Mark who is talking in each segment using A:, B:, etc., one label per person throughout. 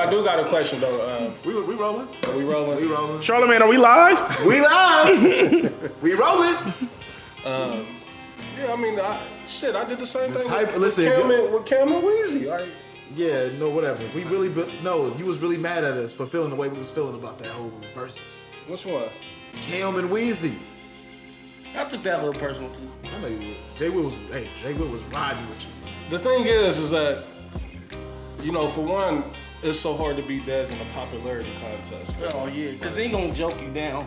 A: I do got a question though. Uh,
B: We, we rolling.
A: are we rolling?
B: We rolling.
C: Charlemagne, are we live?
B: We live. we rolling.
A: Yeah, I mean, I, shit, I did the same
B: The
A: thing.
B: type-
A: with,
B: listen, if
A: with Cam, and, with Cam
B: you-
A: and Weezy. Like,
B: Yeah, no, whatever. We really, but no, you was really mad at us for feeling the way we was feeling about that whole versus.
A: which one?
B: Cam and Weezy.
D: I took that a little personal too.
B: I know you would. Jay Will was, hey, Jay Will was riding with you.
A: The thing is, is that you know, for one, it's so hard to beat Dez in a popularity contest.
D: Oh yeah, cause they gonna joke you down.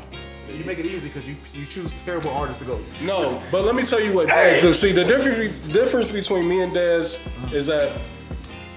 B: You make it easy because you you choose terrible artists to go.
A: No, but let me tell you what Dez. is. See, the difference difference between me and Dez is that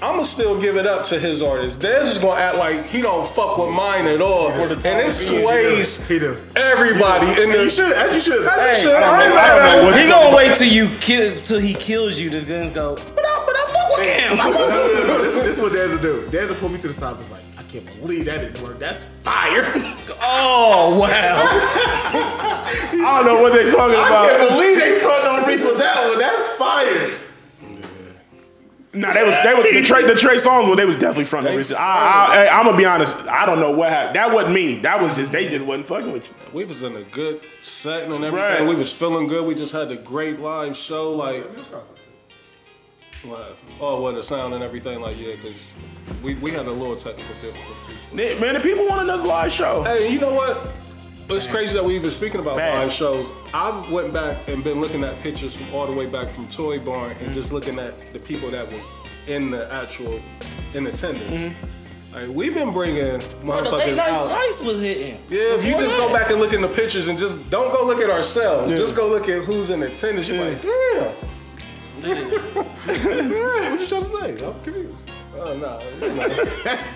A: I'ma still give it up to his artist. Dez is gonna act like he don't fuck with mine at all, and it sways
B: He do.
A: everybody. in
B: And you
A: the,
B: should, as you should.
A: As you
B: Hey,
A: should.
B: I don't
A: I ain't
B: know- I
A: mad
B: don't know
A: at
B: what-
D: He gonna wait till you kill till he kills you to then go. But I but I fuck with him. I
B: No,
D: fuck
B: no, no, no. This, this is what Daz will do. Daz will pull me to the side and was like, I can't believe that didn't work. That's fire.
D: with- Oh wow.
C: I don't know what they're talking
B: I can't
C: about.
B: believe they front on Reese with that one. That's fire.
C: Nah, they was they was the Trey the Trey songs. Well, they was definitely from the reason. I, I, I, am gonna be honest. I don't know what happened. That wasn't me. That was just they just wasn't fucking with you.
A: We was in a good setting and everything.
C: Right.
A: We was feeling good. We just had a great live show. Like, what? Oh, well, the sound and everything. Like, yeah, because we, we had a little technical difficulty.
C: They- Man, the people want another live show.
A: Hey, you know what? It's crazy that we even speaking about
C: Man.
A: live shows. I went back and been looking at pictures from all the way back from Toy Barn and just
D: Mm-hmm.
A: looking at the people that was in the actual in attendance. Like, we've been bringing
D: But Mm-hmm. the thing
A: motherfuckers
D: nice
A: out.
D: slice was hitting.
A: Yeah, if you
D: Before
A: just go
D: that.
A: back and look in the pictures and just don't go look at ourselves, just go look at who's in attendance. You're like, damn.
B: What you trying to say? I'm confused.
A: Oh no, you know.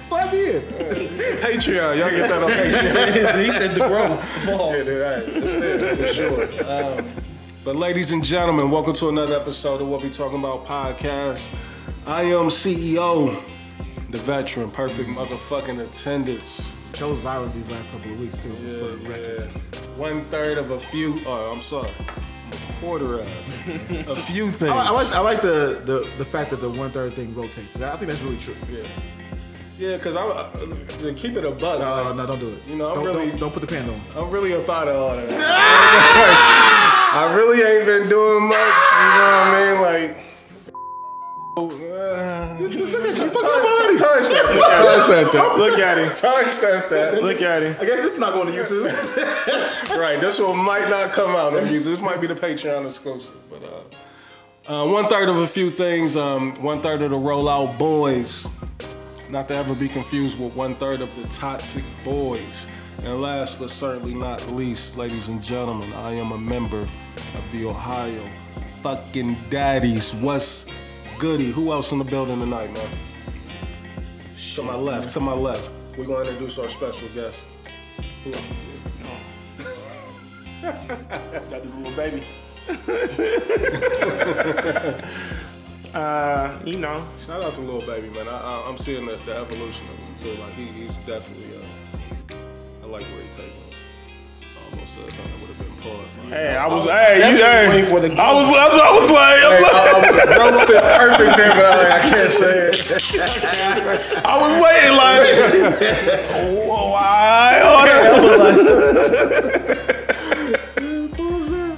B: Flat me in.
A: Patreon, y'all get that on Patreon.
D: he said the growth
A: Yeah,
D: falls.
A: they're right. It's fair, for sure. Um, but ladies and gentlemen, welcome to another episode of What We Talking About podcast. I am CEO, the veteran, perfect motherfucking attendance.
B: Chose violence these last couple of weeks too. for the record.
A: One third of a few. Oh, I'm sorry. A quarter of a few things.
B: I, I like I like the, the the fact that the one third thing rotates. I think that's really true.
A: Yeah, yeah, because I'm uh, to keep it a buck.
B: Uh,
A: like,
B: no, don't do it.
A: You know, I'm
B: don't,
A: really-
B: don't don't put the panda on.
A: I'm really a part of all of that. I really ain't been doing much. You know what I mean? Like,
B: Look at you, fucking
A: uh,
B: already.
A: time step that.
C: Look at him.
A: Time step that.
C: Look at him.
B: I guess this is not going to YouTube.
A: Right, this one might not come out. on YouTube. This might be the Patreon exclusive, but. uh uh, one third of a few things. Um, one third of the Rollout Boys, not to ever be confused with one third of the Toxic Boys. And last but certainly not least, ladies and gentlemen, I am a member of the Ohio fucking Daddies. What's goody? Who else in the building tonight, man? To my left, to my left. We're gonna introduce our special guest. Who-
C: Got the little baby. uh, you know,
A: Shout out to Lil Baby, man. I, I, I'm seeing the, the evolution of him too. Like he, he's definitely. Uh, I like where he's taking it. I Almost said something would have been paused. Like,
C: hey, I was, hey, you, hey, I was, that's what I was like, I'm like-
A: would have perfect there, but I, I can't say it.
C: I was waiting like, oh, why? Oh, that-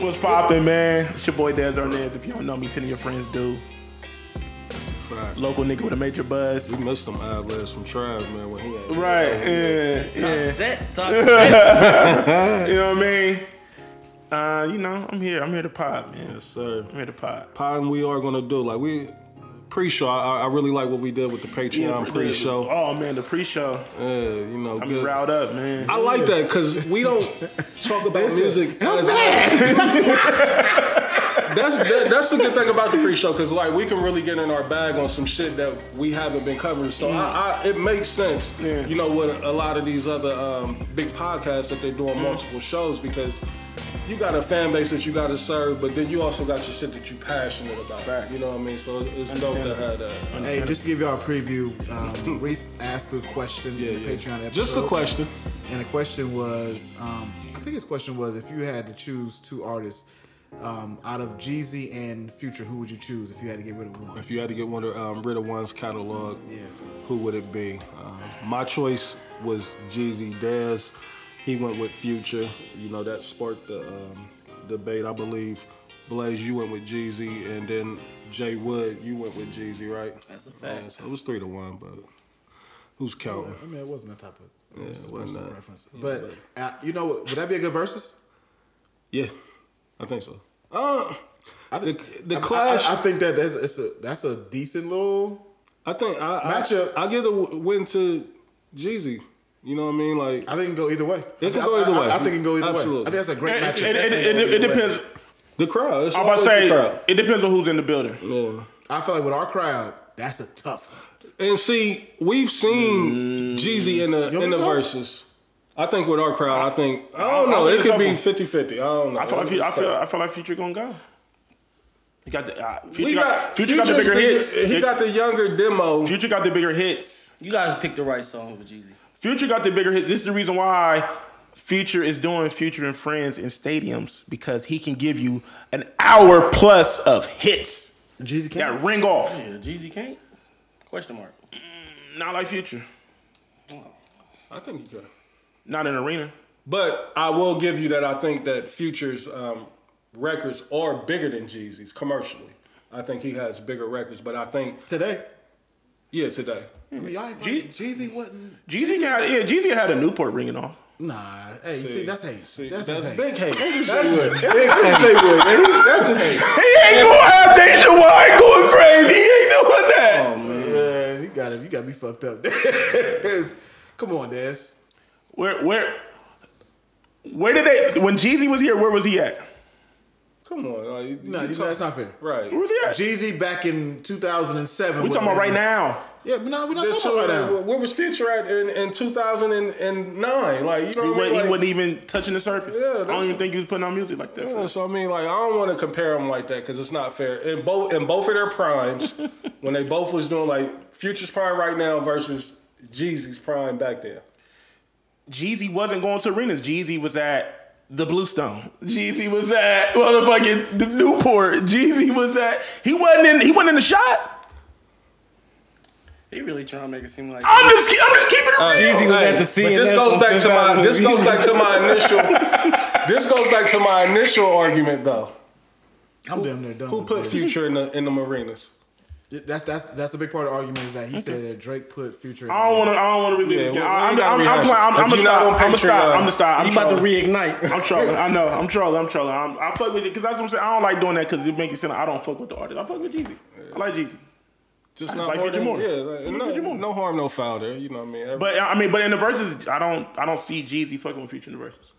C: What's poppin', man? It's your boy Dez Hernandez. If you don't know me, ten of your friends do.
A: That's a fact.
C: Local nigga with a major buzz.
A: We missed him ad libs from Trav, man. When he ain't.
C: Right, yeah, yeah.
D: Set, talk set.
C: You know what I mean? Uh, you know, I'm here. I'm here to pop, man.
A: Yes, sir.
C: I'm here to pop.
A: Pine, we are gonna do like we. Pre-show, I, I really like what we did with the Patreon pre-show.
C: Oh man, the pre-show.
A: Yeah, you know,
C: I'm
A: good.
C: riled up, man.
A: I like that because we don't talk about music. as- that's that, that's the good thing about the pre-show because like we can really get in our bag on some shit that we haven't been covering. So I, I, it makes sense,
C: Yeah.
A: you know, with a lot of these other um, big podcasts that they're doing
C: Mm-hmm.
A: multiple shows because you got a fan base that you got to serve, but then you also got your shit that you passionate about.
C: Facts.
A: You know what I mean? So it's, it's dope to have that.
B: Hey, just to give y'all a preview, um, Reese asked a question in the
A: Yeah.
B: Patreon episode.
A: Just a question.
B: And the question was, um, I think his question was, if you had to choose two artists Um, out of Jeezy and Future, who would you choose if you had to get rid of one?
A: If you had to get one of, um, rid of one's catalog,
B: Yeah.
A: who would it be? Um, my choice was Jeezy Dez. He went with Future. You know that sparked the um, debate, I believe. Blaze, you went with Jeezy, and then Jay Wood, you went with Jeezy, right?
D: That's a fact.
A: Yeah, so it was three to one, but who's counting?
B: I mean, it wasn't that type of it was
A: it
B: a
A: wasn't
B: personal
A: that.
B: preference. But uh, you know, what? would that be a good versus?
A: Yeah, I think so. Uh,
B: I think
A: The- the
B: I- I-
A: Clash-
B: I, I think that that's it's a that's a decent little.
A: I think I,
B: Matchup.
A: I, I give the win to Jeezy. You know what I mean? Like
B: I think it can go either way.
A: It can
B: I-
A: go
B: I-
A: either
B: I-
A: way.
B: I, think it can go either way. I
A: Absolutely.
B: think that's a great
C: It,
B: matchup.
C: it, it, it- it depends.
A: the crowd. It's
C: I'm about to
A: always
C: say
A: the crowd.
C: it depends on who's in the building.
A: Yeah.
B: I feel like with our crowd, that's a tough. one.
A: And see, we've seen
C: Mm.
A: Jeezy in the
B: don't
A: in the
B: think so?
A: verses. I think with our crowd, I think I don't
C: I- I
A: know.
C: think
A: It could be
C: it's
A: 50-50. I don't know.
C: I feel like Fu- I feel I feel like Future gonna go. He got the uh, Future,
A: we
C: got,
A: got
C: Future got the
A: Future's
C: bigger hits.
A: He got the younger demo.
C: Future got the bigger hits.
D: You guys picked the right song for Jeezy.
C: Future got the bigger hits. This is the reason why Future is doing Future and Friends in stadiums because he can give you an hour plus of hits
B: Jeezy can.
C: that ring off.
D: Yeah, Jeezy can't? Question mark.
C: Not like Future.
A: I think he could.
C: Not in arena.
A: But I will give you that. I think that Future's um, records are bigger than Jeezy's commercially. I think he has bigger records, but I think
B: today.
A: yeah, today.
B: I mean, y'all act like
C: Jee-
B: Jeezy wasn't.
C: Jeezy had yeah. Jeezy had a Newport ringing off.
B: Nah, hey, see, that's hate.
A: See,
B: that's
A: that's,
B: his hate.
A: big hate.
B: That's
A: That's
B: Jay Wood. That's Jay Wood, man. He- That's his hate.
C: He ain't gonna have Nationwide going crazy. He ain't doing
B: Oh.
C: that.
B: Man, you got to You got to be fucked up. Dez. Come on, Dez.
C: Where where where did they when Jeezy was here? Where was he at?
A: Come on, like, you-
B: No,
A: you
B: you know,
A: talk-
B: that's not fair.
A: right.
C: Where was he at?
B: Jeezy back in 2007.
C: we
B: was-
C: talking about right now.
B: Yeah, but no, we're not
A: The
B: talking about
A: two-
B: right now.
A: Where was Future at in, in 2009? Like, you
C: He,
A: know what I
C: wasn't,
A: mean?
C: he
A: Like,
C: wasn't even touching the surface.
A: Yeah,
C: I don't
A: that's-
C: even think he was putting out music like that.
A: yeah, so I mean, like, I don't want to compare them like that because it's not fair. In both in both of their primes, when they both was doing like Future's prime right now versus Jeezy's prime back there.
C: Jeezy wasn't going to arenas. Jeezy was at the Bluestone. Jeezy was at motherfucking the Newport. Jeezy was at he wasn't in he wasn't in the shot.
D: He really trying to make it seem like
C: I'm just I'm just keeping
A: Uh,
C: it real.
D: Jeezy was at the
A: But
D: scene.
A: this goes back to my this goes back to my initial this goes back to my initial argument though.
B: I'm damn near done.
A: Who
B: with
A: put
B: Dez.
A: Future in the in the marinas?
B: That's that's that's a big part of the argument is that he said that Drake put Future. in
C: I don't
B: the-
C: want to. I don't want to relive this
A: Yeah,
C: game.
A: we- we
C: I'm,
A: ain't gotta
C: I'm, I'm,
A: rehash it.
C: playing. I'm,
A: If
C: I'm gonna
A: you're not
C: stop.
A: on
C: I'm gonna stop.
A: Patreon,
C: I'm gonna stop. I'm
D: He about to
C: trolling.
D: reignite.
C: I'm trolling. I know. I'm trolling. I'm trolling. I'm, I fuck with it because that's what I'm saying. I don't like doing that because it makes it sound like I don't fuck with the artist. I fuck with Jeezy. I like Jeezy.
A: Just
C: just like
A: more
C: Future
A: than-
C: more.
A: Yeah, like,
C: Future
A: no,
C: more.
A: no harm, no foul there. You know what I mean? Every-
C: But I mean, but in the verses, I don't. I don't see Jeezy fucking with Future in the verses.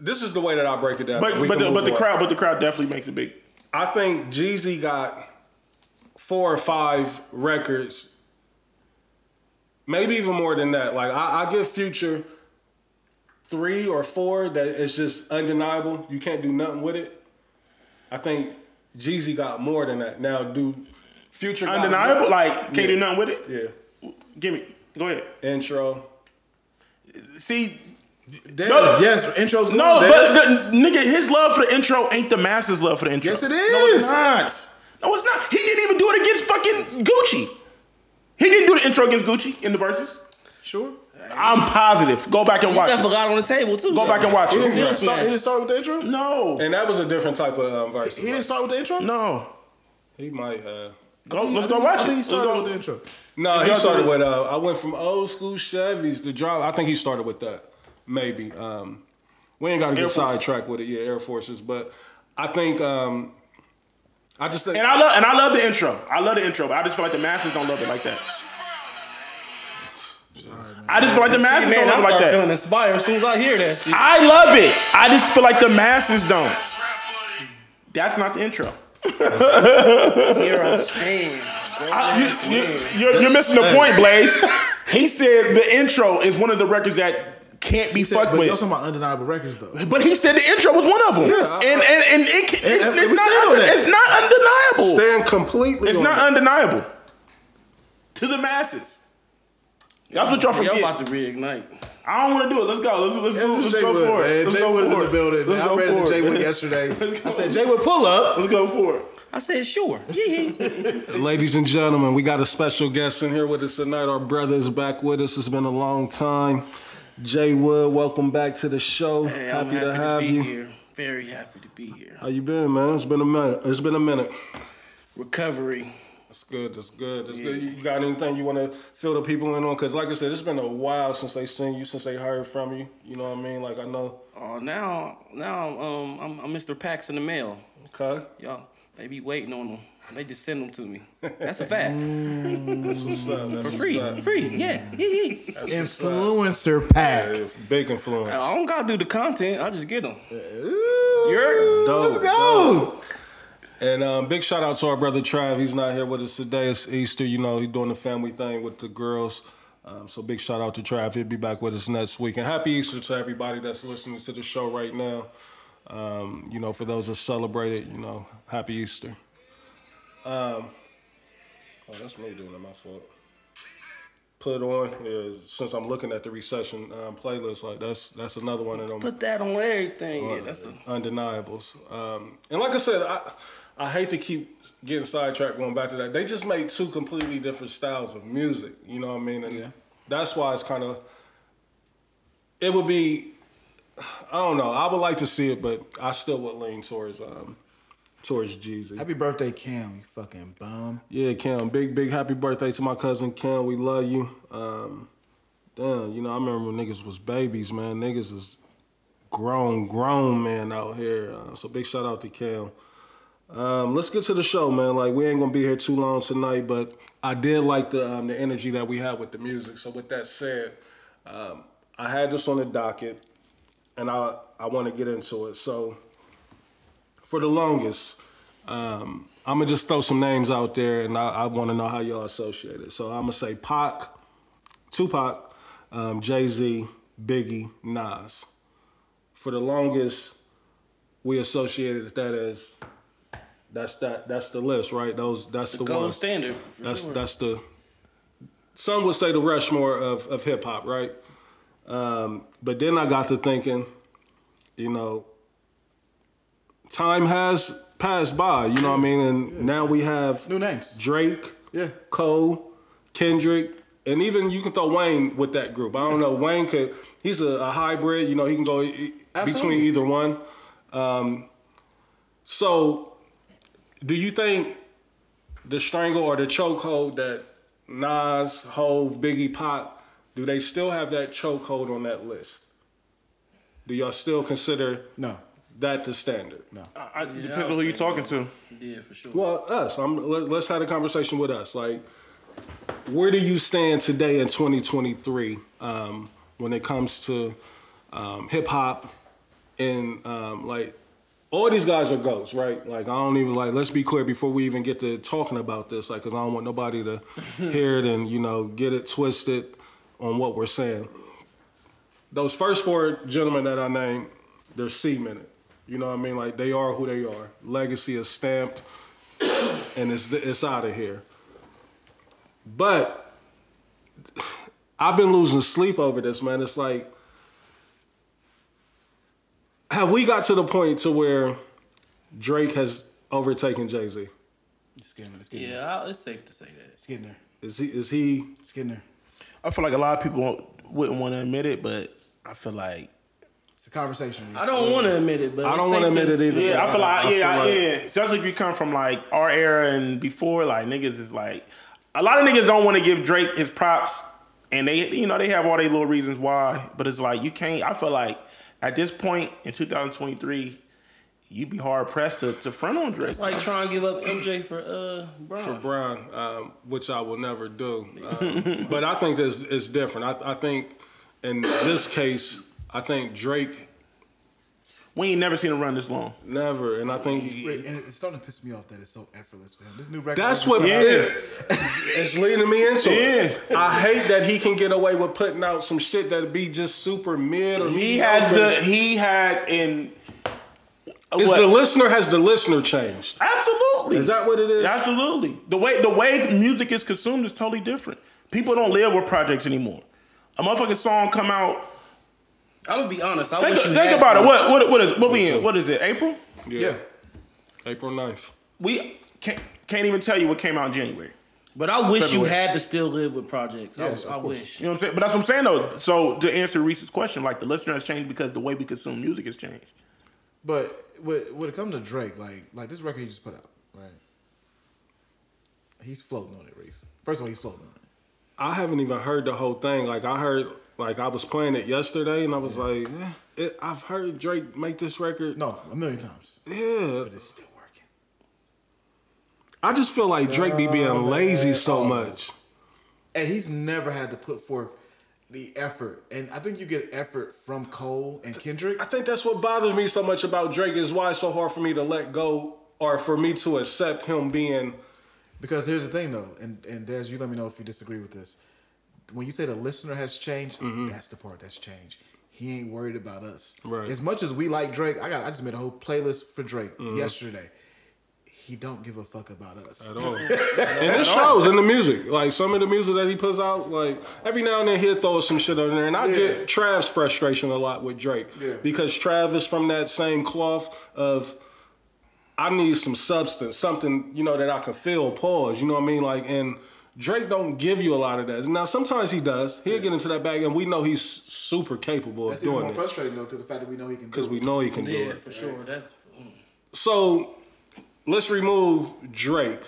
A: this is the way that I break it down.
C: But
A: We
C: but
A: can
C: the,
A: move
C: but the
A: on.
C: crowd but the crowd definitely makes it big.
A: I think Jeezy got four or five records, maybe even more than that. Like I, I give Future three or four that it's just undeniable. You can't do nothing with it. I think Jeezy got more than that. Now, do Future got-
C: Undeniable. Like can't
A: Yeah.
C: do nothing with it.
A: Yeah,
C: Give me. Go ahead.
A: intro.
C: See.
B: Dez,
C: No.
B: yes, intro's going.
C: No,
B: Dez.
C: but the, nigga, his love for the intro ain't the masses' love for the intro.
B: Yes, it
C: No,
B: is.
C: it's not. No, it's not. He didn't even do it against fucking Gucci. He didn't do the intro against Gucci in the verses.
B: sure.
C: I'm positive. Go back and watch
D: That
C: it.
D: forgot on the table too.
C: Go back and watch
B: He didn't, he,
C: it.
B: didn't start, he didn't start with the intro.
C: No,
A: And that was a different type of um, verse.
B: He didn't start with the intro.
C: no.
A: He might have.
C: Go, let's go
B: I
C: watch
B: think
C: it.
B: he
C: Let's
B: started
C: go.
B: with the intro.
A: No, he
C: y'all
A: started
C: do
A: with. Uh, I went from old school Chevys to drive. I think he started with that. Maybe. Um, we ain't got to get
C: Force.
A: sidetracked with it. Yeah, Air Forces. But I think. Um, I just think.
C: And I love and I love the intro. I love the intro, but I just feel like the masses don't love it like that. I just feel like the masses
D: Man, I
C: don't love it
D: start
C: like that.
D: feeling inspired as soon as I hear that. shit.
C: I love it. I just feel like the masses don't. That's not the intro.
D: Here I'm staying.
C: I- you, are missing the point, Blaze. He said the intro is one of the records that can't be
B: He said,
C: fucked
B: but
C: with.
B: you're talking about undeniable records though.
C: But he said the intro was one of them.
B: Yes.
C: And and, and it, can- it's,
B: and
C: it's
B: we stand
C: not
B: on
C: un-
B: that.
C: it's not undeniable.
A: stand completely.
C: it's
A: on
C: not
A: that.
C: undeniable to the masses. That's what y'all
D: Y'all
C: forget.
D: about to reignite.
C: I don't want to do it. Let's go. Let's let's go.
B: It's
C: Let's
B: Jay
C: go
B: Wood,
C: for it.
B: man.
C: Let's
B: Jay
C: go
B: Wood is in
C: for
B: the
C: it.
B: building.
C: Let's
B: man. I
C: go
B: ran
C: for
B: into Jay
C: it.
B: Wood yesterday.
C: Let's
B: I
C: go.
B: said, Jay Wood, pull up.
C: Let's go for it.
D: I said, sure. Yeah, yeah.
A: Ladies and gentlemen, we got a special guest in here with us tonight. Our brother is back with us. It's been a long time. Jay Wood, welcome back to the show.
D: Hey, I'm
A: happy, to have
D: be
A: you.
D: here. Very happy to be here.
A: How you been, man? It's been a minute. It's been a minute.
D: Recovery.
A: That's good. That's good. That's good. You got anything you want to fill the people in on? Because, like I said, it's been a while since they seen you, since they heard from you. You know what I mean? Like I know.
D: Oh, now, now, um, I'm, I'm Mr. Pax in the mail.
A: Okay.
D: Y'all, they be waiting on them. They just send them to me. That's a fact.
A: That's what's up. Mm. That's
D: free,
A: What's up.
D: free. Yeah, yeah, yeah.
B: Influencer pack.
A: Yeah, Big influence.
D: I don't gotta do the content. I just get them.
B: Ooh,
D: You're
B: Let's
A: Dope,
B: go.
A: And um, big shout out to our brother Trav. He's not here with us today. It's Easter. You know, he's doing the family thing with the girls. Um, so big shout out to Trav. He'll be back with us next week. And happy Easter to everybody that's listening to the show right now. Um, you know, for those that celebrate it, you know, happy Easter. Um, oh, that's me doing it. My fault. Put on. Yeah, since I'm looking at the recession um, playlist, like that's that's another one of them
D: put that on everything. Yeah, that's a
A: undeniables. Um, and like I said, I I hate to keep getting sidetracked going back to that. They just made two completely different styles of music. You know what I mean? And
B: Yeah.
A: that's why it's kind of it would be I don't know. I would like to see it, but I still would lean towards um towards Jeezy.
B: Happy birthday, Cam. You fucking bum.
A: Yeah, Kim. Big big happy birthday to my cousin Kim. We love you. Um, damn, you know I remember when niggas was babies, man. Niggas is grown grown man out here. Uh, so big shout out to Kim. Um, let's get to the show, man. Like we ain't gonna be here too long tonight, but I did like the um, the energy that we had with the music. So with that said, um, I had this on the docket, and I I want to get into it. So for the longest, um, I'm gonna just throw some names out there, and I, I want to know how y'all associate it. So I'm gonna say Pac, Tupac, um, Jay Z, Biggie, Nas. For the longest, we associated that as that's that that's the list, right? Those that's the,
D: gold
A: ones.
D: standard. For
A: That's
D: sure.
A: that's the some would say the Rushmore of of hip hop, right? Um, but then I got to thinking, you know, time has passed by, you know what I mean, and now we have
B: New names.
A: Drake,
B: Yeah.
A: Cole, Kendrick, and even you can throw Wayne with that group. I don't know, Wayne could he's a, a hybrid, you know, he can go e-
B: Absolutely.
A: between either one. Um, so, do you think the strangle or the chokehold that Nas, Hove, Biggie, Pop, do they still have that chokehold on that list? Do y'all still consider
B: No.
A: that the standard?
C: I, it depends on who you're talking to.
D: yeah, for sure.
A: Well, us. I'm, let, let's have a conversation with us. Like, where do you stand today in 2023 um, when it comes to um, hip hop and um, like all these guys are ghosts, right? Like, I don't even like. Let's be clear before we even get to talking about this, like, because I don't want nobody to hear it and you know get it twisted on what we're saying. Those first four gentlemen that I named, they're cemented. You know what I mean? Like they are who they are. Legacy is stamped and it's it's out of here. But I've been losing sleep over this, man. It's like, have we got to the point to where Drake has overtaken Jay Z?
B: It's getting there. It's getting there.
D: Yeah, I, it's safe to say that.
B: It's getting there.
A: Is he is he
B: It's getting there.
C: I feel like a lot of people won't- wouldn't want to admit it, but I feel like
B: It's a conversation. Reese.
D: I don't want to admit it, but
A: I
D: it's
A: don't want to
D: safe
A: admit it either.
C: Yeah, I feel like yeah,
A: feel like-
C: yeah. Especially if you come from like our era and before, like niggas is like a lot of niggas don't want to give Drake his props, and they you know they have all their little reasons why, but it's like you can't. I feel like at this point in 2023, you'd be hard pressed to, to front on Drake.
D: It's like trying to give up MJ for uh Brown.
A: for Brown, um, which I will never do. Um, but I think this is different. I, I think in this case, I think Drake
C: we ain't never seen him run this long.
A: never, and I think he,
B: And it's starting to piss me off that it's so effortless for him. This new record.
A: That's
B: just
A: what
B: put out-
C: Yeah.
A: it- it's leading me into. it.
C: Yeah.
A: I hate that he can get away with putting out some shit that be just super mid. Or
C: He
A: mediocre.
C: has the he has in.
A: Is
C: what-
A: the listener has the listener changed?
C: Absolutely.
A: Is that what it is?
C: Absolutely. The way the way music is consumed is totally different. People don't live with projects anymore. A motherfucking song come out
D: I'm gonna be honest. I
C: Think,
D: wish you
C: think
D: had
C: about
D: some.
C: it. What what what is what we
A: too.
C: in? What is it? April?
B: Yeah.
A: April 9th.
C: We can't, can't even tell you what came out in January.
D: But I wish you
C: February.
D: had to still live with projects. I-
B: Yes, of
D: I,
B: course.
D: wish.
C: You know what I'm saying? But that's what I'm saying though. So to answer Reese's question, like the listener has changed because the way we consume music has changed.
B: But when, when it comes to Drake, like like this record he just put out, right? He's floating on it, Reese. First of all, he's floating on it.
A: I haven't even heard the whole thing. Like I heard, like I was playing it yesterday, and I was like, eh, it, I've heard Drake make this record.
B: No, a million times.
A: Yeah,
B: But it's still working.
A: I just feel like Drake be being lazy so
B: Oh.
A: much.
B: And he's never had to put forth the effort. And I think you get effort from Cole and Kendrick.
A: I think that's what bothers me so much about Drake is why it's so hard for me to let go or for me to accept him being.
B: Because here's the thing, though, and and Des, you let me know if you disagree with this. When you say the listener has changed,
A: Mm-hmm.
B: that's the part that's changed. He ain't worried about us.
A: Right.
B: As much as we like Drake, I got I just made a whole playlist for Drake
A: Mm-hmm.
B: yesterday. He don't give a fuck about us.
A: And it shows in the music. Like some of the music that he puts out, like every now and then he'll throw some shit on there. And I get Trav's frustration a lot with Drake.
B: Yeah.
A: Because Trav is from that same cloth of I need some substance, something, you know, that I can feel, pause. You know what I mean? Like and Drake don't give you a lot of that. Now sometimes he does. He'll get into that bag and we know he's super capable
B: That's
A: of
B: even
A: doing
B: more
A: it.
B: frustrating though, because the fact that we know he can.
A: Because
B: Because
A: we know he can do
D: Yeah,
A: it.
D: for sure. That's mm.
A: So let's remove Drake.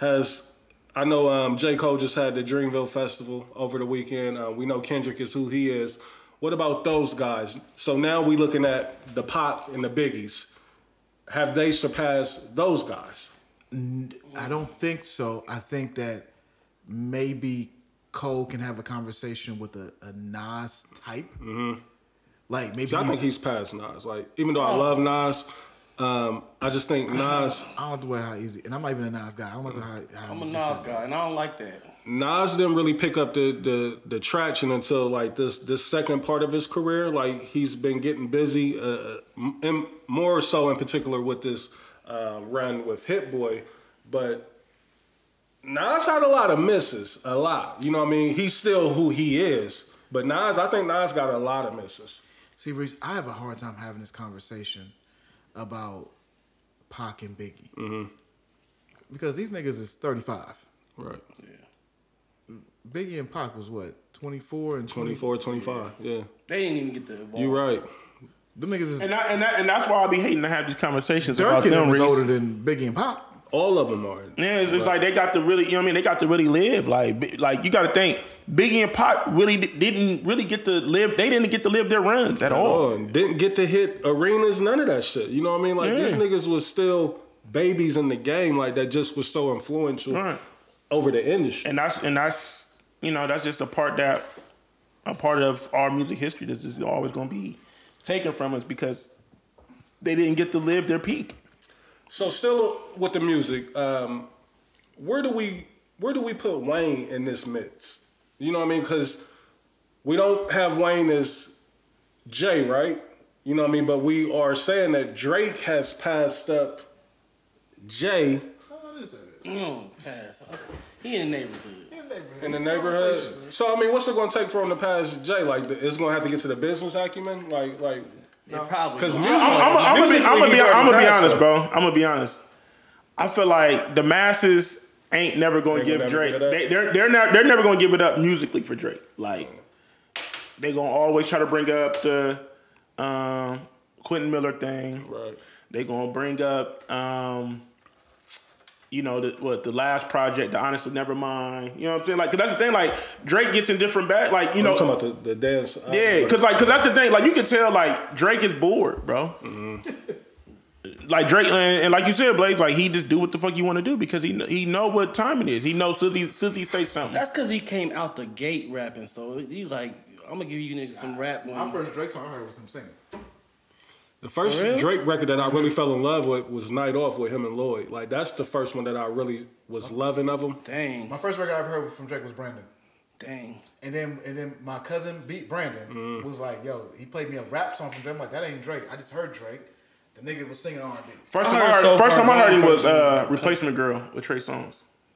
A: Has I know um, J Cole just had the Dreamville Festival over the weekend. Uh, we know Kendrick is who he is. What about those guys? So now we looking at the pop and the biggies. Have they surpassed those guys?
B: I don't think so. I think that maybe Cole can have a conversation with a, a Nas type. Like
A: Mm-hmm.
B: maybe
A: I
B: he's-
A: think he's past Nas. Like even though I love Nas, um, I just think Nas
B: I don't like the way how easy, and I'm not even a Nas guy. I don't like the how. how
D: I'm a
B: you
D: Nas
B: just said that.
D: guy, and I don't like that.
A: Nas didn't really pick up the, the the traction until like this this second part of his career. Like he's been getting busy, uh, m- and more so in particular with this uh, run with Hit Boy. But Nas had a lot of misses, a lot. You know what I mean? He's still who he is. But Nas, I think Nas got a lot of misses.
B: See, Reese, I have a hard time having this conversation about Pac and Biggie
C: Mm-hmm.
B: because these niggas is thirty five.
A: Right.
B: Biggie and Pac was what twenty four and twenty.
A: 24, 25. Yeah.
D: They didn't even get to evolve.
A: You're right.
B: Them niggas is
C: And I, and, that, and that's why I be hating to have these conversations about
B: Dirk and
C: them.
B: them is
C: Reese.
B: older than Biggie and Pac.
A: All of them are.
C: Yeah, it's, it's like they got to really, you know what I mean? They got to really live. Like, bi- like you got to think, Biggie and Pop really di- didn't really get to live. They didn't get to live their runs at
A: on.
C: all.
A: Oh, Didn't get to hit arenas, none of that shit. You know what I mean? Like
C: Yeah.
A: these niggas was still babies in the game, like that just was so influential
C: Right.
A: over the industry.
C: And that's and that's you know that's just a part that a part of our music history that's just always going to be taken from us because they didn't get to live their peak.
A: so still with the music, um, where do we where do we put Wayne in this mix? You know what I mean? Because we don't have Wayne as Jay, right? You know what I mean? But we are saying that Drake has passed up Jay
D: Mm, pass. He in the neighborhood.
A: in the neighborhood. So I mean, what's it gonna take for him to pass Jay? Like, it's gonna have to get to the business acumen. Like, like
D: They probably.
A: because
D: don't.
A: music.
C: I'm, I'm, I'm,
A: musically,
C: I'm gonna be,
A: he's
C: I'm gonna
A: already
C: be
A: passed
C: honest,
A: him.
C: bro. I'm gonna be honest. I feel like the masses ain't never
A: They
C: gonna
A: gonna
C: give
A: never
C: Drake.
A: give it up.
C: they, they're they're not they're never gonna give it up musically for Drake. Like they gonna always try to bring up the um, Quentin Miller thing.
A: Right.
C: They gonna bring up um, you know the, what the last project, the Honestly Nevermind. You know what I'm saying? Like 'cause that's the thing. Like Drake gets in different bag. Like you know,
A: I'm talking about the, the dance.
C: yeah, because like, cause that's the thing. Like, you can tell like Drake is bored, bro. like Drake, and, and like you said, Blaze, like he just do what the fuck you want to do because he kn- he know what time it is. He knows Sizzy Sizzy say something.
D: That's because he came out the gate rapping. So he like, I'm gonna give you niggas some rap. When
B: My first Drake song I heard was him singing.
A: the first
D: For real?
A: Drake record that I really fell in love with was Night Off with him and Lloyd. Like, that's the first one that I really was loving of him.
D: dang,
B: My first record I ever heard from Drake was Brandon.
D: dang.
B: And then and then my cousin beat Brandon
C: Mm-hmm.
B: was like, yo, he played me a rap song from Drake. I'm like, that ain't Drake. I just heard Drake. The nigga was singing R&B.
C: First
D: I
C: time I
D: heard
C: heard,
D: So
C: first
D: Far
C: time I heard
D: Gone
C: it was
D: from-
C: uh, Replacement Girl with Trey Songz.
B: So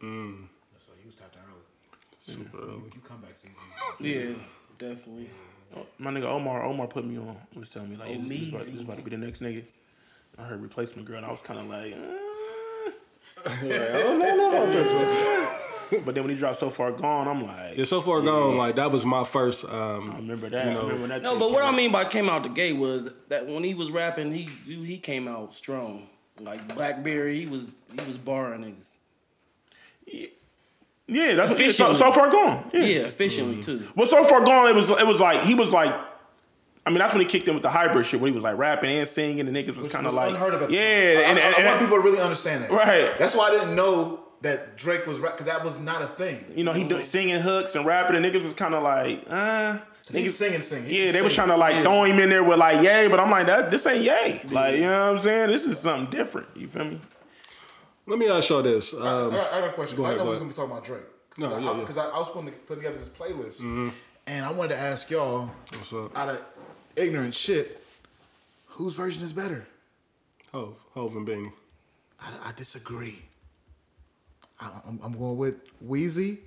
B: he was tapped in early.
C: Super early.
B: You come back season.
D: Yeah, definitely.
C: My nigga Omar, Omar put me on. Was telling me like this, this, about,
D: Amazing.
C: this about to be the next nigga. I heard replacement girl, and I was kind of like, uh, but then when he dropped so far gone, I'm like,
A: Yeah, so far gone, like that was my first. Um,
C: I remember that.
A: You
C: I
A: know,
C: remember when that.
D: No,
C: shit
D: but what
C: came
D: I
C: out.
D: mean by came out the gate was that when he was rapping, he he came out strong. Like Blackberry, he was he was barring niggas.
C: yeah, that's what, yeah, so,
D: Officially.
C: so far gone. Yeah.
D: Yeah, efficiently too.
C: Well, so far gone, it was it was like he was like. I mean, that's when he kicked in with the hybrid shit, where he was like rapping and singing, and the niggas was kind of
B: was
C: like,
B: unheard of at the
C: yeah,
B: time.
C: and,
B: I, I-
C: and,
B: I want
C: and-
B: people to really understand that.
C: Right.
B: That's why I didn't know that Drake was rap because that was not a thing.
C: you know, he do, singing hooks and rapping, and niggas was kind of like, uh,
B: He's singing, singing.
C: Yeah, they
B: Singing.
C: was trying to like
D: Yeah.
C: throw him in there with like yay, but I'm like that. This ain't yay. Like you know what I'm saying? This is something different. You feel me?
A: let me ask y'all this. Um,
B: I, got, I got a question.
A: go
B: I
A: ahead,
B: know
A: go
B: we was
A: ahead.
B: gonna be talking about Drake. Cause
A: No,
B: I,
A: yeah, yeah.
B: Because I, I was putting, putting together this playlist, and I wanted to ask y'all,
A: what's up?
B: out of ignorant shit, whose version is better?
A: Hove, Hove and Beanie.
B: I, I disagree. I, I'm, I'm going with Wheezy.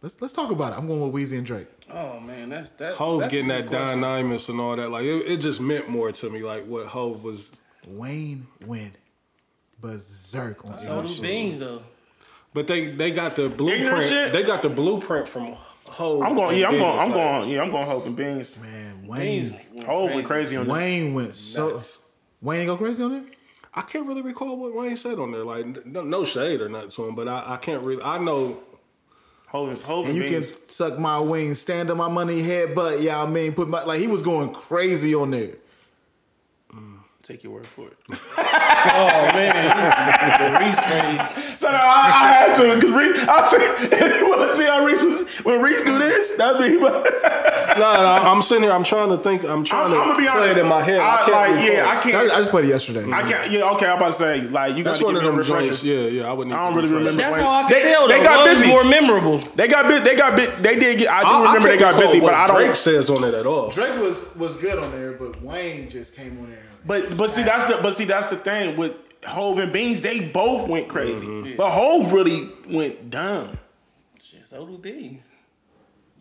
B: Let's let's talk about it. I'm going with Wheezy and Drake.
D: Oh man, that's that.
A: Hove
D: that's
A: getting
D: the
A: that
D: question.
A: Don Imus and all that. Like it, it just meant more to me. Like what Hove was.
B: Wayne went berserk on
D: So
B: so
D: do Beans though.
A: But they they got the blueprint.
C: shit?
A: They got the blueprint from Hove.
C: I'm going.
A: and
C: Yeah, I'm going.
A: Beanie.
C: I'm
A: Like,
C: going. Yeah, I'm going. Hope and beans.
B: man.
D: Beans.
B: Wayne
D: went
C: Hov went crazy on that.
B: Wayne went so.
A: Nuts.
B: Wayne go crazy on there.
A: I can't really recall what Wayne said on there. Like no, no shade or nothing to him, but I, I can't really. I know
C: Hov and
B: And
C: Hov and
B: you can
C: beans.
B: suck my wings, stand on my money, headbutt. Yeah, I mean, put my like he was going crazy on there.
C: Take your word for it.
D: Oh man, Reese crazy.
C: So no, I, I had to because Reese. I see. If you want to see how Reese was when Reese do this, that'd be.
A: no, no, I'm sitting here. I'm trying to think. I'm trying
C: I'm,
A: to
C: I'm gonna be
A: play
C: honest.
A: it in my head. I,
C: I,
A: can't
C: like,
A: recall.
C: yeah, I
B: So I, I
C: can't.
B: just played it yesterday.
C: I can't. Yeah, okay. I'm about to say like you got
A: That's
C: to
A: one
C: give me
A: of
C: a
A: them
C: refresher.
A: joints. Yeah, yeah. I wouldn't.
C: I don't
A: even
C: really remember.
D: That's
C: Wayne-
D: how I can
C: They-
D: tell though.
C: they got
D: One's
C: busy.
D: more memorable.
C: They got bit. They got bit. They did get. I do
A: I, I
C: remember
A: can't
C: they got
A: recall
C: busy, but
A: what
C: I don't.
A: Drake says on it at all.
B: Drake was was good on there, but Wayne just came on there.
C: But but see that's the but see that's the thing with Hove and Beans, they both went crazy.
A: Mm-hmm.
C: But Hove really went dumb.
D: Shit, so do Beans.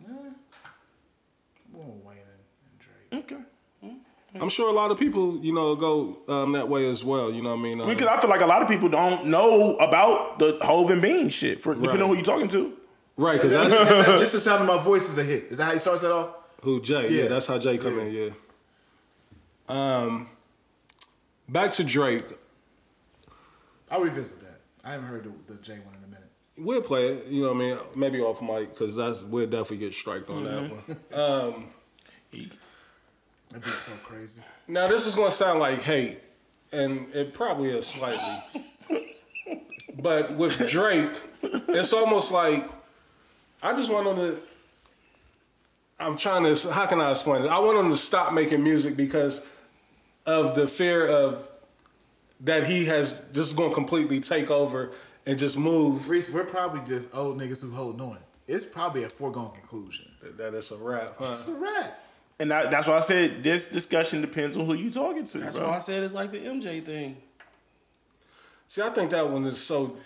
B: I'm going with Wayne and Drake.
C: Okay.
A: I'm sure a lot of people, you know, go um, that way as well. You know what I mean? Um,
C: Because I feel like a lot of people don't know about the Hove and Beans shit for depending on who you're talking to.
A: right, because
B: That's-
A: that's
B: that's- that- just the sound of my voice is a hit. Is that how he starts that off?
A: who Jay. Yeah,
B: Yeah.
A: that's how Jay come in. Yeah. Um, back to Drake.
B: I'll revisit that. I haven't heard the, the J one in a minute.
A: We'll play it. You know what I mean? Maybe off mic because that's we'll definitely get striked on that one.
B: That beat's so crazy.
A: Now this is gonna sound like hate, and it probably is slightly. but with Drake, it's almost like I just want him to. I'm trying to. How can I explain it? I want him to stop making music because of the fear of that he has just gonna completely take over and just move.
B: Reese, we're probably just old niggas who hold on. It's probably a foregone conclusion.
A: That it's a wrap, huh?
B: It's a wrap.
C: And that, that's why I said this discussion depends on who you're talking to,
D: That's
C: bro.
D: why I said it's like the MJ thing.
A: See, I think that one is so.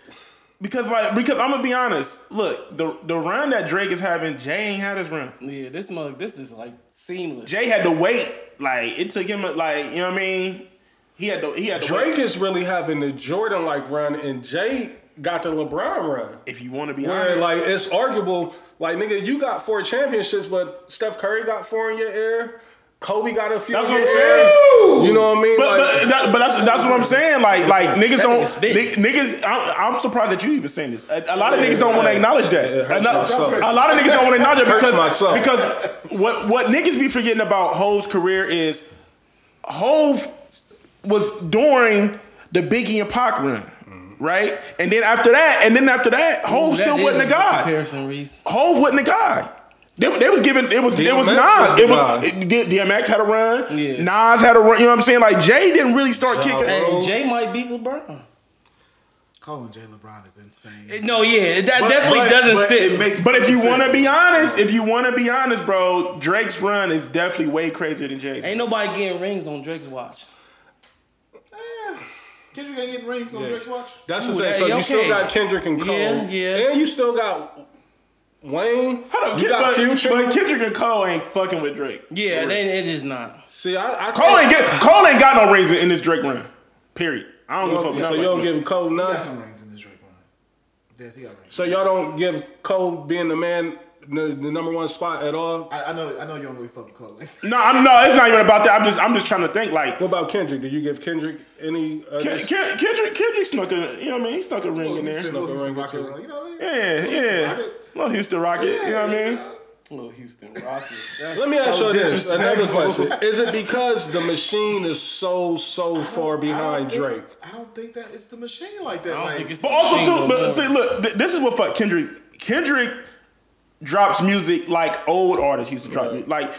C: Because like because I'm gonna be honest. Look, the the run that Drake is having, Jay ain't had his run.
D: Yeah, this mug, this is like seamless.
C: Jay had to wait. Like it took him like, you know what I mean? He had to he had to
A: Drake
C: wait.
A: is really having the Jordan like run, and Jay got the LeBron run.
C: if you want to be
A: Where
C: honest.
A: like it's arguable, like nigga, you got four championships, but Steph Curry got four in your air. Kobe got a few.
C: That's
A: in
C: what
A: your
C: I'm
A: air.
C: saying.
A: You know what I mean?
C: But,
A: like,
C: but, that, but that's that's what I'm saying. Like like
D: nigga
C: niggas don't
D: spit.
C: ni- niggas. I'm, I'm surprised that you even saying this. A, a lot of niggas don't want to acknowledge that. A, lot- a lot of niggas don't want to acknowledge it
A: Hurts
C: because
A: myself.
C: because what what niggas be forgetting about Hove's career is Hove was during the Biggie and Pac run. Right, and then after that, and then after that, Hove
D: That
C: still
D: is
C: wasn't a
D: good
C: guy.
D: Comparison, Reese.
C: Hove wasn't the guy. They, they was giving it was it
A: DMX was
C: was Nas.
A: the
C: It
A: guy.
C: was it, D- DMX had a run.
D: Yeah.
C: Nas had a run. You know what I'm saying? Like Jay didn't really start
A: Ja
C: kicking.
A: Rule.
D: Hey, Jay might beat LeBron.
B: Calling Jay LeBron is insane.
D: No, yeah, that
B: But-
D: definitely
B: but-
D: doesn't
B: but
D: sit.
B: It makes
C: But if you
B: perfect
C: want to
B: sense.
C: be honest, if you want to be honest, bro, Drake's run is definitely way crazier than Jay's.
D: Ain't nobody getting rings on Drake's watch.
B: Kendrick ain't getting rings on Drake's watch.
A: that's the
D: Ooh,
A: thing.
D: that-
A: So
D: yeah,
A: you still
D: okay.
A: got Kendrick and Cole,
D: Yeah, yeah.
A: and you still got Wayne,
C: Hold up,
A: you
C: Kend-
A: got
C: but,
A: Future.
C: but Kendrick and Cole ain't fucking with Drake.
D: Yeah, they, it is not.
A: See, I, I
C: Cole ain't
A: think-
C: get Cole ain't got no rings in this Drake run. Period. I don't give a fuck.
A: Okay, so you don't give Cole
B: He
A: none.
B: got some rings in this Drake one. Yes, he got rings.
A: So y'all don't give Cole being the man the, the number one spot at all.
B: I, I know. I know you don't really fuck with Cole. Like,
C: No, I'm no. It's not even about that. I'm just I'm just trying to think like.
A: What about Kendrick? Do you give Kendrick any? Uh,
C: Ken- Ken- Kendrick, Kendrick snuck a, you know what I mean? He snuck a ring in
B: he's
C: there.
B: still he's
A: ring
B: still
A: or
B: rocking
A: two.
B: around. You know what I mean?
C: Yeah, yeah. Little Houston Rocket, you know what I mean?
D: Little Houston Rockets.
A: Let me ask you this: another question. Is it because the machine is so so far behind
B: I don't
A: Drake?
B: Think, I don't think that it's the machine like that.
D: I don't
B: like,
D: think it's.
C: But also too, but see, look, th- this is what fuck Kendrick. Kendrick drops music like old artists used to drop music. Like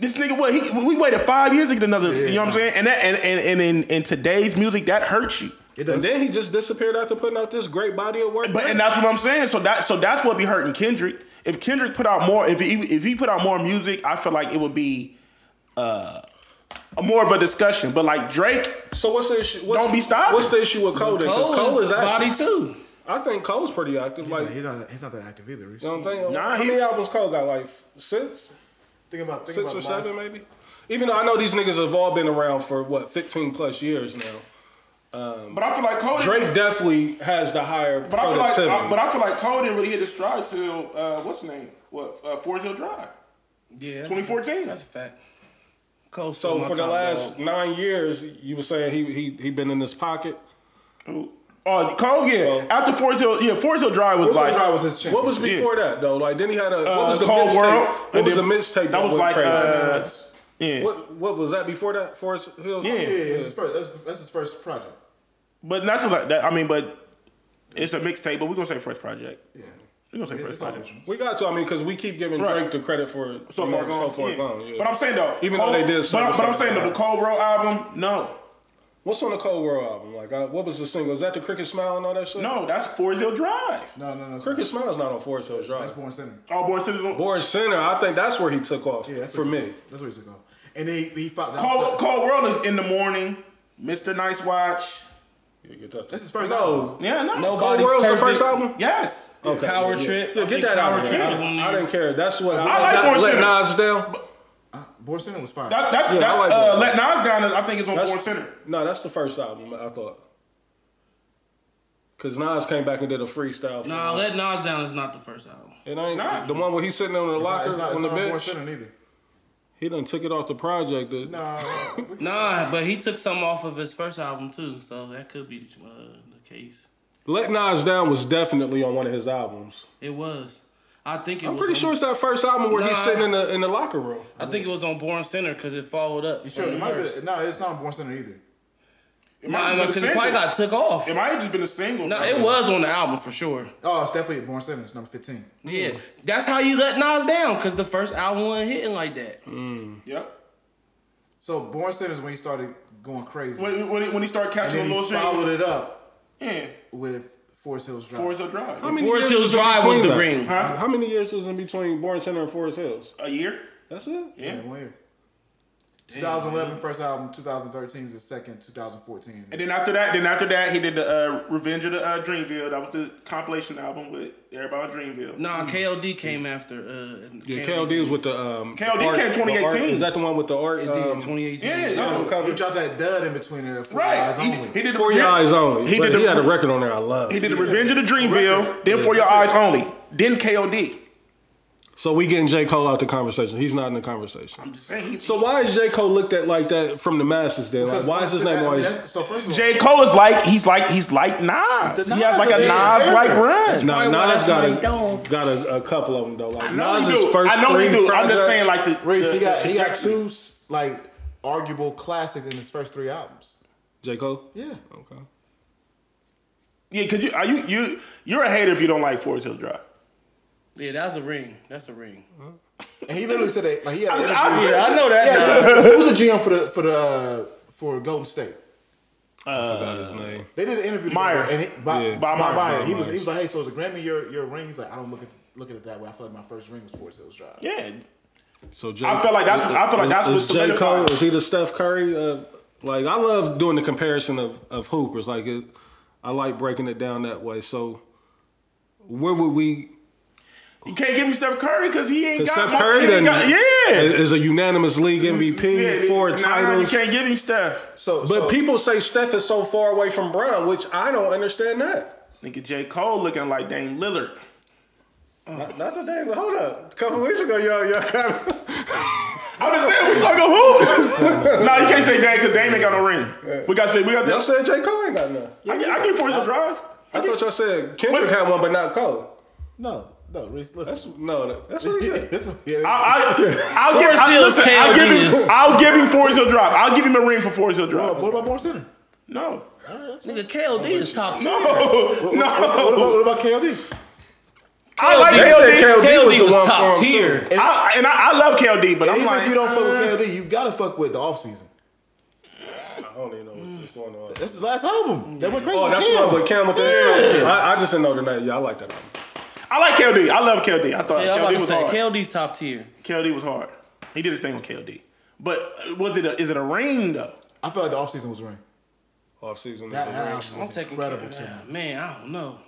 C: this nigga, what he we waited five years to get another. you know what I'm saying? And that and and, and in, in today's music, that hurts you.
B: it
A: And
B: does.
A: then he just disappeared after putting out this great body of work.
C: But and that's what I'm saying. So that so that's what be hurting Kendrick. If Kendrick put out more, if he if he put out more music, I feel like it would be uh more of a discussion. But like Drake,
A: so what's the issue? What's,
C: Don't be stopping.
A: What's the issue with Cole? Because
D: Cole,
A: Cole is
D: body
A: active.
D: too.
A: I think Cole's pretty active. Like,
B: he's, not, he's not that active either. Reese.
A: I don't think.
C: Nah,
A: how
C: he-
A: many albums Cole got? Like six,
B: Think about think
A: six
B: about
A: or
B: last,
A: seven, maybe. Even though I know these niggas have all been around for what 15 plus years now.
C: but I feel like Cole.
A: Drake definitely has the higher
C: But I feel like,
A: productivity.
C: I, but I feel like Cole didn't really hit his stride till uh, what's the name? What uh, Forest Hill Drive,
D: Yeah.
C: 2014.
D: That's a fact. Cole.
A: so
D: still my
A: for the
D: top
A: last
D: dog.
A: nine years, you were saying he he he been in this pocket.
C: Who? Oh, Cole. Yeah,
A: Well-
C: after Forest Hill, yeah, Forest Hill Drive was
B: What's
C: like
B: the drive was his champion.
A: What was before that though? Like then he had a what was the
C: Cold
A: mixtape?
C: Uh, World,
A: What
C: and
A: was the
C: then-
A: mixtape
C: that
A: that,
C: was
A: went
C: like,
A: crazy?
C: uh,
B: That's-
C: yeah.
A: what what was that before that? Forest Hills.
C: Yeah.
B: yeah, it's his first. That's, that's his first project.
C: But that's like that. I mean, but it's a mixtape. But we're gonna say first project.
B: Yeah,
C: We're gonna say
B: it's it's
C: first project.
B: all-
A: we got to. I mean, because we keep giving
C: Right.
A: Drake the credit for
C: So
A: you
C: far
A: know,
C: gone.
A: So far
C: yeah.
A: gone. Yeah.
C: But I'm saying though,
A: Even though they did
C: But, I,
A: something
C: but I'm
A: something.
C: saying though, the Cold Row album, no,
A: what's on the Cold World album? Like, I, what was the single? Is that the Cricket Smile and all that shit?
C: no, that's Forest Hill Drive.
B: No, no, no. it's
A: Cricket Smile's not on Forest Hills
B: not.
A: Drive.
B: That's born center.
C: All born citizens.
A: Born Center. I think that's where he took off
B: Yeah, that's
A: for
B: what he
A: me.
B: took off. That's where he took off. And he he fought. That
C: Cold,
B: was-
C: Cold World is in the morning. Mr. Nice Watch.
A: Yeah, get that-
B: That's his first
A: No.
B: album.
C: Yeah, no.
D: No,
A: Cold
D: Body's
A: World's the
D: Perfect.
A: first album.
C: Yes.
A: Okay,
D: Power
A: yeah.
D: Trip.
A: Yeah,
D: I
A: get
D: think
A: that
D: Power
A: out of
D: Trip
A: here.
D: is one of
A: I, I
D: the-
A: didn't care. That's what I,
C: like
A: that
C: Born
A: let
C: Center.
A: Nas down.
B: born center was fire.
C: That, that's
A: Yeah,
C: that.
A: I like
C: uh,
A: that.
C: Let Nas Down. I think it's on
A: That's-
C: Born Center.
A: No, that's the first album I thought. Cause Nas came back and did a freestyle. For
D: Nah, let Nas down is not the first album.
A: it ain't
C: Nah.
A: the one where he's sitting on the
B: It's not-
A: locker
B: it's not, it's
A: on the
B: not on born
A: bench.
B: center neither.
A: He done took it off the project. Dude.
B: No, we-
D: Nah, but he took some off of his first album too, so that could be uh, the case.
A: Let Nas Down was definitely on one of his albums.
D: It was. I think it
A: I'm
D: was
A: pretty
D: on-
A: sure it's that first album where he's
D: Nah.
A: sitting in the in the locker room.
D: I think it was on Born Center because it followed up.
B: sure, it might have been. No, it's not on born center either.
C: It might
D: Nah,
C: have just
D: because
C: been a
D: it probably
C: single.
D: got took off.
C: It might have just been a single.
D: No,
C: bro.
D: it was on the album for sure.
B: Oh, it's definitely born center. It's number fifteen.
D: Yeah, that's how you let Nas down because the first album wasn't hitting like that.
C: Yep.
B: So born center is when he started going crazy,
C: When, when, he- when he started
B: and
C: catching
B: then
C: a little
B: he
C: shit.
B: followed it up
C: Yeah.
B: with Forest Hills Drive.
C: Forest Hill Drive.
A: How many
D: Forest
A: years
D: Hills
A: is in
D: Drive was
A: between
D: the
A: that?
D: ring.
C: Huh?
A: How many years is in between Born Center and Forest Hills?
C: A year.
A: That's it.
B: yeah, one year. 2011 first album, 2013 is his second, 2014.
C: And then after that, then after that, he did the uh, Revenge of the uh, Dreamville. That was the compilation album with everybody on Dreamville.
D: Nah, KLD came after. Uh,
A: Yeah, KLD was with the um.
C: KLD
A: the art-
C: came 2018.
A: the art- Is that the one with the art?
D: did
A: Um,
D: 2018.
C: yeah, yeah.
A: album cover?
B: he dropped that dud in between there for
C: Right.
B: eyes
C: He,
B: only.
C: he did the
A: For Your
C: yeah.
A: Eyes Only.
C: He
A: He,
C: did the
A: he had a record on there I love.
C: He did the Revenge of the Dreamville. Then For Your Eyes Only. Then KOD.
A: So we getting J. Cole out the conversation. He's not in the conversation.
C: I'm just saying. He,
A: So why is J. Cole looked at like that from the masses then? Like,
B: Because
A: why is his
B: Born
A: name
B: Center- I mean,
A: always
B: that's- So first of all,
C: J. Cole is like he's like he's like Nas.
B: It's the
C: he has
B: Nas
C: like a
B: of the
C: Nas
B: era.
C: like run.
A: No,
D: Probably why
A: Nas
D: that's
A: got
D: my
A: a,
D: dog.
A: got a, a couple of them though. Like
C: I know he
A: Nas's
C: do.
A: first
C: I know
A: three
C: he do. I'm just
A: projects-
C: saying like the,
B: Reese,
C: the-
B: he got he got
C: trajectory.
B: two like arguable classics in his first three albums.
A: J. Cole.
B: Yeah,
A: Okay.
C: Yeah, cause you are you you you're a hater if you don't like Forest Hill Drive.
D: Yeah, that's a ring. That's a ring.
B: and he literally said that like he had. An
C: I-
B: interview-
D: Yeah, I know that.
B: yeah,
D: now.
B: who's the GM for the for the uh, for Golden State?
A: I forgot his name.
B: They did an interview. together,
C: Myers.
B: and he, by,
A: Yeah.
B: by,
C: Bob Myers.
B: Myers. He
A: Myers.
B: was he was like, hey, so is a Grammy your your ring? He's like, I don't look at look at it that way. I feel like my first ring was Forest Hills Drive.
C: Yeah,
A: So J.
C: I feel like that's I feel like that's what
A: is, is J. Cole
C: solidified.
A: is he the Steph Curry? Of, like I love doing the comparison of of hoopers. Like it, I like breaking it down that way. So where would we?
C: You can't give me Steph Curry because he ain't
A: 'Cause
C: got
A: Steph
C: my-
A: Curry
C: he
A: then
C: ain't got- yeah.
A: is a unanimous league MVP,
C: Yeah,
A: four
C: nah,
A: titles.
C: You can't give him Steph.
B: So,
A: but
B: so-
A: people say Steph is so far away from Brown, which I don't understand that.
C: Nigga J. Cole looking like Dame Lillard.
A: Not, not the dang. Hold up. A couple weeks ago, y'all, y'all kind of.
C: I'm just saying we talking hoops. no, you can't say that because Dame ain't got no ring. We got to say we got
A: Y'all
C: that.
A: said J. Cole ain't got none.
C: I get, I get four years of drive.
A: I thought y'all said Kendrick had one, but not Cole.
B: no, no, Reese, listen.
A: That's no. that- That's what he said.
B: That's what- yeah,
C: I, I, I'll give,
D: Forest
C: I,
D: Hill
C: listen, I'll give
D: KOD is-
C: him. I'll give him four years of drive. I'll give him a ring for four years of
B: what,
C: drive.
B: what about Born Center?
C: No,
B: All right, that's fine.
D: Nigga, KLD is top tier.
C: no,
B: What about,
C: no.
B: what about KLD?
C: I like
D: KOD
A: said
C: KOD.
A: KOD was
D: KLD
A: the
D: was
A: one
D: top
A: for him,
D: tier.
C: And I, and I, I love KLD, but I'm
B: Even if
C: like,
B: you don't
A: uh,
B: fuck with KLD, you gotta fuck with the offseason.
A: I don't even know what this one was.
B: That's his last album. That went crazy.
A: Oh,
B: with
A: that's
B: Cam.
A: one with Cam with the
B: Yeah.
A: I, I just didn't know the name. Yeah, I like that. album.
C: I like KLD. I love KLD. I thought
D: Yeah, I'm about
C: KLD
D: to
C: was
D: say
C: hard.
D: KLD's top tier.
C: KLD was hard. He did his thing on KLD. But was it a, is it a ring though?
B: I feel like the offseason was ring.
A: Off season.
B: That album
D: I'm
B: was
D: taking
B: incredible.
D: care
B: to
D: of
B: me.
D: that. Man, I don't know.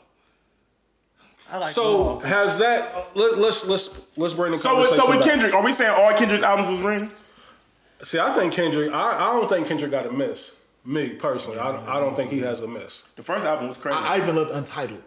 D: I like
A: So
D: Milwaukee.
A: has that? Let, let's let's let's bring the
C: So with,
A: conversation
C: so with
A: back.
C: Kendrick, are we saying all Kendrick's albums was rings?
A: See, I think Kendrick. I, I don't think Kendrick got a miss. Me personally, I, I don't think he has a miss.
C: The first album was crazy.
B: I, I even loved Untitled.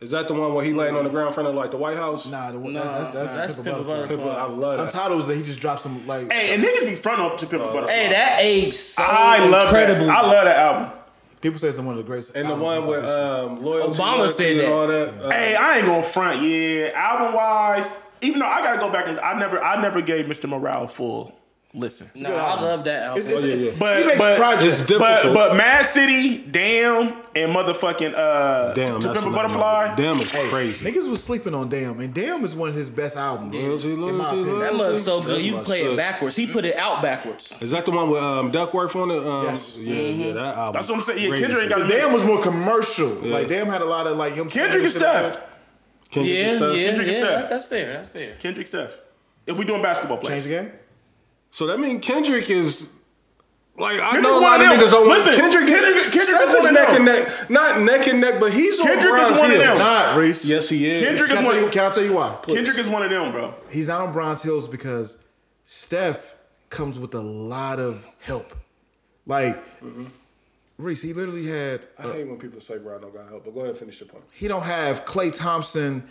A: Is that the one where he laying on the ground in front of like the White House?
B: Nah, the one
D: Nah,
B: that, that's
D: that's
B: that's, Pimp a
D: Pimp a
B: Butterfly.
A: People, I love that.
B: Untitled was that he just dropped some like.
C: hey, and niggas be front up to Pimp a Butterfly.
D: hey, that age so
C: I love
D: incredible.
C: that. I love that album.
B: People say it's one of the greatest.
A: and the
B: albums
A: one
B: of
A: with
B: all time.
A: um, loyalty,
D: Obama
A: loyalty
D: said
A: and
D: that.
A: all that. Uh,
C: Hey, I ain't gonna front. Yeah, album wise, even though I gotta go back and I never, I never gave Mr. Morale full listen.
D: no, I love that album.
B: It's- it's-
A: Oh, yeah, yeah.
C: But
B: he makes
C: but,
B: projects.
A: It's different.
C: but
A: difficult.
C: but Mad City, damn, and motherfucking uh,
A: damn,
C: to
A: that's
C: Pimp a
A: another one.
C: Butterfly.
A: Damn, it's crazy.
B: Niggas was sleeping on Damn, and Damn is one of his best albums.
A: Loyalty,
B: in my
A: loyalty,
B: opinion.
A: loyalty.
D: that mug's so
A: That's
D: good. You
A: my
D: play
A: shit.
D: it backwards. He put it out backwards.
A: Is that the one with um, Duckworth on it? Um,
B: Yes.
A: Yeah,
D: Mm-hmm.
A: yeah, that album.
C: That's what I'm saying. Yeah,
A: great
C: Kendrick
A: as
C: ain't got
A: shit.
C: the
B: Damn was more commercial. Like Damn had a lot of like him.
C: Kendrick and Steph.
A: Kendrick
D: Yeah,
A: and stuff.
D: yeah,
C: Kendrick is
D: yeah.
C: tough.
D: That's, that's fair. That's fair.
C: Kendrick Steph. If we doing basketball
B: Change
C: players.
B: the game.
A: So that means Kendrick is like I
C: Kendrick
A: know a
C: one
A: lot of
C: of them.
A: niggas don't
C: Listen,
A: Kendrick.
C: Kendrick- Kendrick
A: Steph
C: is one
A: is
C: of
A: neck
C: them.
A: and neck, not neck and neck, but he's
C: Kendrick
A: on
C: is
A: Bron's
C: one of
A: heels.
C: them.
B: Not Reese.
A: Yes, he is.
C: Kendrick
B: Can I,
C: is
B: tell
C: one.
B: you, can I tell you why?
C: Kendrick is one of them, bro.
B: He's not on Bronze Hills because Steph comes with a lot of help. Like Reese, he literally had. uh,
A: I hate when people say Brown don't got help, but go ahead and finish your point.
B: He don't have Clay Thompson,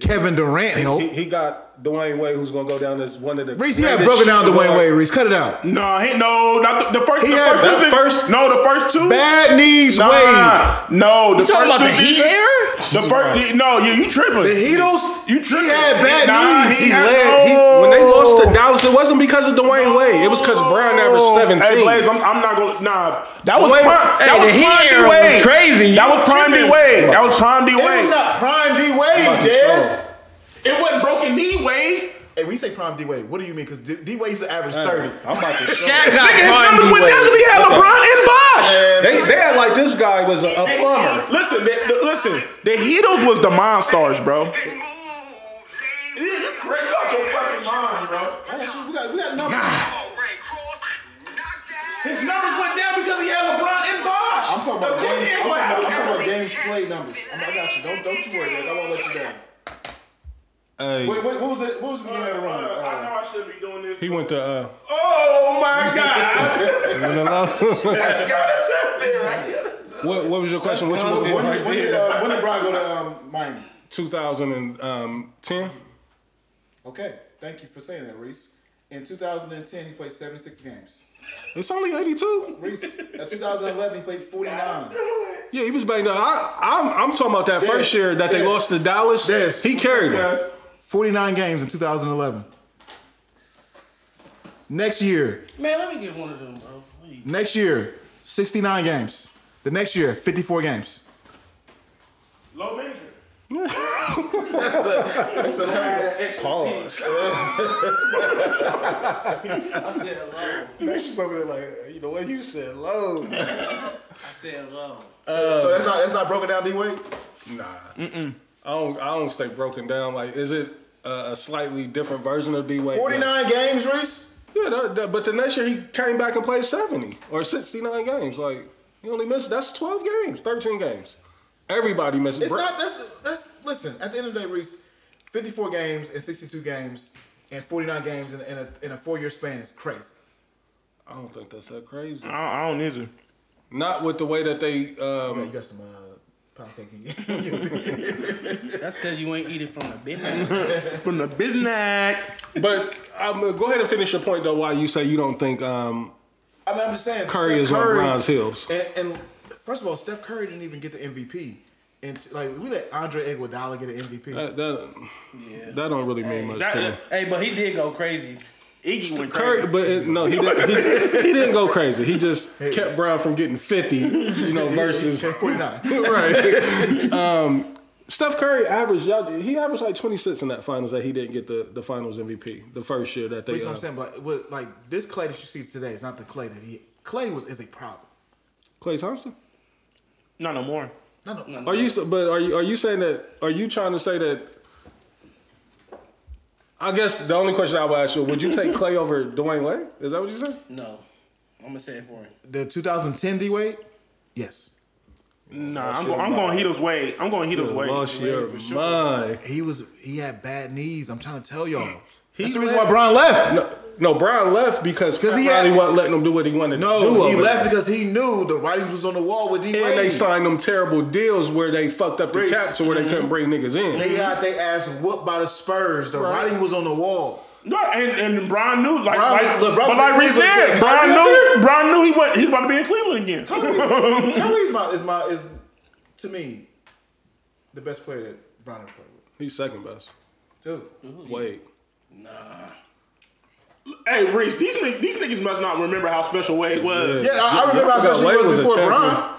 B: Kevin Durant help.
A: He, he got Dwayne Wade, who's gonna go down as one of the.
B: Reese, he had
A: greatest
B: broken down
A: shooting
B: Dwayne
A: guard-
B: Wade. Reese, cut it out.
C: No, he no, not the, the first.
B: He
C: the
B: had
C: first, two
B: that
C: seasons-
A: first-
C: no, the first two.
B: Bad knees,
C: nah,
B: Wade.
C: no, the
D: You
C: first
D: talking about
C: two
D: the Heat
C: seasons-
D: era?
C: The first, no, you you tripping.
B: The Heatles,
C: you tripping?
B: he had bad
C: Nah,
B: knees.
C: he
A: He
C: had-
A: led. He, when they
C: no.
A: lost to Dallas, it wasn't because of Dwayne Wade. It was because Brown averaged seventeen.
C: Hey, Blaze, I'm, I'm not gonna. Nah, that was
A: Wait.
C: prime. That
D: Hey,
C: was
D: the Heat
C: prime D
D: era was
C: Wade.
D: crazy.
C: That
D: You
C: was prime D
D: tripping.
C: Wade. That was prime D
B: It was
C: Wade.
B: not prime D Wade,
A: Fucking
B: Des.
C: It wasn't broken knee Wade.
B: Hey, when you say prime D Wade, what do you mean? Because D Wade used to average
A: I'm
B: thirty.
A: about to. show
D: Shaq got
C: Nigga, his
D: prime
C: numbers went
D: D-Wade.
C: down because he had LeBron and Bosh.
A: They, they had like this guy was a, a plumber.
C: Listen, the, the, listen, the Heatles was the Monstars, bro. You're crazy out your fucking mind, bro.
B: We got, we got numbers.
C: His numbers went down because he had LeBron and Bosh.
B: I'm talking about
C: Of
B: games.
C: course
B: I'm
C: he ain't
B: talking about, I'm
C: gonna have
B: talking
C: LeBron.
B: about games played numbers. I'm, I got you. Don't don't you worry, man. I won't let you down. Wait, wait, what was it? What was the beginning of the run?
C: Uh, I
B: Uh,
C: know I should be doing this.
A: He went to. Uh,
C: Oh my god!
A: what,
C: I gotta tell there. I gotta tell
A: what was your question? What you
D: That's
A: looking
B: Uh,
A: for?
B: when, did- when did uh, when did Brian go to um, Miami?
A: 2010.
B: Okay, thank you for saying that, Reese. In 2010, he played 76 games.
A: It's only 82.
B: Reese, at 2011, he played 49.
A: Yeah, he was banged up. I, I'm, I'm talking about that first year that they
B: Yes.
A: lost to Dallas.
B: Yes.
A: He carried him.
C: Guys,
B: 49 games in 2011. Next year,
D: Man, let me get one of them, bro. Please.
B: next year, 69 games. The next year, 54 games.
C: Low major.
A: Pause.
D: I said low.
A: Mason's over there like, you know what you said, low.
D: I said low.
B: so that's not that's not broken down, D Wade.
A: Nah. I don't. I don't say broken down. Like, is it uh, a slightly different version of D Wade?
B: 49 games, Reese.
A: Yeah, that, that- but the next year he came back and played 70 or 69 games. Like, he only missed, that's 12 games, 13 games. Everybody missed.
B: It's
A: Bra-
B: not. That's that's. Listen, at the end of the day, Reese. 54 games and 62 games and 49 games in, in a, in a four year span is crazy.
A: I don't think that's that crazy.
C: I don't, I don't either.
A: Not with the way that they.
B: Yeah,
A: Um,
B: you got some uh, pound cake in you.
D: That's because you ain't eat it from the business.
C: From the business.
A: but um, go ahead and finish your point though. Why you say you don't think um,
B: I mean, I'm just saying.
A: Curry
B: Steph
A: is on Bronze Hills?
B: And, and first of all, Steph Curry didn't even get the MVP. And like we let Andre Iguodala get an MVP.
A: That that,
D: yeah.
A: that don't really mean much
C: That,
A: to me.
C: that,
D: Hey, but he did go crazy.
C: Iggy went
A: Curry,
C: crazy.
A: but it, no, he didn't, he, he didn't go crazy. He just kept Brown from getting fifty, you know, versus
B: Okay, 49.
A: right. Um, Steph Curry averaged y'all, he averaged like twenty six in that finals that he didn't get the, the finals MVP the first year that they.
B: That's what
A: uh,
B: I'm saying. But like, with- like this Clay that you see today is not the Clay that he. Clay was is a problem.
A: Clay Thompson.
C: No, no more.
B: No, no.
A: Are you so- but are you are you saying that are you trying to say that? I guess the only question I would ask you: Would you take Clay over Dwayne Wade? Is that what you said?
D: No. I'm going to say it for him.
B: The 2010 D Wade. Yes,
C: Nah, I'm, go, I'm going Heatles way. I'm going Heatles way.
A: Lost your
D: for sure.
A: mind.
B: he was. He had bad knees. I'm trying to tell y'all. That's the
A: left-
B: reason why Bron left. No,
A: No, Brown left because Pat
B: he
A: he
B: had-
A: wasn't letting him do what he wanted to do.
B: he
A: over
B: left
A: there.
B: because he knew the writing was on the wall with D
A: and
B: Wade.
A: they signed them terrible deals where they fucked up the
B: Race.
A: cap to where they couldn't bring niggas in.
B: Mm-hmm. They got they ass whooped by the Spurs. The
A: Right.
B: writing was on the wall.
C: No, and, and Brian knew like,
B: Bron-
C: like
B: look, Bron-
C: but like we
B: Cleveland
C: said,
B: said,
C: Brian
B: Curry up
C: knew Brian knew he was he was about to be in Cleveland again.
B: Curry is my is my is to me the best player that Bron ever played with.
A: He's second best.
B: Dude,
A: Wade.
C: Hey Reese, these niggas, these niggas must not remember how special Wade was.
B: yeah, I, I remember
A: I
B: how
A: forgot
B: special
A: Wade
B: he was
A: was a
B: before
A: champion.
B: Bron.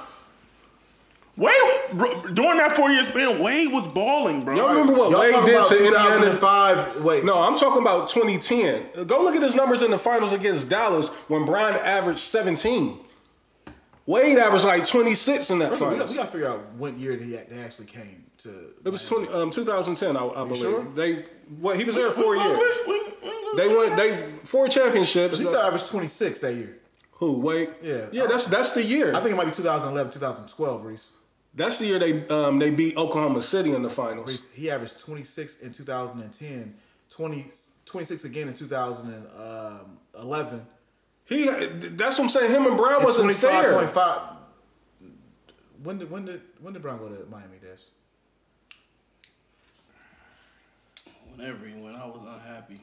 C: Wade bro, during that four year span, Wade was balling, bro.
A: Y'all remember what
B: Y'all
A: Wade
B: talking
A: did
B: about
A: to Indiana?
B: 2005? Wait,
A: No, I'm talking about 2010. Go look at his numbers in the finals against Dallas when Brian averaged 17. Wade averaged like 26 in that
B: First of all, we,
A: finals.
B: got, we got to figure out what year they, act- they actually came to.
A: It was 20, um, 2010, I, I believe.
B: sure?
A: They what he was there four
C: We-
A: years.
C: we- we- we-
A: They won they four championships.
B: He still averaged 26 that year.
A: Who Wade?
B: Yeah.
A: yeah. That's that's the year.
B: I think it might be 2011, 2012, Reese.
A: That's the year they um, they beat Oklahoma City in the finals.
B: Reese he averaged 26 in 2010, 20, 26 again in um, 2011.
A: He that's what I'm saying. Him and Brown
B: and
A: wasn't fair.
B: 25.5. When did when did when did Brown go to Miami Dash?
D: Whenever he went, I was unhappy.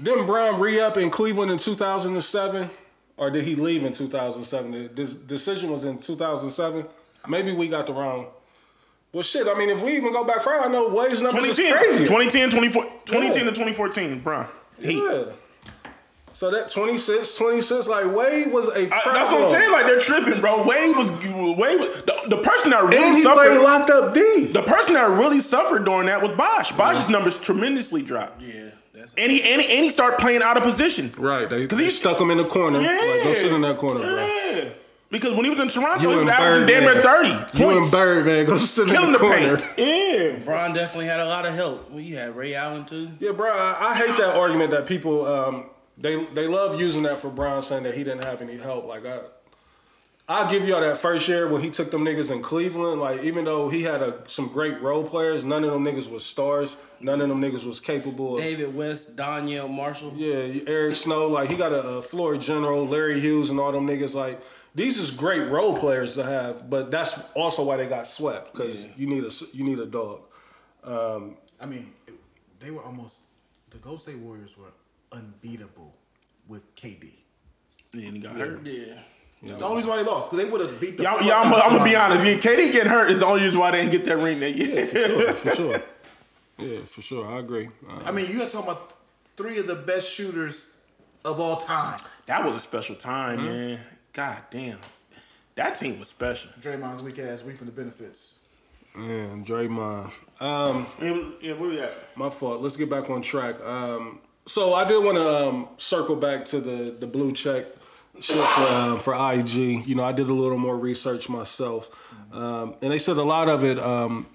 A: Didn't Brown re up in Cleveland in 2007, or did he leave in 2007? This decision was in 2007. Maybe we got the wrong. Well, shit. I mean, if we even go back further, I know Wade's numbers is
C: 2010,
A: crazy.
C: 2010, 24 2010
A: Yeah.
C: to 2014, Brian. He-
A: yeah. So that 26, 26, like Wade was a.
C: I- that's what I'm
A: problem.
C: saying. Like they're tripping, bro. Wade was Wade was the, the person that really
A: And he
C: suffered.
A: played locked up D.
C: the person that really suffered during that was Bosch. Bosch's numbers tremendously dropped,
D: Yeah. That's
C: and he and he, and he started playing out of position.
A: Right. They, they
C: he-
A: stuck him in the corner. Like,
C: Yeah.
A: go sit in that corner, bro.
C: Yeah, because when he was in Toronto,
A: You
C: he was
A: and
C: averaging damn near
A: Bird,
C: thirty
A: You and
C: points,
A: Bird, man, go sit
C: killing
A: in
C: the
A: the corner.
C: paint. Yeah,
D: Bron definitely had a lot of help. Well, you had Ray Allen too.
A: Yeah, bro, I, I hate that argument that people um, they they love using that for Brown saying that he didn't have any help. Like I, I'll give y'all that first year when he took them niggas in Cleveland. Like even though he had a, some great role players, none of them niggas was stars. None of them niggas was capable. Of,
D: David West, Danielle Marshall.
A: yeah, Eric Snow. Like he got a, a floor general, Larry Hughes, and all them niggas. Like these is great role players to have, but that's also why they got swept because you need a s- you need a dog.
B: I mean, it- they were almost the Golden State Warriors were unbeatable with KD.
C: and he got hurt.
D: Yeah.
B: It's the only reason why they lost because they would have beat the.
C: Y'all,
B: fuck
C: y'all, I'm,
B: out of
C: gonna be
B: Toronto.
C: honest. Yeah, KD getting hurt is the only reason why they didn't get that ring that year.
A: Yeah, for sure. Yeah, for sure. I agree. Uh,
B: I mean, you got talking about three of the best shooters of all time.
C: that was a special
A: Mm-hmm.
C: time, man. God damn, that team was special.
B: Draymond's weak ass reaping the benefits.
A: Man, Draymond. uh,
C: Yeah, yeah, where we at?
A: My fault. Let's get back on track. Um, so I did want to um, circle back to the the blue check shit for, um, for IG. You know, I did a little more research myself, um, and they said a lot of it. Um,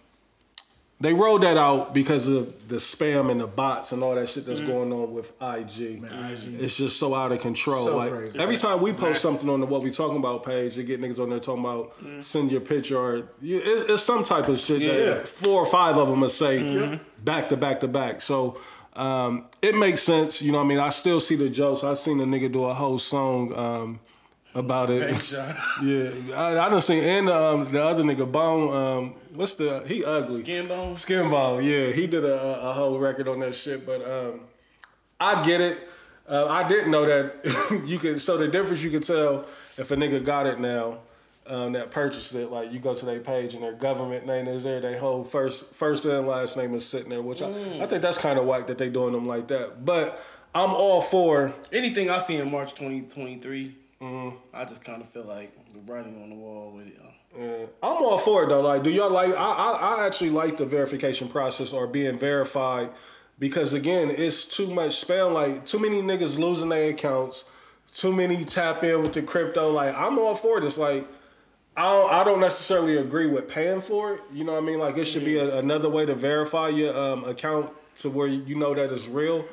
A: They rolled that out because of the spam and the bots and all that shit that's going on with IG. It's just so out of control.
B: So
A: like
B: crazy.
A: every time we post something on the what we talking about page, you get niggas on there talking about
B: Mm-hmm.
A: send your picture or you, it's, it's some type of shit
B: Yeah. Mm-hmm.
A: that four or five of them will say back to back to back. So um, it makes sense. You know what I mean? I still see the jokes. I seen a nigga do a whole song um, about it. Yeah, I, I done seen and um, the other nigga Bone. Um, what's the he ugly
D: Skin bone.
A: Skin Bone. Yeah, he did a, a- a whole record on that shit. But um, I get it. Uh, I didn't know that you could. So the difference you could tell if a nigga got it now. Um, that purchased it, like you go to their page and their government name is there. They whole first, first and last name is sitting there, which I, I think that's kind of whack that they doing them like that. But I'm all for
D: Anything I see in March 2023, I just kind of feel like the writing on the wall with it.
A: Yeah. I'm all for it though. Like, do y'all like? I, I I actually like the verification process or being verified because again, it's too much spam. Like, too many niggas losing their accounts. Too many tap in with the crypto. Like, I'm all for this. Like, I don't, I don't necessarily agree with paying for it. You know what I mean? Like, it should be a, another way to verify your um, account to where you know that it's real.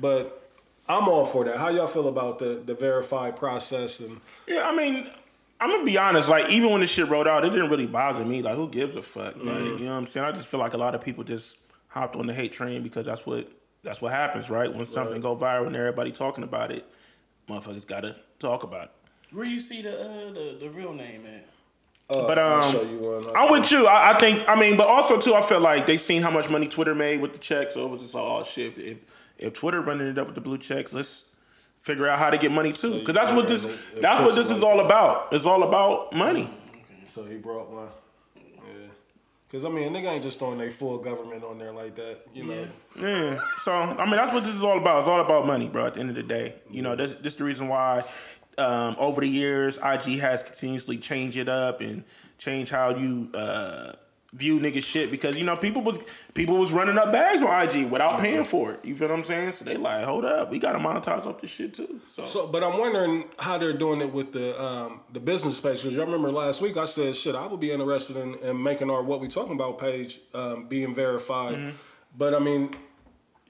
A: But I'm all for that. How y'all feel about the the verified process and?
C: Yeah, I mean, I'm gonna be honest. Like, even when this shit rolled out, it didn't really bother me. Like, who gives a fuck? Like, you know what I'm saying? I just feel like a lot of people just hopped on the hate train because that's what that's what happens, right? When something go viral and everybody talking about it, motherfuckers gotta talk about it.
D: Where you see the uh, the, the real name at?
A: Uh,
C: But,
A: I'll
C: um,
A: show you one.
C: I'm with you. I, I think. I mean, but also too, I feel like they seen how much money Twitter made with the checks, so it was just like, oh shit. If if Twitter running it up with the blue checks, let's figure out how to get money too. Because that's what this that's what this is all about. It's all about money.
A: So he brought one. Yeah. Cause I mean, a nigga ain't just throwing their full government on there like that, you know.
C: Yeah. So I mean, that's what this is all about. It's all about money, bro. At the end of the day, you know, that's that's the reason why um, over the years IG has continuously changed it up and change how you uh, view nigga shit because you know people was people was running up bags on IG without paying for it. You feel what I'm saying? So they like, hold up, we gotta monetize up this shit too. So,
A: So, but I'm wondering how they're doing it with the um, the business page. Cause y'all remember last week I said, shit, I would be interested in, in making our what we talking about page um, being verified. But I mean,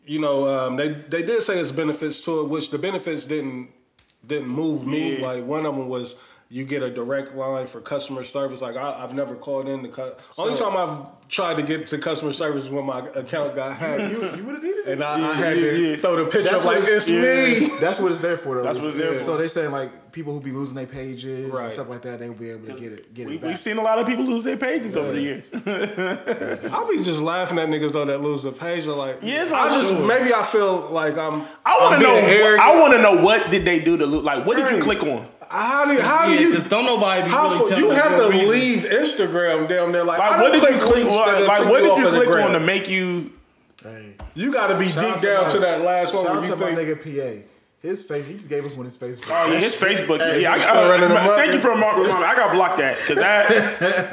A: you know, um, they they did say it's benefits to it, which the benefits didn't didn't move me.
C: Yeah.
A: Like one of them was you get a direct line for customer service. Like I, I've never called in the cu- only time I've tried to get to customer service is when my account got hacked.
B: You, you would have did it.
A: And I, I
C: Yeah,
A: had
C: yeah,
A: to
C: yeah.
A: throw the picture up
B: what
A: like it's me.
B: That's what it's there for. Though.
C: That's what it's there for.
B: So they say like people who be losing their pages
A: Right.
B: and stuff like that, they'll be able to get it get
C: we,
B: it back.
C: we've seen a lot of people lose their pages over the years.
A: I be just laughing at niggas though that lose the page. Or like,
C: Yeah, it's
A: I
C: not
A: just
C: sure.
A: maybe I feel like I'm.
C: I want
A: I'm
C: to know.
A: being arrogant.
C: I want to know what did they do to lose? Like, what did you
A: Right.
C: click on?
A: how do how do
D: Yeah,
A: you?
D: because don't nobody be
A: How
D: really
A: for,
D: telling
A: you have
D: the
A: to
D: real reason.
A: leave Instagram down there. Like, I
C: Like,
A: don't
C: what did you click?
A: links that
C: on?
A: will
C: Like,
A: take
C: what
A: you
C: did
A: off
C: you
A: of the
C: click on
A: gram.
C: to make you?
B: Hey.
A: You got to be
B: Shout out
A: deep down
B: my-
A: to that last one.
B: Shout
A: where
B: out
A: you
B: to my
A: think,
B: nigga PA. His face. He just gave us one. His Facebook.
C: Oh, yeah, his Facebook. yeah, I,
A: he's still
C: I,
A: running amok.
C: thank you for remar- reminding. me. I got blocked that because that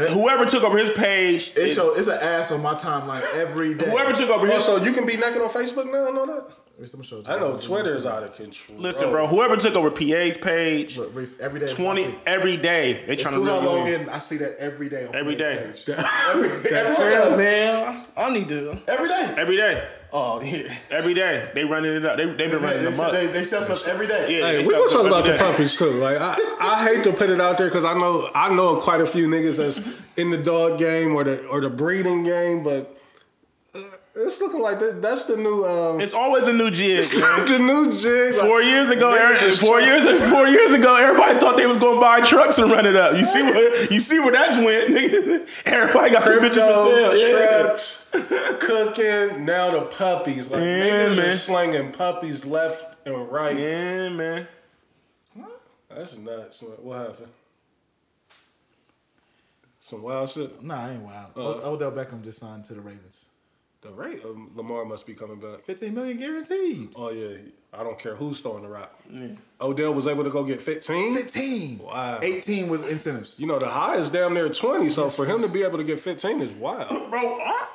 C: whoever took over his page,
B: It's,
C: is,
B: show, it's an ass on my timeline every day.
C: whoever took over
A: oh,
C: his.
A: so you can be naked on Facebook now and all that.
B: Reese, I'ma show it to
A: I
B: you.
A: know Twitter is out of control.
C: Listen, bro, whoever took over PA's page,
B: Look, Reese, every day. it's
C: twenty
B: my seat.
C: every day they
B: As
C: trying to
B: soon as I
C: reel
B: log
C: you in.
B: in, I see that every day. On
C: Every
B: PA's
C: day.
B: page. every, every,
D: Yeah,
B: every,
D: man, I need to.
B: every day.
C: Every day,
D: Oh yeah.
C: every day they running it up. They they've been running
B: They, they,
C: them up.
B: they, they sell stuff every day.
C: Yeah,
A: Hey,
C: they
A: we gonna talk
C: sell stuff
A: about the
C: every day.
A: puppies too. Like I, I hate to put it out there because I know I know quite a few niggas that's in the dog game or the or the breeding game, but uh, it's looking like that, that's the new um,
C: It's always a new jig. man.
A: the new jig. Like,
C: Four years ago,
A: Niggas
C: Aaron,
A: just
C: four
A: trying-
C: years four years ago, everybody thought they was gonna buy trucks and run it up. You see where you see where that's went, nigga. Everybody got their bitches for
A: Crypto,
C: sale. Yeah.
A: trucks, cooking. Now the puppies, like
C: Yeah,
A: niggas
C: man.
A: is slinging puppies left and right.
C: Yeah, man.
A: That's nuts. What, what happened? Some wild shit.
B: Nah, I ain't wild. O- Odell Beckham just signed to the Ravens.
A: The rate of Lamar must be coming back.
B: 15 million guaranteed.
A: Oh yeah, I don't care who's throwing the rock. Odell was able to go get 15.
B: 15.
A: Wow.
B: 18 with incentives.
A: You know the high is down near 20, so for him to be able to get 15 is wild.
C: Bro, I-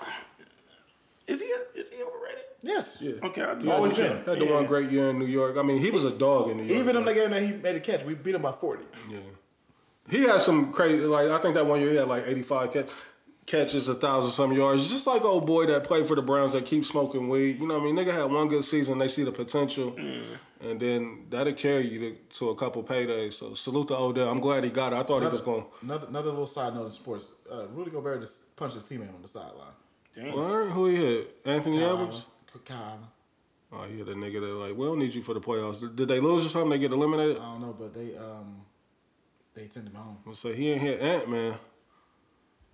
C: is he is he overrated?
B: Yes.
A: Yeah.
C: Okay, I do.
B: Always
C: that.
B: been.
A: Had the
C: Yeah.
A: one great year in New York. I mean, he was a dog in New York.
B: Even in the game that he made a catch, we beat him by 40.
A: yeah. he had some crazy. Like I think that one year he had like 85 catch. catches a thousand some yards. Just like old boy that played for the Browns that keeps smoking weed. You know what I mean? Nigga had one good season. They see the potential, and then that'll carry you to, to a couple paydays. So salute to Odell. I'm glad he got it. I thought he was going.
B: Another, another little side note in sports. Uh, Rudy Gobert just punched his teammate on the sideline.
A: Where? Who he hit? Anthony
B: Kyle
A: Edwards.
B: Allen. Kyle Allen.
A: Oh, he hit a nigga that like, we don't need you for the playoffs. Did they lose or something? They get eliminated.
B: I don't know, but they um they sent him home.
A: So he ain't hit Ant Man.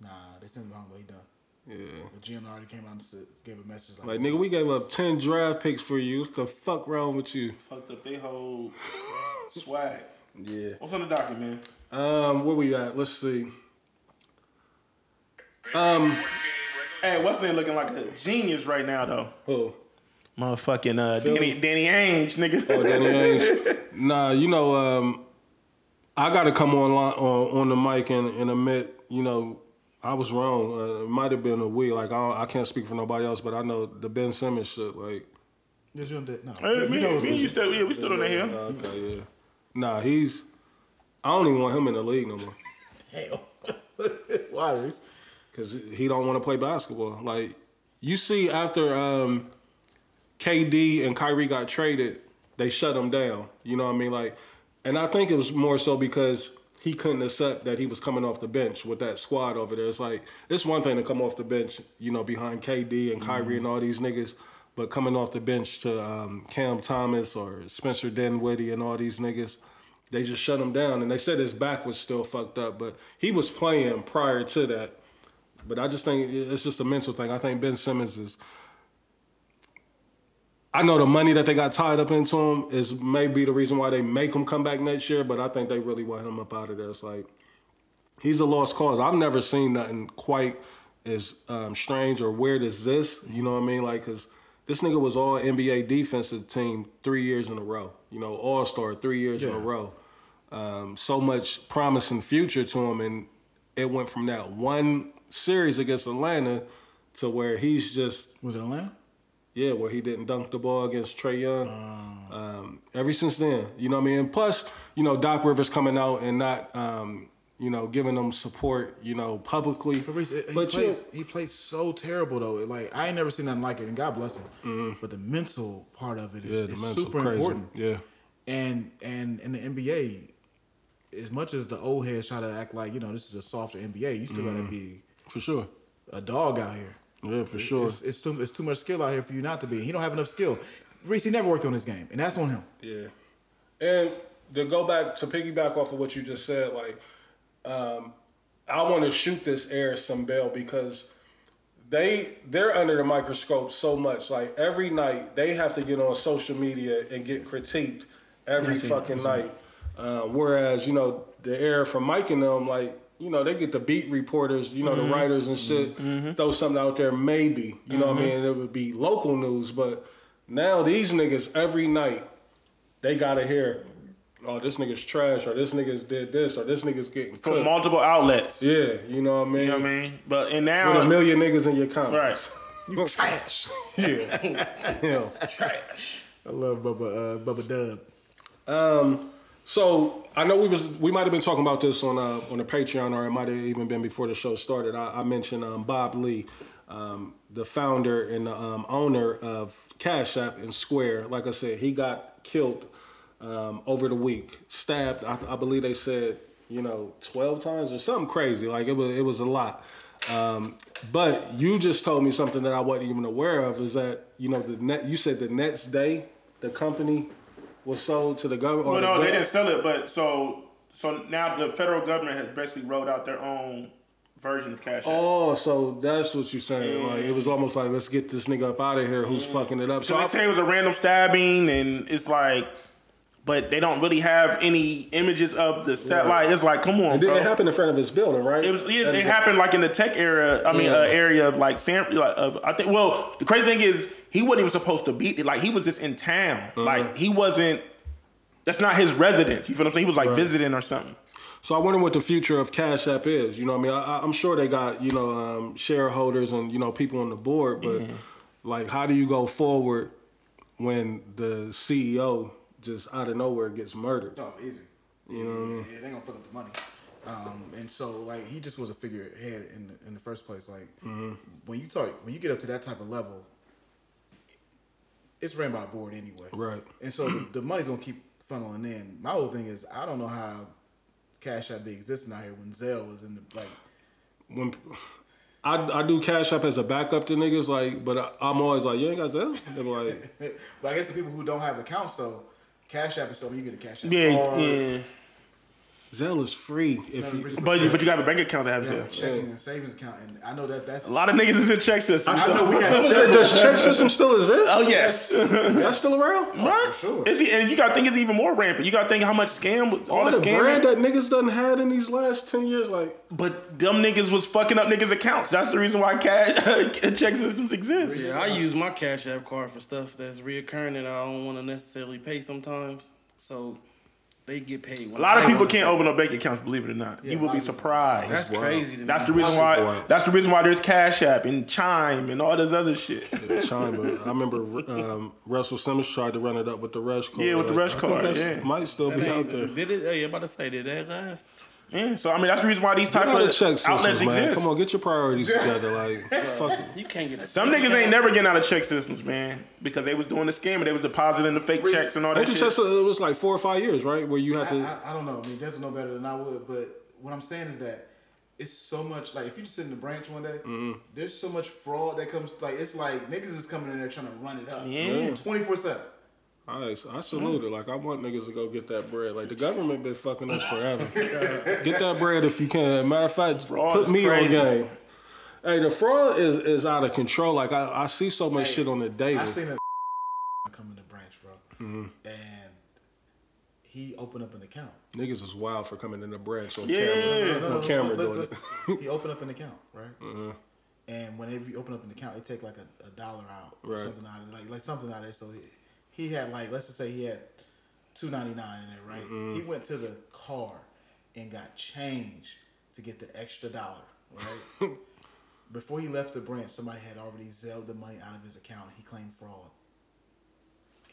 B: Nah, they sent him home, but he done.
A: Yeah.
B: The GM already came out and said, gave a message like,
A: Like nigga, we gave up ten draft picks for you. What the fuck wrong with you?
C: Fucked up they whole swag.
A: Yeah.
C: What's on the docket, man?
A: Um, where we at? Let's see.
C: Hey, what's name looking like a genius right now though?
A: Oh,
C: Motherfucking uh,
A: Phil.
C: Danny Danny Ainge, nigga.
A: Danny Ainge. Nah, you know, um, I got to come on li- on on the mic and, and admit, you know, I was wrong. Uh, it might have been a we. Like I, don't, I can't speak for nobody else, but I know the Ben Simmons shit. Like,
B: Did you on that? No.
C: Hey,
B: You
C: me,
B: know it's
C: me and you
B: legit.
C: still yeah, we still on the hill.
A: okay, yeah. Nah, he's. I don't even want him in the league no more.
B: Hell. Why, Reese?
A: because he don't want to play basketball. Like you see, after um, KD and Kyrie got traded, they shut him down. You know what I mean? Like, and I think it was more so because he couldn't accept that he was coming off the bench with that squad over there. It's like it's one thing to come off the bench, you know, behind KD and Kyrie and all these niggas. But coming off the bench to um, Cam Thomas or Spencer Dinwiddie and all these niggas, they just shut him down. And they said his back was still fucked up, but he was playing prior to that. But I just think it's just a mental thing. I think Ben Simmons is. I know the money that they got tied up into him is maybe the reason why they make him come back next year, but I think they really want him up out of there. It's like he's a lost cause. I've never seen nothing quite as um, strange or weird as this. You know what I mean? Like, cause this nigga was all NBA defensive team three years in a row. You know, All Star three years in a
B: Yeah.
A: row. Um, so much promising future to him, and it went from that one series against Atlanta to where he's just
B: Was it Atlanta?
A: yeah, where he didn't dunk the ball against Trey Young.
B: Oh.
A: Um, ever since then, you know what I mean. And plus, you know, Doc Rivers coming out and not, um, you know, giving them support, you know, publicly.
B: But Reese, he,
A: But
B: plays,
A: you-
B: he plays so terrible, though. Like, I ain't never seen nothing like it, and God bless him. But the mental part of it is,
A: Mm-hmm. Yeah, the
B: is
A: mental
B: super
A: crazy.
B: important.
A: Yeah,
B: And and in the NBA, as much as the old heads try to act like, you know, this is a softer NBA, you still gotta be
A: for sure.
B: a dog out here.
A: Yeah, for sure.
B: It's, it's too it's too much skill out here for you not to be. He don't have enough skill. Reese, he never worked on his game, and that's on him.
A: Yeah. And to go back to piggyback off of what you just said, like, um, I want to shoot this Harrison Bell because they they're under the microscope so much. Like every night they have to get on social media and get critiqued every fucking night. Uh, whereas you know the air from Mike and them, like you know they get the beat reporters, you know the writers and shit, throw something out there maybe you know what I mean. It would be local news, but now these niggas every night they gotta hear, oh this nigga's trash or this nigga's did this or this nigga's getting
C: From
A: cooked.
C: multiple outlets.
A: Yeah, you know what I mean.
C: You know what I mean? But and now
A: With a million niggas in your comments.
C: Right.
A: You
B: Trash.
A: yeah. yeah.
B: I love Bubba uh, Bubba Dub.
A: So I know we was we might have been talking about this on uh, on the Patreon or it might have even been before the show started. I, I mentioned um, Bob Lee, um, the founder and the um, owner of Cash App and Square. Like I said, he got killed um, over the week, stabbed. I, I believe they said you know twelve times or something crazy. Like it was it was a lot. Um, but you just told me something that I wasn't even aware of is that you know the net you said the next day the company was sold to the government. or
C: Well,
A: the
C: no, they
A: gov-
C: didn't sell it, but so so now the federal government has basically rolled out their own version of cash. App.
A: Oh, so that's what you're saying. Like it was almost like let's get this nigga up out of here who's fucking it up. So
C: so Mm. they
A: I-
C: say it was a random stabbing, and it's like, but they don't really have any images of the stab. Like it's like, come on,
A: it,
C: bro.
A: it happened in front of his building, right?
C: It was it,
A: That
C: it
A: is-
C: happened like in the tech era. I mean,
A: Yeah.
C: uh, area of like Sam. Like, of I think. Well, the crazy thing is he wasn't even supposed to be like he was just in town. Like he wasn't. That's not his residence. You feel what I'm saying? He was like visiting or something.
A: So I wonder what the future of Cash App is. You know, what I mean, I, I- I'm sure they got you know um, shareholders and you know people on the board, but
C: Mm.
A: like, how do you go forward when the CEO just out of nowhere gets murdered?
B: Oh, easy. You know what I mean? Yeah, they gonna fuck up the money. Um, and so like he just was a figurehead in the, in the first place. Like
C: Mm-hmm.
B: when you talk, when you get up to that type of level, it's ran by a board anyway.
A: Right.
B: And so the, the money's gonna keep funneling in. My whole thing is I don't know how Cash App be existing out here when Zelle was in the like.
A: when I, I do Cash App as a backup to niggas, like, but I, I'm always like, you ain't got Zelle? They're like,
B: but I guess the people who don't have accounts though, Cash App is still you get a Cash App.
C: Yeah,
B: card,
C: yeah.
A: Zelle is free. If
B: remember,
A: you,
C: But you, but you got a bank account that has
B: yeah,
C: it.
B: checking and savings account, and I know that that's.
C: A lot of niggas is in check systems.
B: I know we have
A: Said,
B: several.
A: does check system still exist?
C: Oh yes,
A: That's still around?
C: right.
B: for sure.
C: Is he, and you got to think it's even more rampant. You got to think how much scam, was- all,
A: All
C: the
A: the bread
C: scamming.
A: that niggas done had in these last 10 years, like,
C: but them niggas was fucking up niggas' accounts. That's the reason why cash check systems exist.
D: Yeah, I use my Cash App card for stuff that's reoccurring that I don't want to necessarily pay sometimes. So they get paid.
C: A lot of people can't open up bank accounts, believe it or not. you will be surprised.
D: That's
C: That's,
D: crazy. To me.
C: the reason
A: That's
C: why.
A: wild.
C: That's the reason why there's Cash App and Chime and all this other shit.
A: Chime, but I remember um, Russell Simmons tried to run it up with the Rush card.
C: Yeah, with the
A: Like,
C: Rush
A: I think
C: card,
A: that's-
C: yeah.
A: Might still
D: That
A: be out
D: ain't-
A: there.
D: Did it? Hey, I'm about to say did that last?
C: yeah, so I mean that's the reason why these type
A: Get out
C: of
A: of check
C: outlets
A: systems, man.
C: exist.
A: Come on, get your priorities together. Like, fuck it.
D: You can't get a
C: Some niggas ain't never getting out of check systems, man, because they was doing the scam and they was depositing the fake checks and all
A: Don't
C: that
A: you say
C: shit.
A: so- it was like four or five years, right? Where you had
B: I,
A: to.
B: I, I don't know. I mean, Des know better than I would. But what I'm saying is that it's so much. Like, if you just sit in the branch one day, there's so much fraud that comes. Like, it's like niggas is coming in there trying to run it up.
C: Yeah.
B: 24 7.
A: I, I
C: Mm-hmm.
A: salute it. Like I want niggas to go get that bread. Like the government been fucking us forever. get that bread if you can. Matter of fact,
C: Fraud
A: put
C: is
A: me
C: crazy.
A: on game. Hey, the fraud is, is out of control. Like I, I see so much
B: Hey,
A: shit on the daily.
B: I seen a come in the branch, bro. And he opened up an account.
A: Niggas is wild for coming in the branch on
C: Yeah.
A: camera.
C: No,
A: on camera
B: let's-
A: doing
B: let's-
A: it. Mm-hmm.
B: he opened up an account, right? And whenever you open up an account, they take like a, a dollar out or
A: Right.
B: something out of like like something out of there. So he, he had like let's just say he had two ninety nine in there, right?
A: Mm-hmm.
B: He went to the car and got change to get the extra dollar, right? Before he left the branch, somebody had already zelled the money out of his account. He claimed fraud,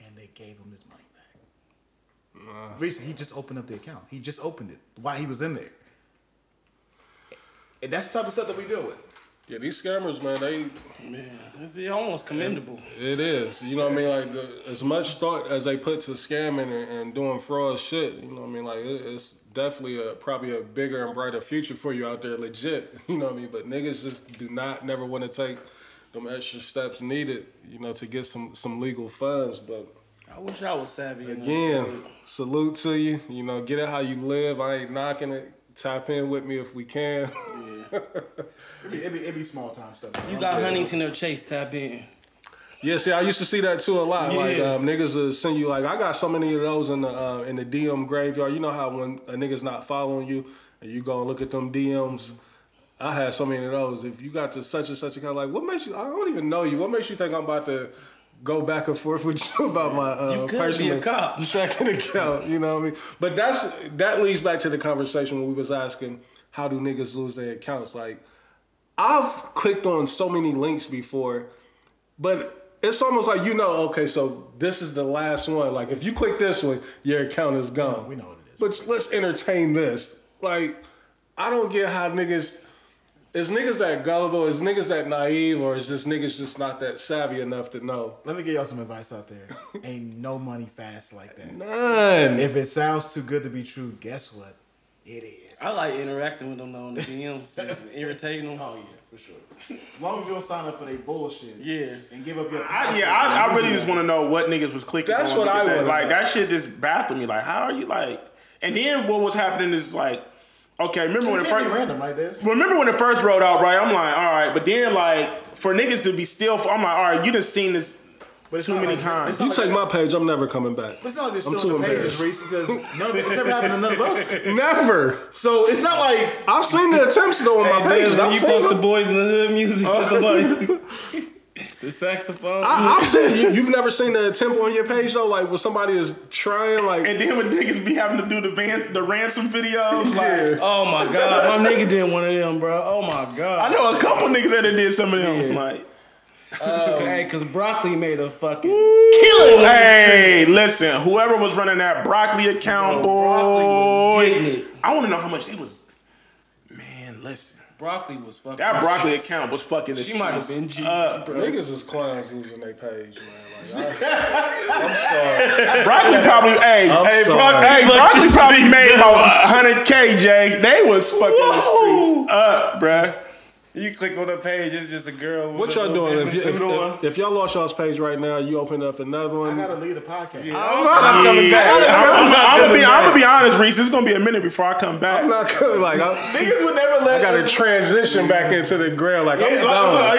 B: and they gave him his money back. Recently, he just opened up the account. He just opened it while he was in there. And that's the type of stuff that we deal with.
A: Yeah, these scammers, man. They
D: Man, it's almost commendable.
A: It is. You know what I mean? Like, the, as much thought as they put to scamming and, and doing fraud shit, you know what I mean? Like, it, it's definitely a, probably a bigger and brighter future for you out there, legit. You know what I mean? But niggas just do not, never want to take them extra steps needed, you know, to get some, some legal funds. But
D: I wish I was savvy. enough.
A: again, salute to you. You know, get it how you live. I ain't knocking it. Tap in with me if we can.
B: It'd be, it'd be, it'd be small time stuff.
D: you got Huntington or Chase tap in.
A: Yeah, see, I used to see that too a lot. Like
D: Yeah.
A: um, niggas will send you like I got so many of those in the uh, in the DM graveyard. You know how when a nigga's not following you and you go and look at them DMs. I had so many of those. If you got to such and such account, like what makes you? I don't even know you. What makes you think I'm about to go back and forth with you about my uh,
D: You could be a
A: personal
D: cop.
A: checking account? You know what I mean? But that's that leads back to the conversation when we was asking how do niggas lose their accounts? Like I've clicked on so many links before, but it's almost like you know, okay, so this is the last one. Like if you click this one, your account is gone.
B: We know what it is.
A: But let's entertain this. Like, I don't get how niggas is niggas that gullible, is niggas that naive, or is just niggas just not that savvy enough to know?
B: Let me give y'all some advice out there. Ain't no money fast like that.
A: None.
B: If it sounds too good to be true, guess what? It is.
D: I like interacting with them though on the DMs, just irritating them.
B: Oh yeah, for sure. As long as you don't sign up for their bullshit.
D: Yeah.
B: And give up your.
C: I,
B: password,
C: yeah, I, I
B: you
C: really
B: do
C: just
B: that.
C: want to know what niggas was clicking.
A: That's
C: on
A: what
C: to get
A: I
C: that.
A: wanna
C: like.
A: know.
C: That shit just baffled me. Like, how are you like? And then what was happening is like, okay, remember when
B: It
C: the
B: can't be
C: first
B: random, right? This.
C: remember when it first rolled out, right? I'm like, all right, but then like for niggas to be still, I'm like, all right, you just seen this
B: But it's
C: too
B: not
C: many
B: like-
C: times.
B: it's not
A: you
B: like-
A: take my page, I'm never coming back.
B: But it's not like they're
A: I'm
B: still
A: too
B: on the pages,
A: embarrassed.
B: Reese, because none of it's never happened to none of us.
A: Never.
B: So it's not like
A: I've seen the attempts though on my pages.
D: when
A: I've
D: you
A: seen
D: post the
A: them.
D: boys in the hood music or somebody. the saxophone.
A: I, I've seen you. You've never seen the attempt on your page though, like when somebody is trying, like
C: And then when niggas be having to do the van, the ransom videos, like
D: oh my god, my nigga did one of them, bro. Oh my
C: I
D: god.
C: know a couple niggas that done did some of them.
D: Yeah.
C: Like,
D: Hey, cause broccoli made a fucking killing.
C: hey, listen, whoever was running that broccoli account,
D: Bro, Broccoli was
C: boy,
D: getting it.
C: I want to know how much they was. listen.
D: Broccoli was fucking.
C: That broccoli account was fucking. Uh, the
D: She might have
C: streets
D: been Jesus,
A: Uh,
C: up.
D: bro.
A: Niggas is clowns losing their page, man. Like, I, I'm sorry.
C: Broccoli probably. Hey,
A: I'm
C: hey,
A: sorry.
C: broccoli, hey,
D: Look,
C: broccoli
D: this
C: probably
D: is-
C: made about hundred k. Jay, they was fucking the
D: Whoa.
C: streets up, bruh.
D: You click on the page, it's just a girl. With
A: What
D: a
A: y'all
D: little
A: doing? If,
D: business
A: if, if,
D: suit on.
A: if, y'all lost y'all's page right now, you open up another
B: I
A: one.
B: gotta leave the podcast.
C: I'm coming back. I'm, I'm gonna be, I'm gonna be honest, Reese. It's gonna be a minute before I come back.
A: I'm not good. Like I,
B: Niggas would never let
A: I got to
B: us-
A: transition back into the ground. Like
C: Yeah,
A: I'm done.
C: like,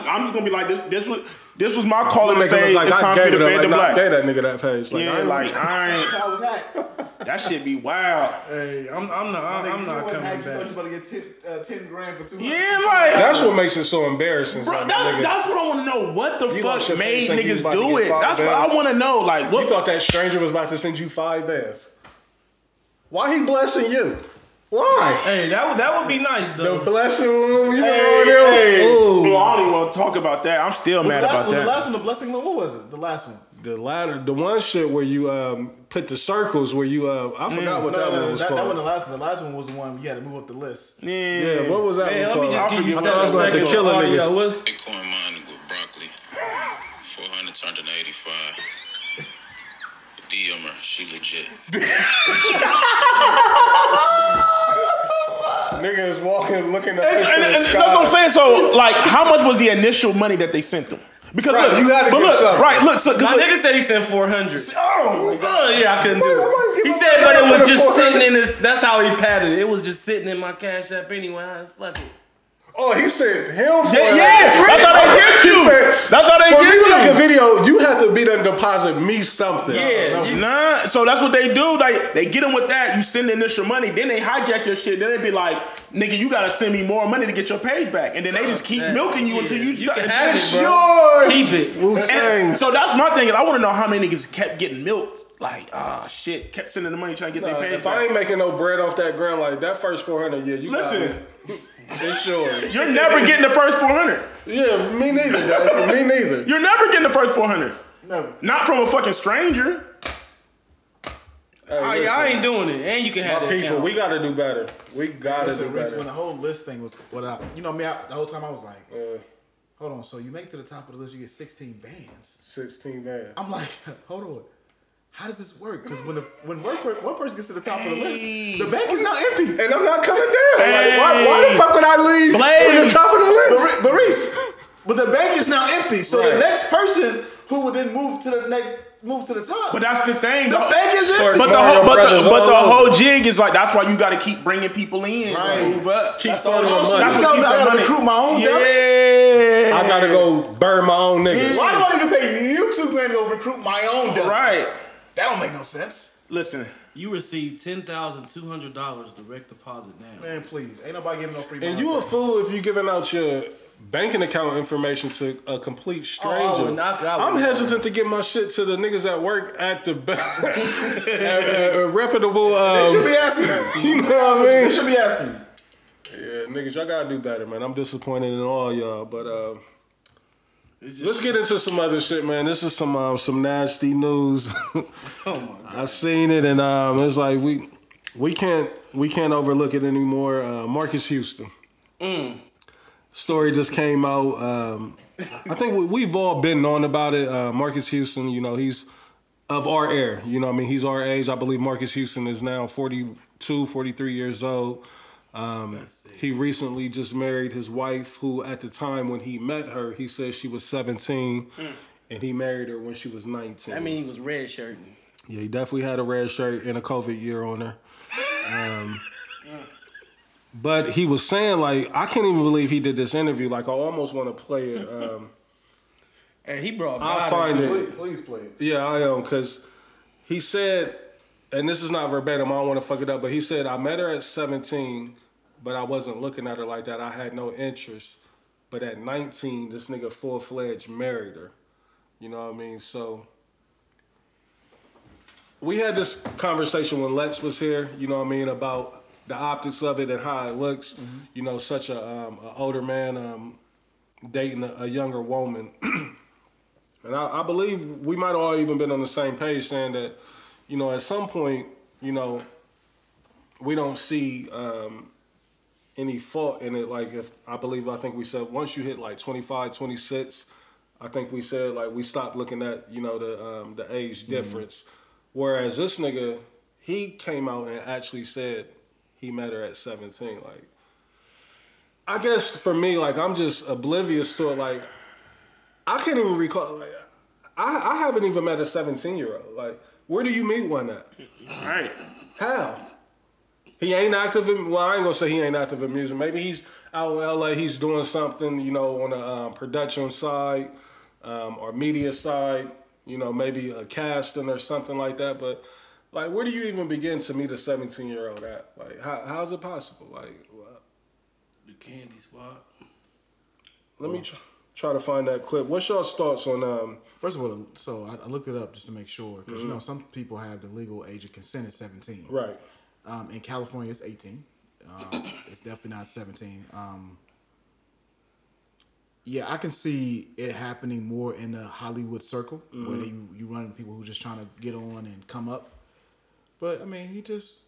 C: like, I'm, I'm just gonna be like this. This was this was my call
A: I'm
C: to
A: making it
C: say
A: look like
C: it's
A: I
C: time for
A: gave
C: me
A: it
C: to
A: up.
C: fade
A: Like,
C: to
A: nah, I
C: black.
A: gave that nigga that page. Like, I
C: yeah,
A: ain't
C: like I ain't.
B: I was hacked.
C: That shit be wild.
D: Hey, I'm, I'm not, I'm,
B: you
D: not
B: wasn't
D: coming
B: hacked, You thought
D: back.
B: you about to get 10, uh, 10 grand for two.
C: Yeah, like
A: That's what makes it so embarrassing.
C: Bro,
A: Like,
C: that,
A: nigga,
C: that's what I want to know. What the
A: You lost
C: fuck
A: your face,
C: made
A: like, you
C: niggas
A: about to
C: do
A: get
C: it?
A: five
C: That's what
A: bands.
C: I want to know. Like,
A: you
C: what?
A: thought that stranger was about to send you five bands. Why he blessing you? Why?
D: Hey, that would, that would be nice
A: The
D: though.
A: blessing room, you know
B: Hey,
A: what I mean?
B: hey.
A: Ooh.
C: Well, I don't even want to talk about that. I'm still
B: Was,
C: mad
B: the last,
C: about
B: was
C: that.
B: the last one the blessing loan? What was it? The last one.
A: The latter, the one shit where you um, put the circles where you, uh, I forgot what
B: No,
A: that one
B: no, no,
A: was
B: that, that
A: called.
B: wasn't the last one. The last one was the one you had to move up the list.
C: yeah.
A: yeah, what was that
D: Hey,
A: one
D: let me
A: called?
D: just give you
C: I
A: thought I
D: seven
A: was about to
D: seconds
A: kill
D: of
A: a nigga.
D: audio. What?
E: Bitcoin mining with broccoli. 400 turned into 85. DM her, she legit.
A: Nigga is walking, looking at
C: That's,
A: picture
C: and,
A: of
C: and
A: the
C: that's what I'm
A: sky.
C: saying. So, like, how much was the initial money that they sent them? Because
A: Right,
C: look,
A: you gotta
C: but
A: give
C: look,
A: something.
C: right? Look, so, 'cause
D: My
C: look-
D: nigga said he said 400.
C: oh my god,
D: Oh yeah, I couldn't do
A: might
D: it.
A: give
D: He
A: him
D: said,
A: a
D: but
A: credit
D: it
A: for
D: was
A: the
D: just
A: 400.
D: sitting in his. That's how he padded it. It was just sitting in my cash app anyway. I- Fuck it.
A: Oh, he said him for
C: Yeah, yes,
A: like-
C: that's how they get you.
A: He said,
C: That's how they
A: For
C: get
A: me to
C: you.
A: make a video, you have to be done deposit me something.
D: Yeah, you-
C: Nah, so that's what they do. Like they get them with that. You send the initial money, then they hijack your shit. Then they be like, "Nigga, you gotta send me more money to get your page back." And then they just keep
D: That-
C: milking you
D: yeah,
C: until you
D: you
C: start-
D: can have it, bro.
A: Yours.
D: Keep it.
A: Wu Tang.
C: And so that's my thing. Is I want to know how many niggas kept getting milked. Like, ah, shit, kept sending the money trying to get their page
A: If I
C: back.
A: ain't making no bread off that ground like that first 400, yeah, you
C: Listen.
A: got it. It's yours.
C: You're never getting the first 400.
A: Yeah, me neither, dog. Me neither.
C: You're never getting the first 400.
B: Never.
C: Not from a fucking stranger.
A: Hey,
D: I,
A: listen,
D: Oh, I ain't doing it. And you can have
A: my
D: that
A: people,
D: account.
A: we gotta do better. We gotta
B: Listen,
A: do
B: Reese, when
A: better.
B: the whole list thing was what I, you know me, I, the whole time I was like,
A: uh,
B: hold on. So you make it to the top of the list, you get 16 bands.
A: 16 man.
B: I'm like, hold on. How does this work? Because when the, when one, per, one person gets to the top of the list, the bank is not empty.
A: And I'm not coming down. Like, why,
C: Hey.
A: why the fuck would I leave from the
C: Blaze.
A: top of the
B: But,
A: list?
B: Re- but Reese, but the bank is now empty. So the
A: Right.
B: next person who would then move to the next move to the top,
C: But that's the thing.
B: the
C: though.
B: bank is empty.
C: But the
A: Mario
C: whole, but
A: Brothers
C: the, but
A: all
C: the
A: over.
C: whole jig is like that's why you got to keep bringing people in.
B: Right.
C: Move up.
A: Keep
C: That's
A: funding
C: all-
A: the money.
C: that's
B: So
C: what keeps
B: now I
C: the
B: gotta
C: money.
B: recruit my own
C: Yeah.
A: I gotta go burn my own niggas.
B: Why do I need to pay you two grand to go recruit my own dummies?
C: Right.
B: That don't make no sense.
C: Listen.
D: You received ten thousand two hundred dollars direct deposit down.
B: Man, please, ain't nobody giving no free.
A: And
B: money.
A: you a fool if you giving out your banking account information to a complete stranger.
D: Oh, I would not- I would
A: I'm
D: not.
A: hesitant to give my shit to the niggas that work at the bank, at, at a reputable. Um,
B: They should be asking.
A: you know what I
B: They
A: mean?
B: should be asking.
A: Yeah, niggas, y'all gotta do better, man. I'm disappointed in all y'all, but uh,
D: It's just-
A: let's get into some other shit, man. This is some uh, some nasty news.
D: oh my
A: I seen it, and um, it's like we we can't we can't overlook it anymore. Uh, Marcus Houston story just came out. Um, I think we, we've all been on about it. Uh, Marcus Houston, you know, he's of our era. You know, what I mean, he's our age. I believe Marcus Houston is now 42, 43 years old. Um, he recently just married his wife, who at the time when he met her, he said she was 17, and he married her when she was 19.
D: I mean, he was red shirting.
A: Yeah, he definitely had a red shirt and a COVID year on her. Um, but he was saying like, I can't even believe he did this interview. Like, I almost want to play it. Um,
D: And he brought.
A: I'll
D: God
A: find
D: into
A: it.
B: Please, please play it.
A: Yeah, I am. Because he said, and this is not verbatim, I don't want to fuck it up, but he said, I met her at 17, but I wasn't looking at her like that. I had no interest. But at 19, this nigga full fledged married her. You know what I mean? So we had this conversation when Lex was here, you know what I mean, about the optics of it and how it looks. You know, such a, um, a older man um, dating a, a younger woman. And I, I believe we might have all even been on the same page saying that, you know, at some point, you know, we don't see um, any fault in it. Like if I believe I think we said once you hit like 25, 26, I think we said like we stopped looking at you know the um, the age difference. Whereas this nigga, he came out and actually said he met her at 17. Like I guess for me, like I'm just oblivious to it. Like I can't even recall. Like I, I haven't even met a 17 year old. Like where do you meet one at?
C: All right.
A: How? He ain't active in. Well, I ain't gonna say he ain't active in music. Maybe he's out in LA. He's doing something, you know, on the um, production side um, or media side. You know, maybe a casting or something like that. But like, where do you even begin to meet a seventeen-year-old at? Like, how how is it possible? Like, wha-
D: The candy spot.
A: let me try, try to find that clip. What's your thoughts on um?
B: First of all, so I, I looked it up just to make sure because you know some people have the legal age of consent at seventeen.
A: Right.
B: Um, in California, it's eighteen. Um, it's definitely not seventeen. Um, yeah, I can see it happening more in the Hollywood circle where they,
D: Mm-hmm.
B: you run into people who just trying to get on and come up. But I mean, he just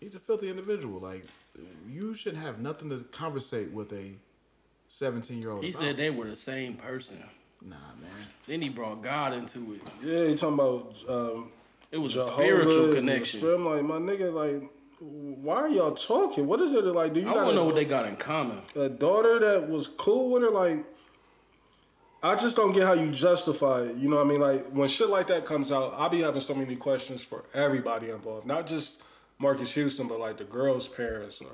B: he's a filthy individual. Like you shouldn't have nothing to conversate with a seventeen year old.
D: He said they were the same person.
B: "Nah, man."
D: Then he brought God into it.
A: Yeah, you talking about um?
D: It was
A: Jehovah
D: a spiritual
A: and
D: connection.
A: spirit. I'm like, my nigga, like, why are y'all talking? What is it like? Do you
D: I
A: got
D: want to
A: a
D: know
A: do-
D: what they got in common.
A: a daughter that was cool with her, like I just don't get how you justify it. You know what I mean? Like when shit like that comes out, I'll be having so many questions for everybody involved. Not just Marcus Houston, but like the girl's parents or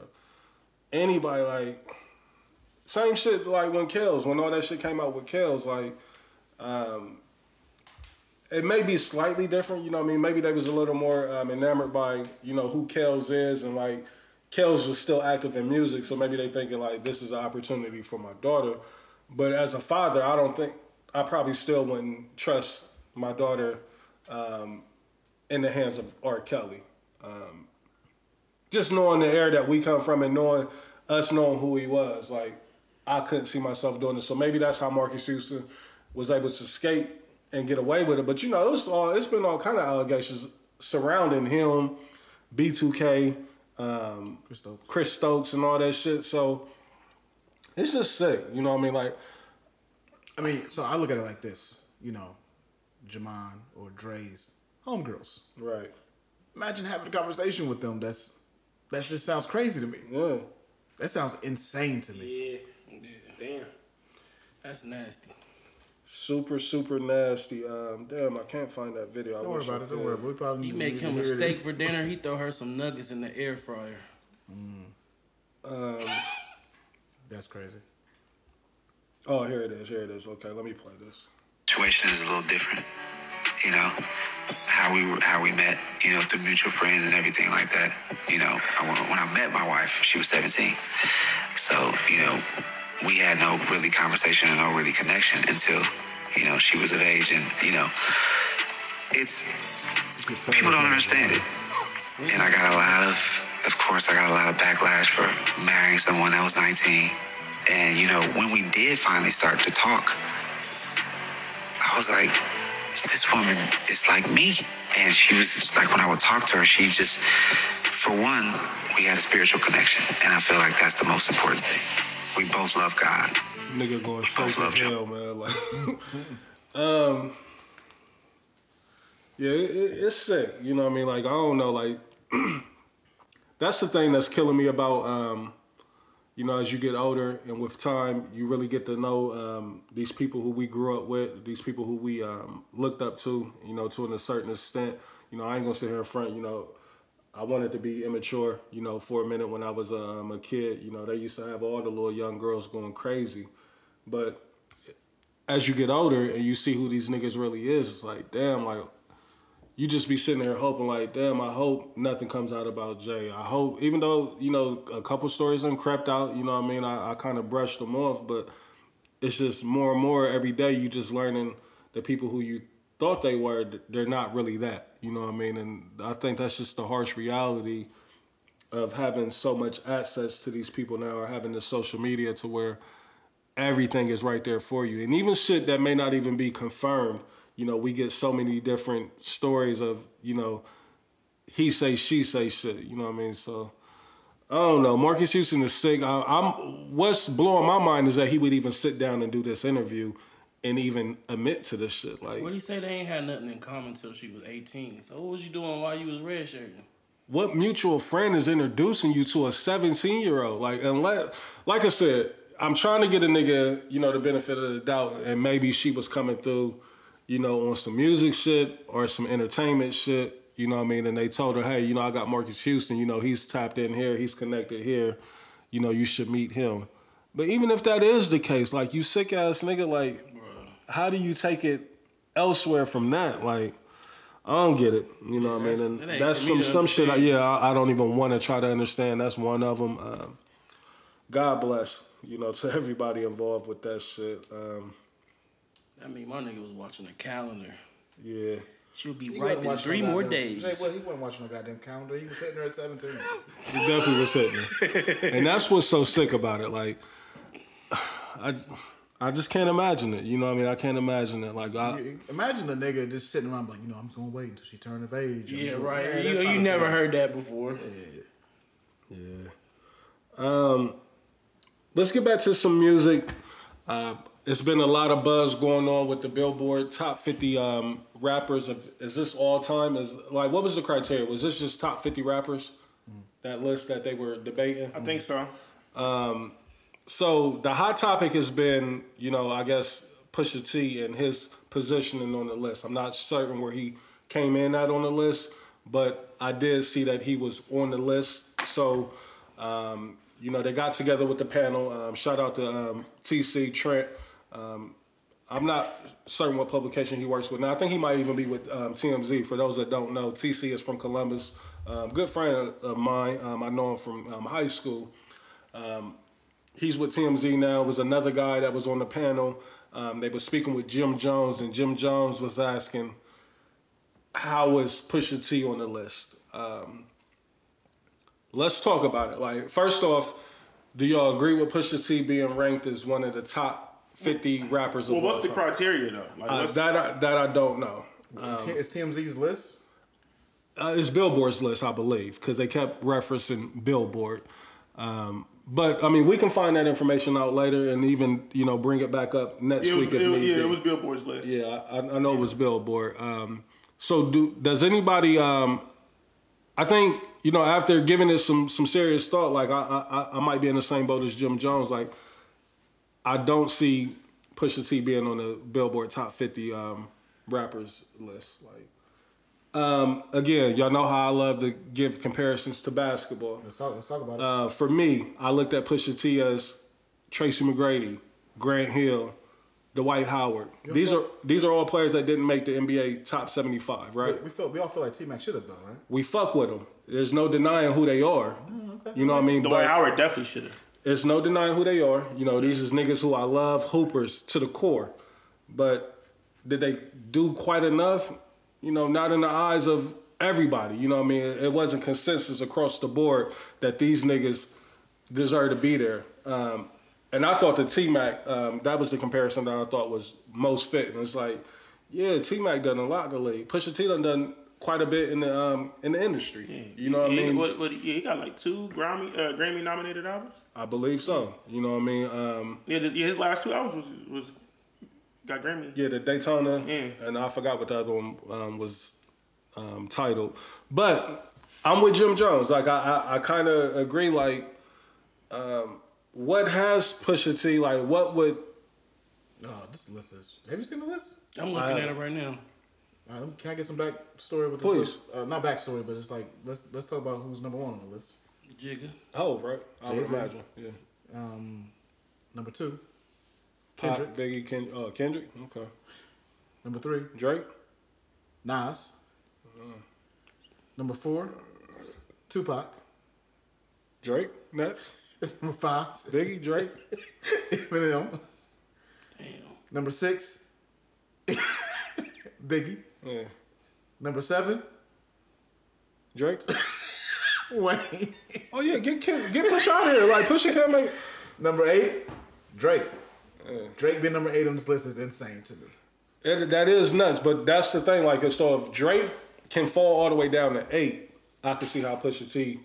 A: anybody like same shit like when Kells, when all that shit came out with Kells, like um it may be slightly different, you know what I mean? Maybe they was a little more um, enamored by, you know, who Kells is and like Kells was still active in music, so maybe they thinking like this is an opportunity for my daughter. But as a father, I don't think I probably still wouldn't trust my daughter um, in the hands of R. Kelly. Um, just knowing the era that we come from and knowing us knowing who he was, like I couldn't see myself doing this. So maybe that's how Marcus Houston was able to escape and get away with it. But you know, it's all it's been all kind of allegations surrounding him, B2K. Um,
B: Chris Stokes.
A: Chris Stokes and all that shit. So it's just sick. You know what I mean? Like,
B: I mean, so I look at it like this, you know, Jamon or Dre's homegirls.
A: right.
B: Imagine having a conversation with them. That's that just sounds crazy to me.
A: Yeah.
B: That sounds insane to me.
C: Yeah. Damn.
D: That's nasty.
A: Super, super nasty. Um, damn, I can't find that video. I
B: Don't worry
A: wish I
B: about it. Don't
A: could.
B: worry. We probably
D: He
B: need to
D: make him
B: hear
D: a
B: it.
D: steak for dinner. He throw her some nuggets in the air fryer.
B: That's crazy.
A: Oh, here it is. Here it is. Okay, let me play this.
E: situation is a little different. You know, how we were, how we met, you know, through mutual friends and everything like that. You know, I, when when I met my wife, she was 17. So, you know, we had no really conversation and no really connection until, you know, she was of age. And, you know, it's, people don't understand it. And I got a lot of, of course, I got a lot of backlash for marrying someone that was 19. And, you know, when we did finally start to talk, I was like, this woman is like me. And she was just like, when I would talk to her, she just, for one, we had a spiritual connection. And I feel like that's the most important thing. We both love God.
A: Nigga going straight
E: love
A: to
E: you.
A: hell, man. Like, um, yeah, it, it- it's sick. You know what I mean? Like, I don't know. Like, that's the thing that's killing me about, um, you know, as you get older and with time, you really get to know um, these people who we grew up with, these people who we um, looked up to, you know, to a certain extent. You know, I ain't gonna sit here in front, you know, I wanted to be immature, you know, for a minute when I was um, a kid. You know, they used to have all the little young girls going crazy. But as you get older and you see who these niggas really is, it's like, damn, like, you just be sitting there hoping, like, damn, I hope nothing comes out about Jay. I hope, even though, you know, a couple stories done crept out, you know what I mean? I, I kind of brushed them off, but it's just more and more every day you just learning the people who you thought they were th- they're not really that you know what i mean and i think that's just the harsh reality of having so much access to these people now or having the social media to where everything is right there for you and even shit that may not even be confirmed you know we get so many different stories of you know he say she say shit you know what i mean so I don't know. Marcus Houston is sick. I, I'm. What's blowing my mind is that he would even sit down and do this interview, and even admit to this shit. Like,
D: What do you say? They ain't had nothing in common till she was 18. So what was you doing while you was red shirting?
A: what mutual friend is introducing you to a 17 year old? Like, unless, like I said, I'm trying to get a nigga, you know, the benefit of the doubt, and maybe she was coming through, you know, on some music shit or some entertainment shit, you know what I mean? And they told her, hey, you know, I got Marcus Houston, you know, he's tapped in here, he's connected here, you know, you should meet him. But even if that is the case, like, you sick ass nigga, like, how do you take it elsewhere from that? Like, I don't get it. You know what I mean?
D: that's-
A: And
D: that ain't
A: that's
D: for
A: some
D: me to
A: some shit. I,
D: understand.
A: yeah, I, I don't even want to try to understand. That's one of them. Um, God bless. You know, to everybody involved with that shit. Um,
D: I mean, my nigga was watching the calendar.
A: yeah.
D: She'll be
B: He wasn't
D: ripe in
B: watching no
D: three more
B: goddamn-
D: days.
B: Jay, well, he wasn't watching no goddamn calendar. He was hitting her at 17.
A: It definitely was hitting. and that's what's so sick about it. Like, I, I just can't imagine it. You know what I mean? I can't imagine it. Like, I,
B: Imagine a nigga just sitting around like, you know, I'm just gonna wait until she turn of age. I'm
D: Yeah,
B: just-
D: right.
B: Man, that's
D: you
B: not
D: you
B: a
D: never
B: thing.
D: heard that before.
A: Yeah. Um, let's get back to some music. Uh, it's been a lot of buzz going on with the Billboard top 50 um, rappers. Of, is this all time? Is like what was the criteria? Was this just top 50 rappers? That list that they were debating.
C: I think so.
A: So the hot topic has been, you know, I guess Pusha T and his positioning on the list. I'm not certain where he came in at on the list, but I did see that he was on the list. So, um, you know, they got together with the panel. Um, shout out to um, TC Trent. Um, I'm not certain what publication he works with now. I think he might even be with um, TMZ. For those that don't know, TC is from Columbus. Um, good friend of mine. Um, I know him from um, high school he's with TMZ now. Was another guy that was on the panel. Um, they were speaking with Jim Jones, and Jim Jones was asking, "How is Pusha T on the list?" Um, let's talk about it. Like, first off, do y'all agree with Pusha T being ranked as one of the top fifty rappers of
C: Well,
A: all
C: what's the
A: time?
C: criteria though? Like,
A: Uh,
C: what's-
A: that I, that I don't know.
B: T- it's TMZ's list.
A: uh, it's Billboard's list, I believe, because they kept referencing Billboard. Um, but I mean, we can find that information out later, and even you know bring it back up next
C: it,
A: week
C: was-
A: if
C: it was-
A: need
C: yeah,
A: be.
C: it was Billboard's list.
A: yeah, I, I know it was Billboard. Um, so do does anybody? Um, I think you know after giving it some some serious thought, like I I, I- I might be in the same boat as Jim Jones. Like I don't see Pusha T being on the Billboard Top 50 um, rappers list. Like. Um, again, y'all know how I love to give comparisons to basketball.
B: Let's talk. Let's talk about it.
A: Uh, for me, I looked at Pusha T as Tracy McGrady, Grant Hill, Dwight Howard. These are these are all players that didn't make the NBA top seventy five,
D: Uh,
A: right?
B: we feel. We all feel like T Mac should have done right.
A: We fuck with them. There's no denying who they are. You know what I mean?
C: Dwight
A: But-
C: Howard definitely should have.
A: there's no denying who they are. You know, these is niggas who I love, hoopers to the core. But did they do quite enough? You know, not in the eyes of everybody. You know what I mean? It wasn't consensus across the board that these niggas deserve to be there. Um, and I thought the T Mac, um, that was the comparison that I thought was most fit. And it's like, yeah, T Mac done a lot in the league. Pusha T done done quite a bit in the um, in the industry. You know what I
C: he,
A: mean?
C: What, what, yeah, he got like two Grammy uh, Grammy nominated albums.
A: I believe so. You know what I mean? Um,
C: Yeah, th- yeah, his last two albums was, was got Grammy.
A: Yeah, the Daytona,
C: Yeah.
A: and I forgot what the other one um, was um, titled. But I'm with Jim Jones. Like I, I, I kind of agree. Like, um, what has Pusha T? Like, what would
B: No, this list is. Have you seen the list?
D: I'm looking at it right now.
B: All right, let me- can I get some back story with this
A: Please.
B: list? Uh, not backstory, but it's like let's let's talk about who's number one on the list.
D: Jigga.
A: Hove right? I would
B: Jay-Z.
A: imagine. Yeah,
B: Um, number two,
A: Hot
B: Kendrick.
A: Biggie, Ken, uh, Kendrick. Okay,
B: Number three,
A: Drake.
B: Nas. Number four, Tupac.
A: Drake next.
B: Number five,
A: Biggie, Drake.
B: Eminem.
D: Damn.
B: Number six, Biggie.
A: Yeah,
B: Number seven,
A: Drake.
B: Wayne.
A: Oh yeah, get Ken, get Push out of here. Like Pusha can't make.
B: number eight, Drake. Drake being number eight on this list is insane to me.
A: It, that is nuts, but that's the thing. Like, if- so if Drake can fall all the way down to eight, I can see how Pusha T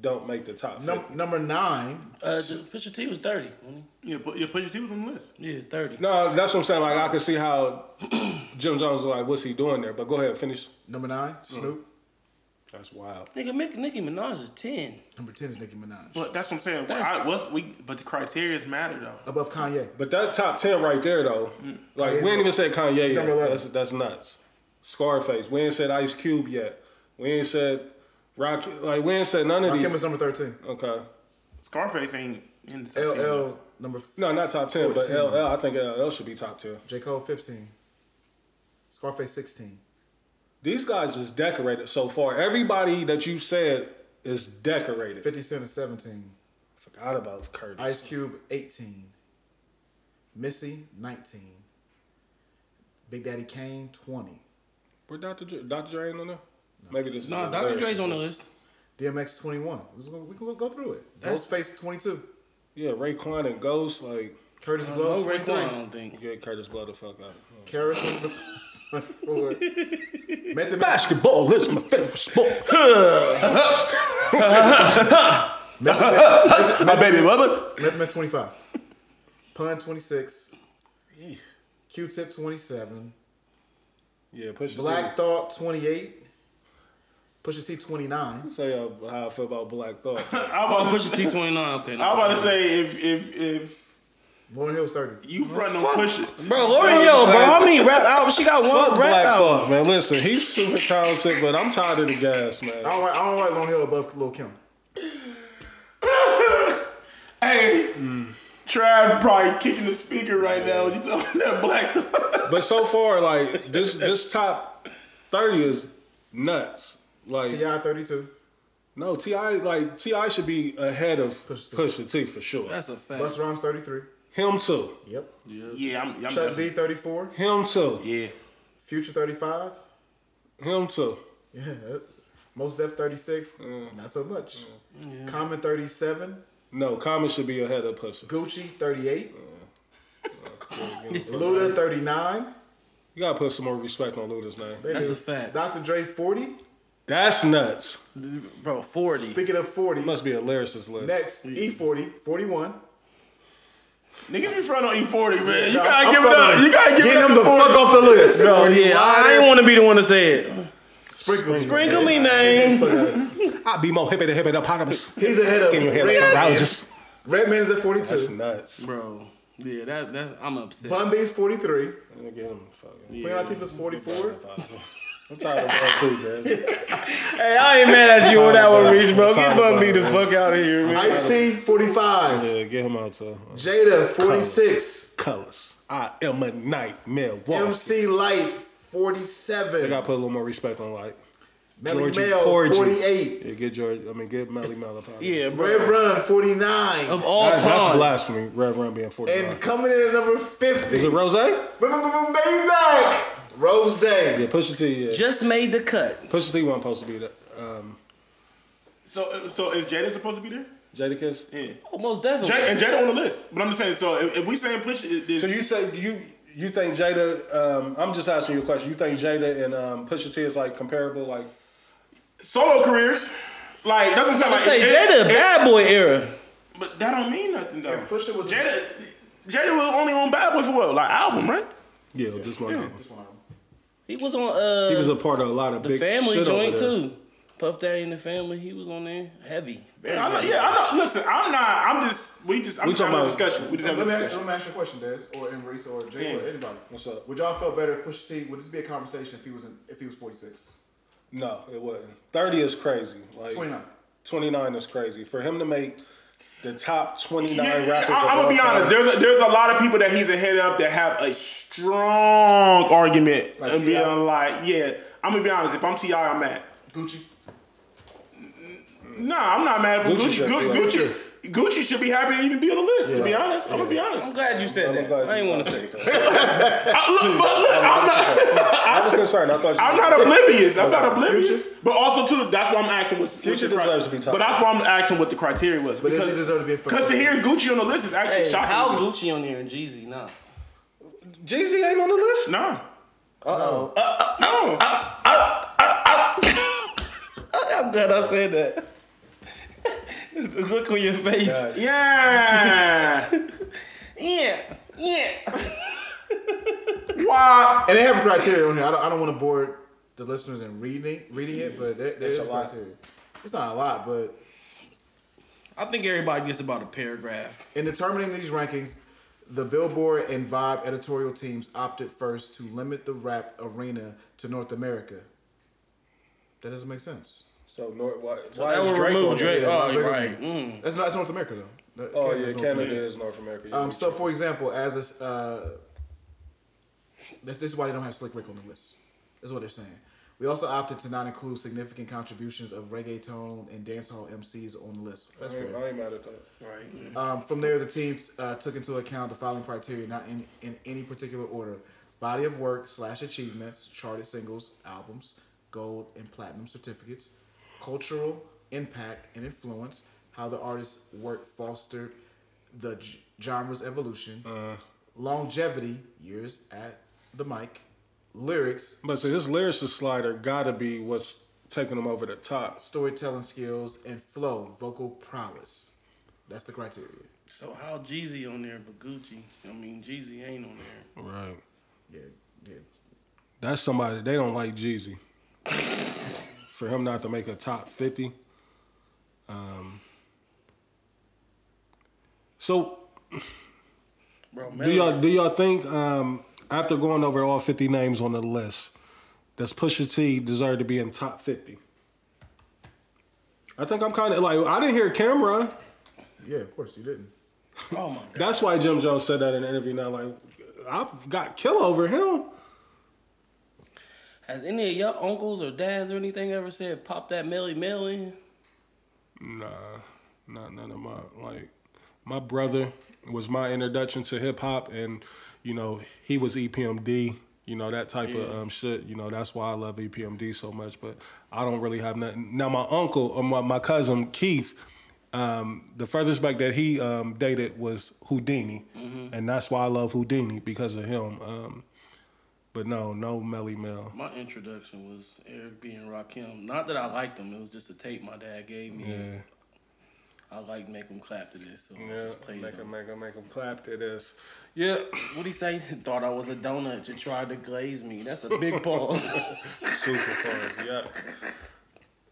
A: don't make the top 50.
B: Num- number nine.
D: Uh, Pusha T was thirty. wasn't
C: Yeah, put, yeah, Pusha T was on the list.
D: he? Yeah, thirty.
A: No, that's what I'm saying. Like I can see how Jim Jones was like, what's he doing there? But go ahead, finish.
B: Number nine, Snoop.
A: That's wild.
D: Nigga, Nicki, Nicki Minaj is ten.
B: Number ten is Nicki Minaj.
C: But that's what I'm saying.
D: That's-
C: I, what's we? But the criteria's matter though.
B: Above Kanye.
A: But that top ten right there though, like
B: Kanye's
A: we ain't even said Kanye yet.
B: Mm. number 11.
A: That's that's nuts. Scarface. We ain't said Ice Cube yet. We ain't said Rock. Like we ain't said none of
B: Rakim
A: these.
B: is number thirteen.
A: Okay.
C: Scarface ain't in the top ten.
B: LL number.
A: No, not top ten, but
B: 14.
A: LL. I think LL should be top ten.
B: J Cole fifteen. Scarface sixteen.
A: These guys is decorated so far. Everybody that you said is decorated.
B: Fifty Cent is seventeen.
A: Forgot about Curtis.
B: Ice Cube eighteen. Missy nineteen. Big Daddy Kane twenty.
A: Where Dr. Dre, Dr. Dre ain't on there? Maybe this. is
D: Nah,
A: a
D: Dr. Dre's on the
A: embarrassing-
D: list.
B: DMX twenty one. We can go- we can go through it.
D: That's-
B: Ghostface twenty two.
A: Yeah, Raekwon and Ghost. Like,
B: Curtis
D: Uh,
B: Blow
D: no
B: twenty
D: Raekwon,
B: three.
D: I don't think.
A: yeah, Curtis blow the fuck out.
B: Karis was twenty four. Method Man
A: Basketball is my favorite sport.
C: My baby lover.
B: Method Man's 25. Pun 26. Q-Tip 27.
A: Yeah, push
B: Black Thought 28. Pusha T 29.
A: Tell y'all uh, how I feel about Black Thought.
C: I
D: Oh,
C: was
D: Pusha T twenty nine. Okay,
C: I was about to say if if if
B: Lauren Hill's 30.
C: you front on Pusha,
D: bro, Lauren Hill, bro. How many rap albums? She got
A: Fuck
D: one
A: Black
D: rap album.
A: Thought, man. Listen, he's super talented, but I'm tired of the gas, man.
B: I don't like, I don't like Lauren Hill above Lil Kim.
C: hey, Trav probably kicking the speaker right now. when You talking that black?
A: But so far, like this, this top thirty is nuts. Like,
B: T.I. 32.
A: no, Ti like Ti should be ahead of
B: Pusha T.
A: Pusha T for sure.
D: That's a fact.
B: Bus Rhymes 33.
A: him too.
B: Yep.
C: yeah, I'm. I'm
B: Chuck D
C: definitely-
B: 34.
A: Him too.
C: yeah,
B: Future 35.
A: Him too.
B: Yeah. Most Def 36.
C: Mm.
B: Not so much. Common 37.
A: No, Common should be ahead of Pusha.
B: Gucci 38.
C: Mm.
B: Luda 39.
A: You gotta put some more respect on Luda's name.
B: They
D: That's
B: do.
D: a fact.
B: Dr. Dre 40.
A: That's nuts.
D: Bro, forty.
B: Speaking of 40.
A: Must be a lyricist list.
B: Next, E E40, 41.
C: niggas be front on E40, man. You
B: Nah,
C: gotta
B: I'm
C: give it
B: front
C: up.
B: on- E
C: You gotta give
B: Get
C: it up.
B: him the
C: to 40.
B: fuck off the list.
D: Bro, yeah, I didn't want to be the one to say it.
B: Sprinkle,
D: Sprinkle me, man.
A: I'd be more hippie than hippie hippopotamus.
B: He's ahead of
A: Give your head a
B: Red,
A: virologist.
B: Redman's at
A: That's
B: 42.
A: nuts.
D: Bro, yeah, that that I'm upset.
B: Bun B's 43.
A: I'm get him fucking.
B: Queen Latifah's 44.
A: I'm tired of that too, man.
D: Hey, I ain't mad at you on that one, Reese, bro.
A: Time
D: Get Bun B the
A: bomb,
D: fuck out of here, man.
B: Ice C, 45.
A: Yeah, get him out too.
B: Jada, 46.
A: Colors. I am a nightmare. walking.
B: MC Light,
A: They gotta
B: 47.
A: put a little more respect on like.
B: Melly
A: Georgie
B: Mel,
A: Porgy.
B: 48.
A: Yeah, get George. I mean, get Melly Melly.
D: Yeah, bro.
B: Rev Run, 49.
A: Oh
D: Of all
A: That's, that's
D: time,
A: blasphemy. Rev Run being 49.
B: And coming in at number
A: Is
B: 50.
A: it Rose? Yeah,
B: Maybach, Rose.
A: Pusha T. Yeah,
D: just made the cut.
A: Pusha T. wasn't supposed to be that. Um,
C: So so is Jada supposed to be there?
A: Jada Kiss.
C: Yeah.
D: Almost Oh, definitely.
C: Jada, and Jada on the list, but I'm just saying. So if, if we saying push, it, it,
A: So you say you you think Jada? Um, I'm just asking you a question. You think Jada and um, Pusha T is like comparable? Like
C: solo careers, like that's what I'm saying. Like,
D: I say
C: it-
D: Jada,
C: it-
D: bad boy era.
C: But that don't mean nothing though.
B: And Pusha was-
C: Jada. Jada was only on Bad Boy for what? Like album, right?
A: yeah, just one.
C: album.
D: He was on uh
A: He was a part of a lot of
D: the
A: big
D: family
A: shit over
D: joint
A: there.
D: too. Puff Daddy and the family, he was on there heavy. Very
C: I know,
D: heavy.
C: yeah, I know. Listen, I'm not. I'm just. We just. I'm
A: We
C: just
A: talking
C: having a
A: about-
C: discussion. We just
B: Let
C: having
B: me,
C: a
B: ask,
C: discussion.
B: let me ask you a question, Des, or Embrace, or Jay, or
C: Yeah.
B: anybody.
A: What's up?
B: Would y'all feel better if Pusha T? Would this be a conversation if he was in, if he was forty six?
A: No, it wasn't. Thirty is crazy. Like
B: 29.
A: 29 is crazy for him to make the top twenty
C: Yeah,
A: nine rappers.
C: I, am gonna be honest. There's a, there's a lot of people that he's ahead of that have a strong argument
B: Like
C: and
B: T.I.?
C: being like, yeah. I'm gonna be honest. If I'm Ti, I'm mad.
B: Gucci.
C: Nah, I'm not mad. For
A: Gucci
C: Gucci,
A: should
C: Gu-
A: be on
C: Gucci, Gucci, should be happy to even be on the list. To be
B: Yeah.
C: honest, I'm gonna be honest.
D: I'm glad you said that. I ain't want to say.
C: I, look, but look, I'm not.
A: I was concerned. I thought you
C: I'm not oblivious. I'm not oblivious. But also too, that's why I'm asking what's
A: Future
C: what's the
A: deserves to be top
C: But that's why I'm asking what the criteria was.
B: But does he deserve to be in first?
C: Because to hear Gucci on the list is actually
D: Hey,
C: shocking.
D: how Gucci on here and Jeezy nah.
A: Jeezy ain't on the list.
C: Nah.
B: Oh,
C: No.
D: I'm glad I said that. The look on your face.
C: Yeah.
D: Yeah. Yeah.
C: Why?
B: And they have criteria on here. I don't, I don't want to bore the listeners in reading reading it, but there, there's
A: a lot.
B: criteria. It's not a lot, but
D: I think everybody gets about a paragraph.
B: in determining these rankings, the Billboard and Vibe editorial teams opted first to limit the rap arena to North America. That doesn't make sense.
A: So, Nor- why,
D: So
A: why
D: that
A: is
D: would
A: Drake on
D: remove Drake.
A: there?
D: Oh,
B: Drake
D: you're
B: on
D: right.
B: there.
D: Mm.
B: That's not. That's North America though. That-
A: Oh
B: Canada's
A: yeah,
B: North
A: Canada
B: America.
A: is North America. Yeah,
B: Um, so, for example, as a, uh, this, this is why they don't have Slick Rick on the list. That's what they're saying. We also opted to not include significant contributions of reggaeton and dancehall MCs on the list. That's
A: I ain't,
B: fair.
A: I ain't mad at that.
D: Right.
B: Um, from there, the team uh, took into account the following criteria, not in, in any particular order: body of work slash achievements, charted singles, albums, gold and platinum certificates, cultural impact and influence, how the artist's work fostered the g- genre's evolution, longevity, years at the mic, lyrics,
A: But see, this lyricist slider gotta be what's taking them over the top.
B: storytelling skills, and flow, vocal prowess. That's the criteria.
D: So how Jeezy on there, but Gucci? I mean, Jeezy ain't on there.
A: Right.
B: Yeah, yeah.
A: That's somebody they don't like Jeezy. For him not to make a top fifty. Um. So
D: Bro,
A: do
D: Mel,
A: y'all do y'all think um, after going over all fifty names on the list, does Pusha T deserve to be in top fifty? I think I'm kind of like I didn't hear Camera.
B: Yeah, of course you didn't.
D: oh my god.
A: That's why Jim Jones said that in an interview. Now, like, I got killed over him.
D: Has any of y'all uncles or dads or anything ever said pop that Melly Mel in?
A: Nah, not none of my like. My brother was my introduction to hip hop, and you know he was E EPMD. You know that type of um, shit. You know that's why I love E EPMD so much. But I don't really have nothing. Now my uncle or my, my cousin Keith, um, the furthest back that he um, dated was Houdini, and that's why I love Houdini because of him. Um, but no, no Melly Mel.
D: My introduction was Eric B and Rakim. Not that I liked them, it was just a tape my dad gave me.
A: Yeah.
D: I like make them clap to this, so I
A: Yeah,
D: just played
A: make
D: them.
A: him, make him, make him clap to this. Yeah,
D: What'd he say? Thought I was a donut. You tried to glaze me. That's a big pause.
A: super fun. Yeah.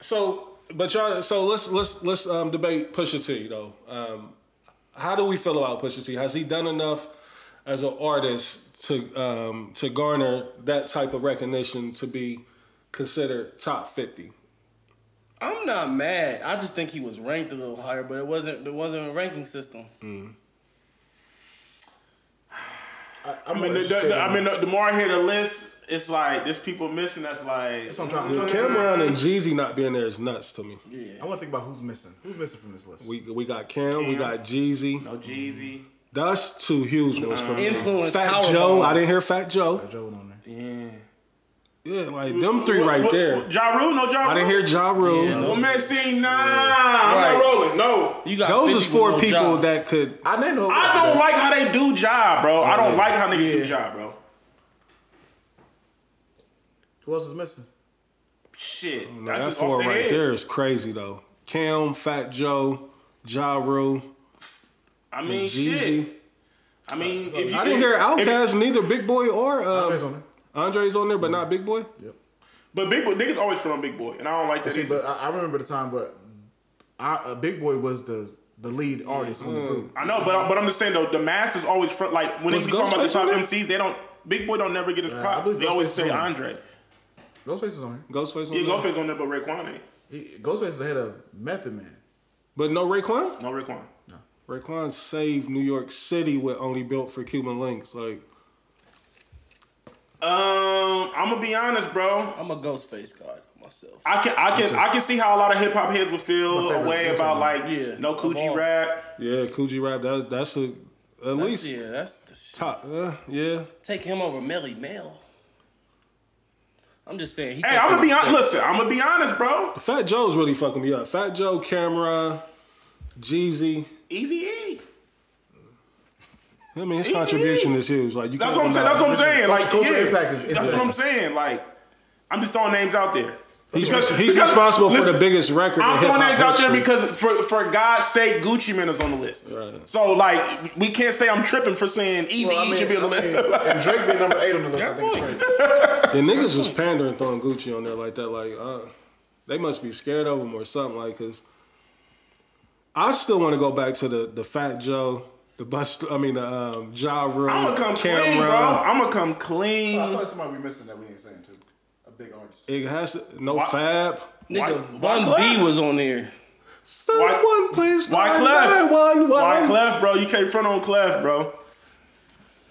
A: So, but y'all, so let's let's let's um, debate Pusha T though. Um, how do we feel about Pusha T? Has he done enough as an artist to um, to garner that type of recognition to be considered top fifty?
D: I'm not mad. I just think he was ranked a little higher, but it wasn't. There wasn't a ranking system.
B: I, I'm
C: I mean, the, the, the, I mean, the, the more I hear the list, it's like there's people missing. That's like
B: that's what I'm trying, I'm trying to
A: Cameron and Jeezy not being there is nuts to me.
D: Yeah.
B: I want to think about who's missing. Who's missing from this list?
A: We we got Cam, we got Jeezy.
C: no oh, Jeezy.
A: That's two huge ones for me.
D: Influence,
A: Fat
D: power
A: Joe, I
D: bombs.
A: didn't hear Fat Joe.
B: Joe went on there.
C: Yeah,
A: Yeah, like them three
C: What-
A: right
C: what-
A: there.
C: what- Ja Rule, no Ja Rule.
A: I didn't hear Ja Rule.
D: Yeah,
C: No
D: no.
C: Messi, nah. I'm
D: Right.
C: not rolling. No.
D: You got
A: Those is
D: 50 with
A: four
D: no
A: people
D: job.
A: that could.
B: I named the whole
C: I
B: list,
C: don't
B: guys.
C: like how they do job, bro. I don't like how niggas do job, bro.
B: Who else is missing?
C: Shit, that's
A: Oh, That
C: just off
A: four
C: the
A: right
C: head.
A: there is crazy though. Cam, Fat Joe, Ja Rule,
C: I mean,
A: Jeezy.
C: shit. I mean, if you
A: I didn't hear
C: if-
A: Outkast, neither Big Boy or
B: Andre's
A: uh,
B: on there.
A: Andre's on there, but not Big Boy.
B: Yep.
C: But big boy niggas always put on big boy, and I don't like that.
B: See,
C: either.
B: but I, I remember the time where I, uh, Big Boy was the the lead artist on the group.
C: I know, but but I'm just saying though, the mass is always front. Like when they
A: Was
C: be talking about the
A: Ghostface
C: top
A: on there?
C: MCs, they don't. Big boy don't never get his
B: I
C: props.
B: believe
C: They always
B: Ghostface
C: say
B: is on
C: Andre.
B: Ghostface is on here.
A: Ghostface on
C: Yeah,
A: there.
C: Ghostface on there, but Raekwon ain't.
B: He, Ghostface is ahead of Method Man.
A: But no Raekwon.
C: No Raekwon.
A: Raekwon saved New York City with only built for Cuban links. Like
C: Um, I'm gonna be honest, bro.
D: I'm a ghost face guy myself.
C: I can I can I can see how a lot of hip hop heads would feel
B: My favorite.
C: away
B: That's
C: about
B: all.
C: like
D: Yeah.
C: no
D: Of
C: coochie
D: all.
C: rap.
A: yeah, Coogee rap. That that's a at
D: That's,
A: least
D: yeah, that's the shit.
A: top. Uh, yeah,
D: take him over Melly Mel. I'm just saying. He
C: Hey,
D: can't
C: I'm
D: do
C: gonna be
D: nothing.
C: honest. Listen, I'm gonna be honest, bro.
A: Fat Joe's really fucking me up. Fat Joe, Camera, Jeezy.
C: Easy E.
A: I mean, his
C: Easy.
A: contribution is huge. Like you
C: That's
A: can't
C: what I'm saying. That's what I'm saying. Like
B: Cultural
C: yeah,
B: impact is- is
C: that's what
B: like-
C: I'm saying. Like I'm just throwing names out there.
A: He's,
C: Because-
A: he's
C: because-
A: responsible for
C: listen,
A: the biggest record.
C: I'm
A: in hip-hop
C: throwing names out there
A: history.
C: because, for for God's sake, Gucci Mane is on the list.
A: Right.
C: So like, we can't say I'm tripping for saying Easy
B: Well, I
C: E
B: mean,
C: should be on the
B: I mean,
C: list.
B: and Drake being number eight on the list, I think it's crazy.
A: The niggas was pandering throwing Gucci on there like that. Like, uh, they must be scared of him or something. Like, cause I still want to go back to the the Fat Joe, the bust. I mean, the um, Ja Rule,
C: I'm gonna come clean, bro. I'm gonna come clean.
B: I feel like somebody we missing that we ain't saying too. A big artist.
A: It has to, no
C: Why-
A: Fab.
C: Why-
D: Nigga,
C: why
D: Bun B
C: Clef?
D: was on there.
A: Someone please call
C: Why Clef?
A: 911.
C: Why Clef, bro? You can't front on Clef, bro.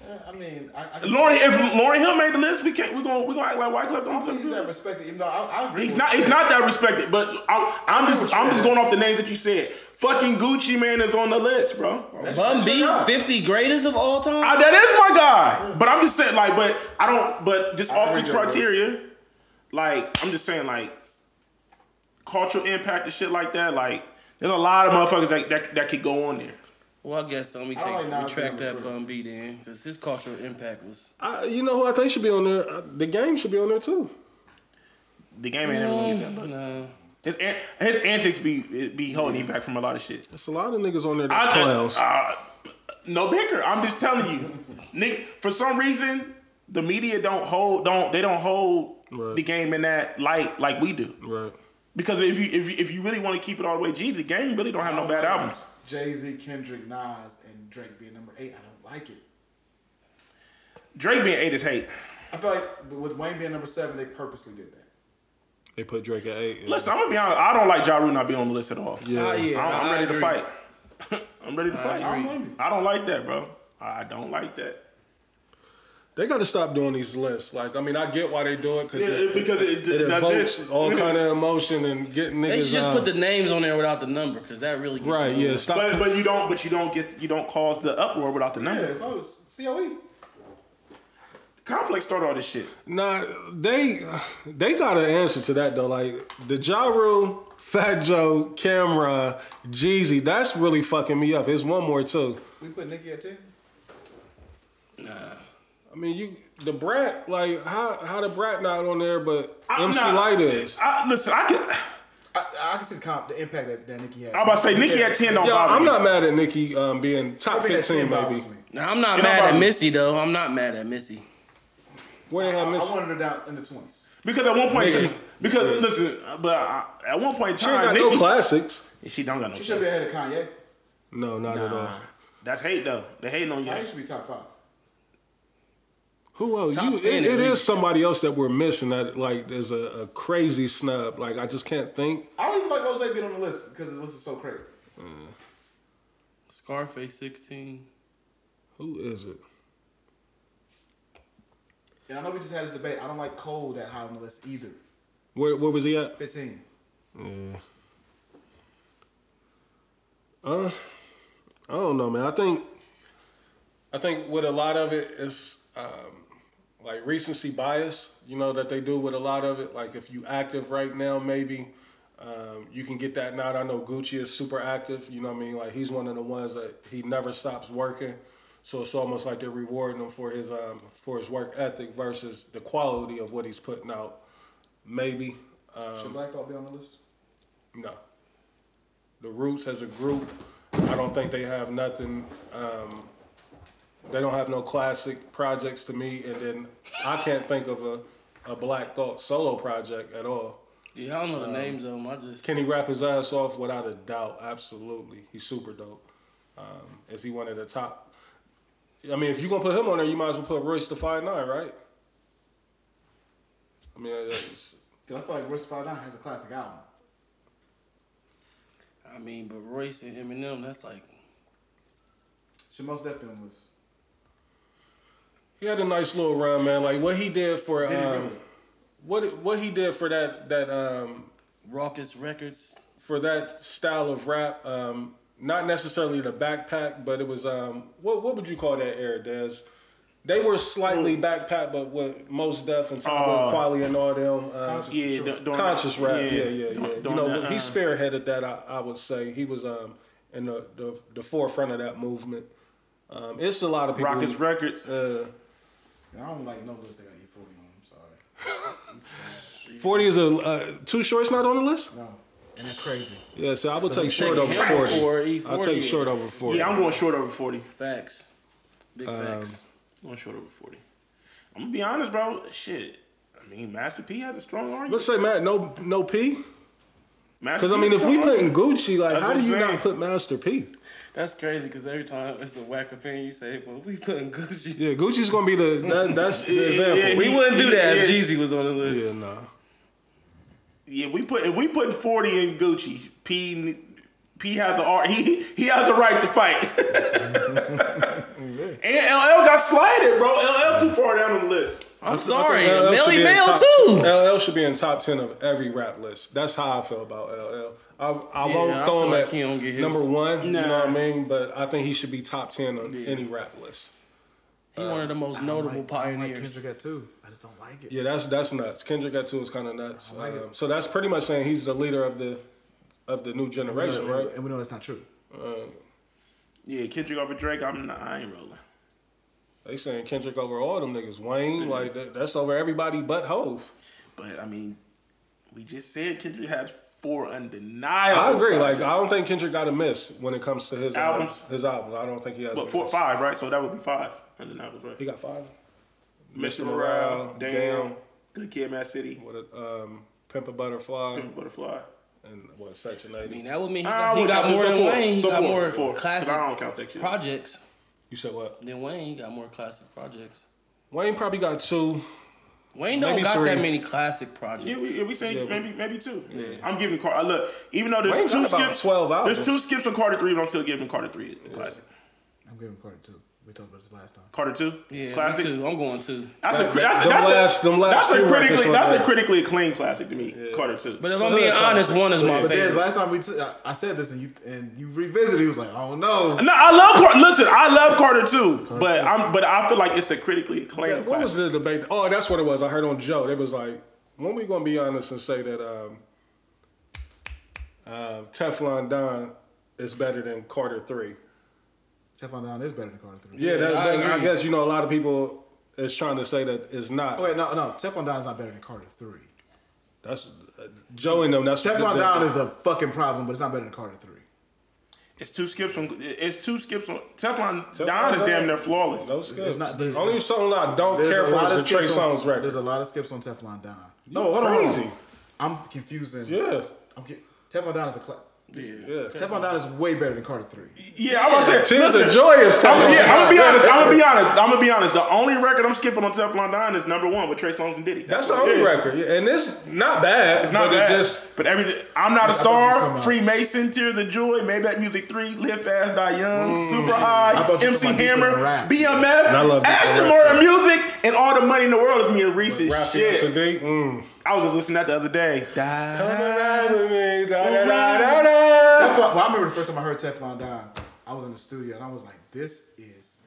B: Yeah, I mean, I, I
C: Lauren, if Lauren Hill made the list, we can't. We gonna we gonna act like Why Clef
B: I don't
C: don't.
B: think he's that respected, even though I, I agree
C: He's
B: with
C: not.
B: you.
C: He's not that respected. But I, I'm just. I'm just going off the names that you said. Fucking Gucci man is on the list, bro.
B: That's-
D: Bun
B: that's your
D: B,
B: guy.
D: 50 greatest of all time?
C: I, that is my guy. But I'm just saying, like, but I don't. But just
B: I
C: off
B: heard
C: the
B: you, bro.
C: criteria, like, I'm just saying, like, cultural impact and shit like that. Like, there's a lot of motherfuckers that that, that could go on there.
D: well, I guess let me
B: I
D: take
B: don't like Nas
D: retract
B: being on
D: that
B: Twitter.
D: Bun B then, because his cultural impact was.
A: I, you know who I think should be on there? Uh, The game should be on there too.
C: The game ain't ever gonna get that. Mm, look.
B: Mm.
D: Nah.
C: His an- his antics be be holding him back from a lot of shit.
A: It's a lot of niggas on there
C: I-
A: that's
C: I-
A: clowns.
C: uh, no bicker. I'm just telling you, nigga. For some reason, the media don't hold don't they don't hold
A: Right.
C: the game in that light like we do.
A: right.
C: Because if you if you, if you really want to keep it all the way G, the game really don't have no bad albums.
B: Jay Z, Kendrick, Nas, and Drake being number eight. I don't like it.
C: Drake being eight is hate.
B: I feel like with Wayne being number seven, they purposely did that.
A: They put Drake at eight. and-
C: Listen, I'm gonna be honest. I don't like Ja Rule not being on the list at all.
A: yeah.
D: Ah, yeah.
C: I'm, I'm
D: I- I
C: ready to
D: agree.
C: fight. I'm ready to fight.
B: I don't
C: I,
B: blame you.
C: don't like that, bro. I don't like that.
A: They got to stop doing these lists. Like, I mean, I get why they do it, cause
C: Yeah,
A: it,
C: because it-
A: it
C: that's
A: evokes
C: it.
A: all kind of emotion and getting niggas
D: They should just
A: out.
D: put the names on there without the number, because that really gets
A: uh, right.
D: you
A: Yeah,
D: over.
A: stop.
C: But but you don't but you don't get you don't cause the uproar without the
B: Yeah,
C: numbers.
B: so it's E. COE.
C: Complex started all this shit.
A: nah, they they got an answer to that though. Like the Ja Rule, Fat Joe, Camera, Jeezy. That's really fucking me up. It's one more too.
B: We put Nicki at 10.
A: I mean, you the brat. Like how how the brat not on there, but
C: I'm
A: MC
C: not-
A: Light is.
C: I, listen, I could.
B: I, I can see the, comp, the impact that, that Nicki had.
C: I'm about to say Nicki at ten don't
A: Yo,
C: bother
A: I'm
C: me.
A: not mad at Nicki um, being
B: I
A: top
B: think that
A: 15,
B: 10 bothers
A: baby.
B: me.
D: Now, I'm not
C: You know
D: mad
C: about
D: at
C: me.
D: Missy, though. I'm not mad at Missy.
A: Where they
B: I,
A: have
B: I
A: Miss?
B: wanted her down in the 20s.
C: because at one point,
A: Nigga.
C: because listen, but I, at one point in
A: She ain't
C: time,
A: got
C: Nicki,
A: no classics.
C: she don't got no.
B: She should be ahead of Kanye.
A: No, not at all.
C: Nah, that's hate though. They hating on you.
B: Kanye should be top five.
A: Who else?
D: Top
A: You,
D: 10
A: it,
D: at
A: it is
D: least.
A: somebody else that we're missing that like is a, a crazy snub. Like I just can't think.
B: I don't even like Rose being on the list because his list is so crazy.
D: Scarface 16.
A: Who is it?
B: And I know we just had this debate. I don't like Cole that high on the list either.
A: Where where was he at?
B: 15.
A: Uh, I don't know, man. I think I think with a lot of it is um, like recency bias. You know that they do with a lot of it. Like if you active right now, maybe. Um, you can get that nod. I know Gucci is super active. You know what I mean? Like he's one of the ones that he never stops working. So it's almost like they're rewarding him for his um, for his work ethic versus the quality of what he's putting out. Maybe
C: Um,
B: should Black Thought be on the list?
A: no. The Roots as a group, I don't think they have nothing. Um, they don't have no classic projects to me, and then I can't think of a, a Black Thought solo project at all.
D: Yeah, I don't know the names of them. I just.
A: Can he rap his ass off without a doubt? Absolutely. He's super dope. Um, is he one of the top? I mean, if you're gonna put him on there, you might as well put Royce the Five Nine, right? I mean, it's-
B: Because I feel like Royce 5'9 has a classic album.
D: I mean, but Royce and Eminem, that's like.
B: Should most definitely be on the list.
A: he had a nice little run, man. Like what he did for
B: Did he
A: um,
B: really?
A: what what he did for that that um,
D: Raucous Records.
A: for that style of rap. Um, not necessarily the backpack, but it was um, what what would you call that era, Des? They were slightly backpack, but with most Def and Tom
C: Oh.
A: Quali and all them uh,
B: Conscious.
C: Yeah,
B: Sure.
C: d- during
A: conscious
C: the,
A: rap. Yeah, yeah, yeah.
C: during-
A: you
C: during
A: know,
C: the,
A: he
C: uh,
A: spearheaded that. I, I would say he was um, in the, the the forefront of that movement. Um, it's a lot of people.
C: Rockets Records.
A: uh,
B: E And I don't like no list that got E40 on. I'm sorry.
A: Forty is a uh, too short's not on the list.
B: No, and that's crazy.
A: Yeah, so I would take short
D: taking
A: over
D: short
A: forty.
D: for E40,
A: I'll take
D: yeah.
A: short over forty.
C: Yeah, I'm going short over forty.
D: Facts. Big
A: Um,
D: facts.
C: I'm going short over forty. I'm gonna be honest, bro. Shit. I mean, Master P has a strong argument.
A: Let's say Matt, no, no P.
C: Master
A: Because I
C: P
A: mean,
C: has
A: if
C: a
A: we
C: strong
A: put in
C: argument.
A: Gucci, like,
C: That's
A: how
C: what
A: do
C: I'm
A: you
C: saying.
A: not put Master P?
D: That's crazy because every time it's a whack opinion you say, but we put in Gucci.
A: Yeah, Gucci's gonna be the that, that's the example.
C: yeah,
D: We wouldn't do that if
C: Yeah.
D: Jeezy was on the list.
A: Yeah, nah.
C: Yeah, if we put if we put forty in Gucci, P P has a art. He he has a right to fight.
D: Mm-hmm.
C: and LL got slided, bro. LL too far down on the list.
D: I'm
A: I
D: sorry.
A: think LL should
D: Melly
A: be in
D: Mel
A: top-
D: too.
A: LL should be in top ten of every rap list. That's how I feel about LL. I, I
D: Yeah,
A: won't throw
D: I feel
A: him
D: like
A: at
D: he don't get his-
A: number one. You know
C: Nah.
A: what I mean? But I think he should be top ten on any rap list.
D: He one of the most
B: I don't
D: notable
B: like, I don't like
D: pioneers.
B: Kendrick at two. I just don't like it.
A: Yeah, that's that's nuts. Kendrick got two is kind of nuts.
B: like it.
A: um, so that's pretty much saying he's the leader of the of the new
B: We know-
A: generation,
B: and,
A: right? Um,
B: and we know that's not true.
C: Yeah, Kendrick over Drake. I'm not, I ain't rolling.
A: They saying Kendrick over all them niggas. Wayne, like that, that's over everybody but Hove.
C: But I mean, we just said Kendrick has four
A: I
C: undeniable.
A: agree. Like
C: projects.
A: I don't think Kendrick got a miss when it comes to his
C: Albums.
A: albums. His albums. I don't think he has. a
C: but four
A: miss.
C: five right, so that would be five undeniables, right?
A: He got five.
C: Mr.
A: Mr.
C: Morale,
A: Morale,
C: damn,
A: Damn.
C: Good Kid, Mad City,
A: What a um, pimp a butterfly
C: Butterfly.
A: and what section eighty.
D: I mean, that would mean he
C: I
D: got, he
C: would
D: got
C: count-
D: more
C: so
D: than
C: four,
D: Wayne. He
C: so
D: got
C: four,
D: more
C: four, 'cause
D: classic
C: I don't count section.
D: projects
A: you said what?
D: than Wayne. He got more classic projects.
A: Wayne probably got two.
D: Wayne don't
A: Maybe
D: got
A: three.
D: that many classic projects.
C: Yeah, we, yeah, we say
A: Yeah,
C: maybe maybe two. I'm giving Carter. I Look, even though
A: Wayne
C: there's two
A: got about
C: skips,
A: 12 albums.
C: there's two skips on Carter three, but I'm still giving Carter three a classic.
B: I'm giving Carter two. We talked about this last time.
C: Carter two,
D: Yeah, me
C: classic.
D: too. I'm going to.
C: That's a
A: That-
C: that's a,
A: them
C: that's,
A: last-
C: a,
A: them last
C: that's a
A: few records
C: critically
A: right
C: that's a
A: there.
C: critically acclaimed classic to me. Carter two.
D: But if
A: So uh,
D: I'm
A: hood
D: being honest,
A: classic.
D: one is my
B: But then
D: favorite.
B: last time we, t- I I said this and you and you revisited. He was like, "Oh no."
C: no, I love Carter. Listen, I love Carter too, but I'm but I feel like it's a critically acclaimed
A: What was
C: classic.
A: the debate? Oh, that's what it was. I heard on Joe. They was like, when we gonna be honest and say that um, uh, Teflon Don is better than Carter Three?
B: Teflon Down is better than Carter three.
A: Yeah, that,
D: I
A: that- I,
D: agree.
A: guess you know a lot of people is trying to say that it's not.
B: Oh, wait, no, no. Teflon Down is not better than Carter three.
A: That's uh, Joe and them. That's
B: Teflon
A: that-
B: Down is a fucking problem, but it's not better than Carter three.
C: It's two skips on. It's two skips on. Teflon,
A: Teflon
C: Don is
A: Don.
C: damn near flawless.
A: No skips.
B: It's not- but it's-
A: Only something I don't care for is the Trey
B: skips on,
A: Songz record.
B: There's a lot of skips on Teflon Down. No, hold on, hold
A: crazy.
B: on. I'm confusing.
A: yeah,
B: I'm ki- Teflon Down is a cla-
A: yeah.
B: Teflon Down is way better than Carter three.
C: Yeah, I'm gonna say.
A: Tears
C: Listen,
A: of joy is
C: I'm,
A: Teflon
C: yeah, I'm gonna be
A: Don.
C: honest. I'm gonna be honest. I'm gonna be honest. The only record I'm skipping on Teflon Don is number one with Trey Songz and Diddy.
A: That's the
C: what it
A: only
C: is.
A: record, Yeah, and it's not bad.
C: It's not
A: but
C: bad.
A: It just
C: but every I'm not a
B: you were talking
C: star.
B: about-
C: Freemason, Tears of Joy, Maybach Music Three, Live Fast, Die Young, Super High,
B: Mm. thought you were
C: MC
B: talking about
C: Hammer,
B: deeper rap.
C: BMF,
A: And I love
C: Ashton
A: deeper
C: Martin
A: rap.
C: Music, and all the money in the world is me and Reese's
A: Rafi
C: shit.
A: Sadiq. Mm.
C: I was just listening to that the other day.
B: Teflon, well, I remember the first time I heard Teflon Don, I was in the studio and I was like, "This is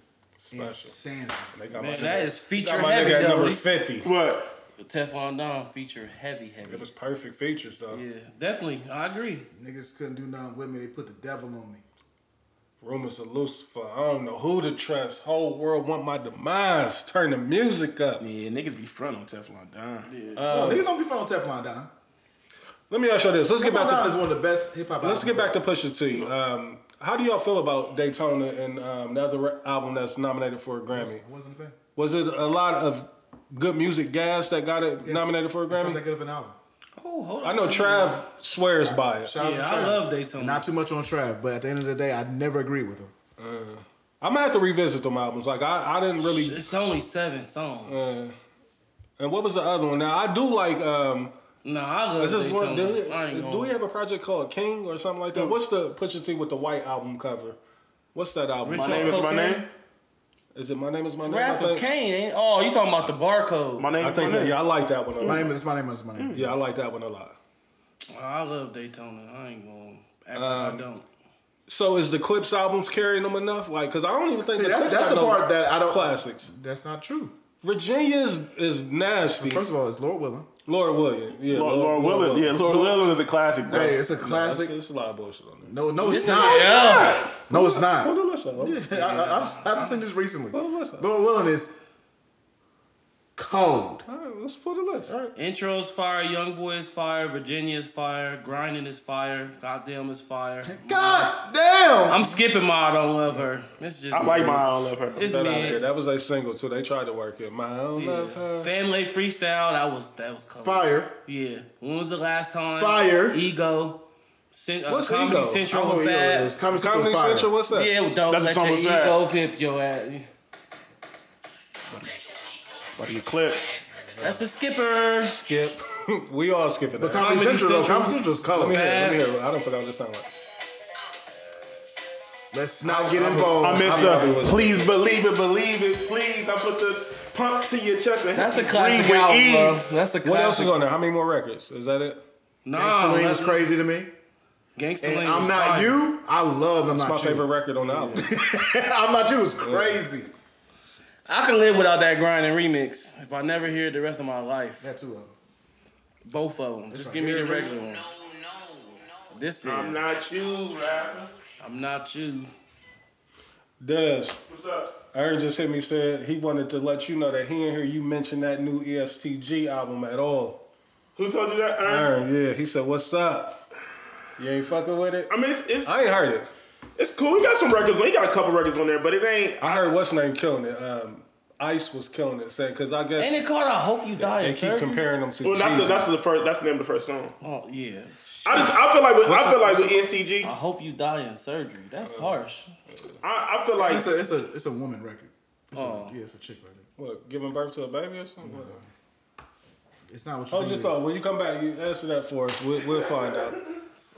B: insanity."
A: They got my
D: Man,
A: nigga-
D: that is
A: they got
D: feature
A: my
D: heavy
A: nigga at
D: though.
A: number
D: He's-
A: fifty.
C: What?
D: Teflon Don feature heavy, heavy.
A: It was perfect features though.
D: yeah, definitely. I agree.
B: Niggas couldn't do nothing with me. They put the devil on me.
A: Rumors of Lucifer. I don't know who to trust. Whole world want my demise. Turn the music up.
C: Yeah, niggas be front on Teflon Don.
A: Uh,
B: no, niggas don't be fun on Teflon Don.
A: Let me ask you this. Let's get
B: Teflon
A: back
B: Don is
A: to
B: one of the best hip hop.
A: let's get back to Pusha T. Um, how do y'all feel about Daytona and um, the other album that's nominated for a Grammy?
B: I wasn't a fan.
A: Was it a lot of good music gas that got it
B: Yes.
A: nominated for a
B: It's Not that
A: Grammy?
B: good of an album.
D: Oh, hold on.
A: I know Trav swears by it.
B: Shout
D: Yeah,
B: out to
D: I
B: Trav.
D: love Daytona.
B: Not too much on Trav, but at the end of the day, I never agree with him.
A: I'm gonna have to revisit them albums. Like I, I didn't really. Uh,
D: It's only seven songs.
A: Um, And what was the other one? Now I do like. um
D: nah, I love
A: Is this
D: Daytona.
A: one? Do,
D: I ain't gonna.
A: do we have a project called King or something like that? What's the Pusha T with the white album cover? What's that album?
D: Rich
C: My name is my
D: Cocaine?
C: name.
A: Is it My Name Is My Name? I
D: Wrath of
A: think,
D: Cain. Ain't, oh, you talking about the barcode?
C: My name.
A: I
C: is
A: think
C: my
A: that,
C: name.
A: yeah, I like that one. A
B: My
A: lot.
B: name is my name is my name.
A: Yeah, I like that one a lot.
D: I love Daytona. I ain't gonna. Act like I don't.
A: So is the Clips albums carrying them enough? Like, cause I don't even think
B: See,
A: the
B: that's
A: Clips
B: that's
A: got
B: the
A: no
B: part that I don't.
A: classics.
B: That's not true.
A: Virginia is, is nasty.
B: First of all, it's Lord willing.
A: Laura Williams, yeah,
C: Lord, Lord Willard. Yeah, Lord Willard is a classic, bro.
B: Hey, it's a
A: That's,
B: classic.
A: it's a lot of bullshit on there.
B: No, no, it's
D: Yeah.
B: not. No, it's
A: Hold
B: not.
A: on, listen.
B: I, I, I've, I've seen this recently.
A: Well, listen.
B: Lord willing is cold.
A: All right, let's put a list. All right.
D: Intro's fire, Young Boy is fire, Virginia is fire, Grinding is fire, Goddamn is fire.
B: God damn.
D: I'm skipping my I don't love her. It's just
C: I like my I don't love her.
D: It's
A: That, out here.
D: me.
A: that was a single too. They tried to work it. My own love her.
D: Family freestyle. That was that was cool.
B: Fire.
D: Yeah. When was the last time?
B: Fire.
D: Ego. Cen- uh,
A: What's
D: Comedy
A: Ego?
B: I
D: Central
B: don't
D: was
B: know what it
D: that.
B: is. Comedy Central
A: Comedy
B: is fire.
A: Central, what's that?
D: Yeah, don't
C: That's the song
D: let your
C: with that.
D: ego pimp your ass.
C: What are you clip?
D: That's the skipper.
A: Skip. we all skipping
B: But
A: that.
B: Comedy,
D: Comedy
B: Central, though,
D: Central.
B: Comedy Central is
A: Let me
B: color.
A: hear it. Let me hear it. I don't forgot what this sound like.
B: Let's not get involved.
C: I missed
A: probably
C: the
A: was-
C: please believe it, believe it, please. I put the pump to your chest and
D: That's a
C: hit you
D: classic
C: green with
D: album, bro.
C: ease.
D: That's a classic.
A: What else is on there? How many more records? Is that it?
D: Nah,
B: Gangsta Lean was
D: let-
B: crazy to me.
D: Gangsta
B: And
D: Lean
B: I'm
D: was
B: not
D: fire.
B: you. I love I'm
A: It's
B: not
A: my
B: you.
A: favorite record on the album.
B: I'm not you is crazy.
D: I can live without that grinding remix if I never hear it the rest of my life.
B: Had two of them.
D: Both of them. Just
B: right
D: give me
B: here.
D: the regular one. This is
C: I'm
D: I'm not,
C: not you, rapper.
D: you.
A: Does
C: What's up?
A: Aaron just hit me said he wanted to let you know that he didn't hear you mention that new E ESTG album at all.
C: Who told you that? Aaron?
A: Aaron, yeah, he said, "What's up? You ain't fucking with it."
C: I mean, it's it's,
A: I ain't heard it.
C: it's cool. He got some records. He got a couple records on there, but it ain't.
A: I heard what's name killing it. Um, Ice was killing it, saying because I guess
D: Ain't it called I Hope You Die
A: they
D: in
A: keep
D: Turkey?
A: comparing them to.
C: Well, that's the,
A: Jesus.
C: that's the first. That's the name of the first song.
D: Oh yeah.
C: I just I feel like with, I
A: What's
C: feel
A: the-
C: like with E
D: I
C: ESTG,
D: hope you die in surgery. That's harsh.
C: I, I feel like
B: It's a it's a it's a woman record. It's
D: Oh.
B: a, yeah, it's a chick record.
A: what giving birth to a baby or something. What?
B: It's not what you
A: Hold
B: think.
A: your
B: it is.
A: thought. When you come back, you answer that for us. We'll, we'll find out.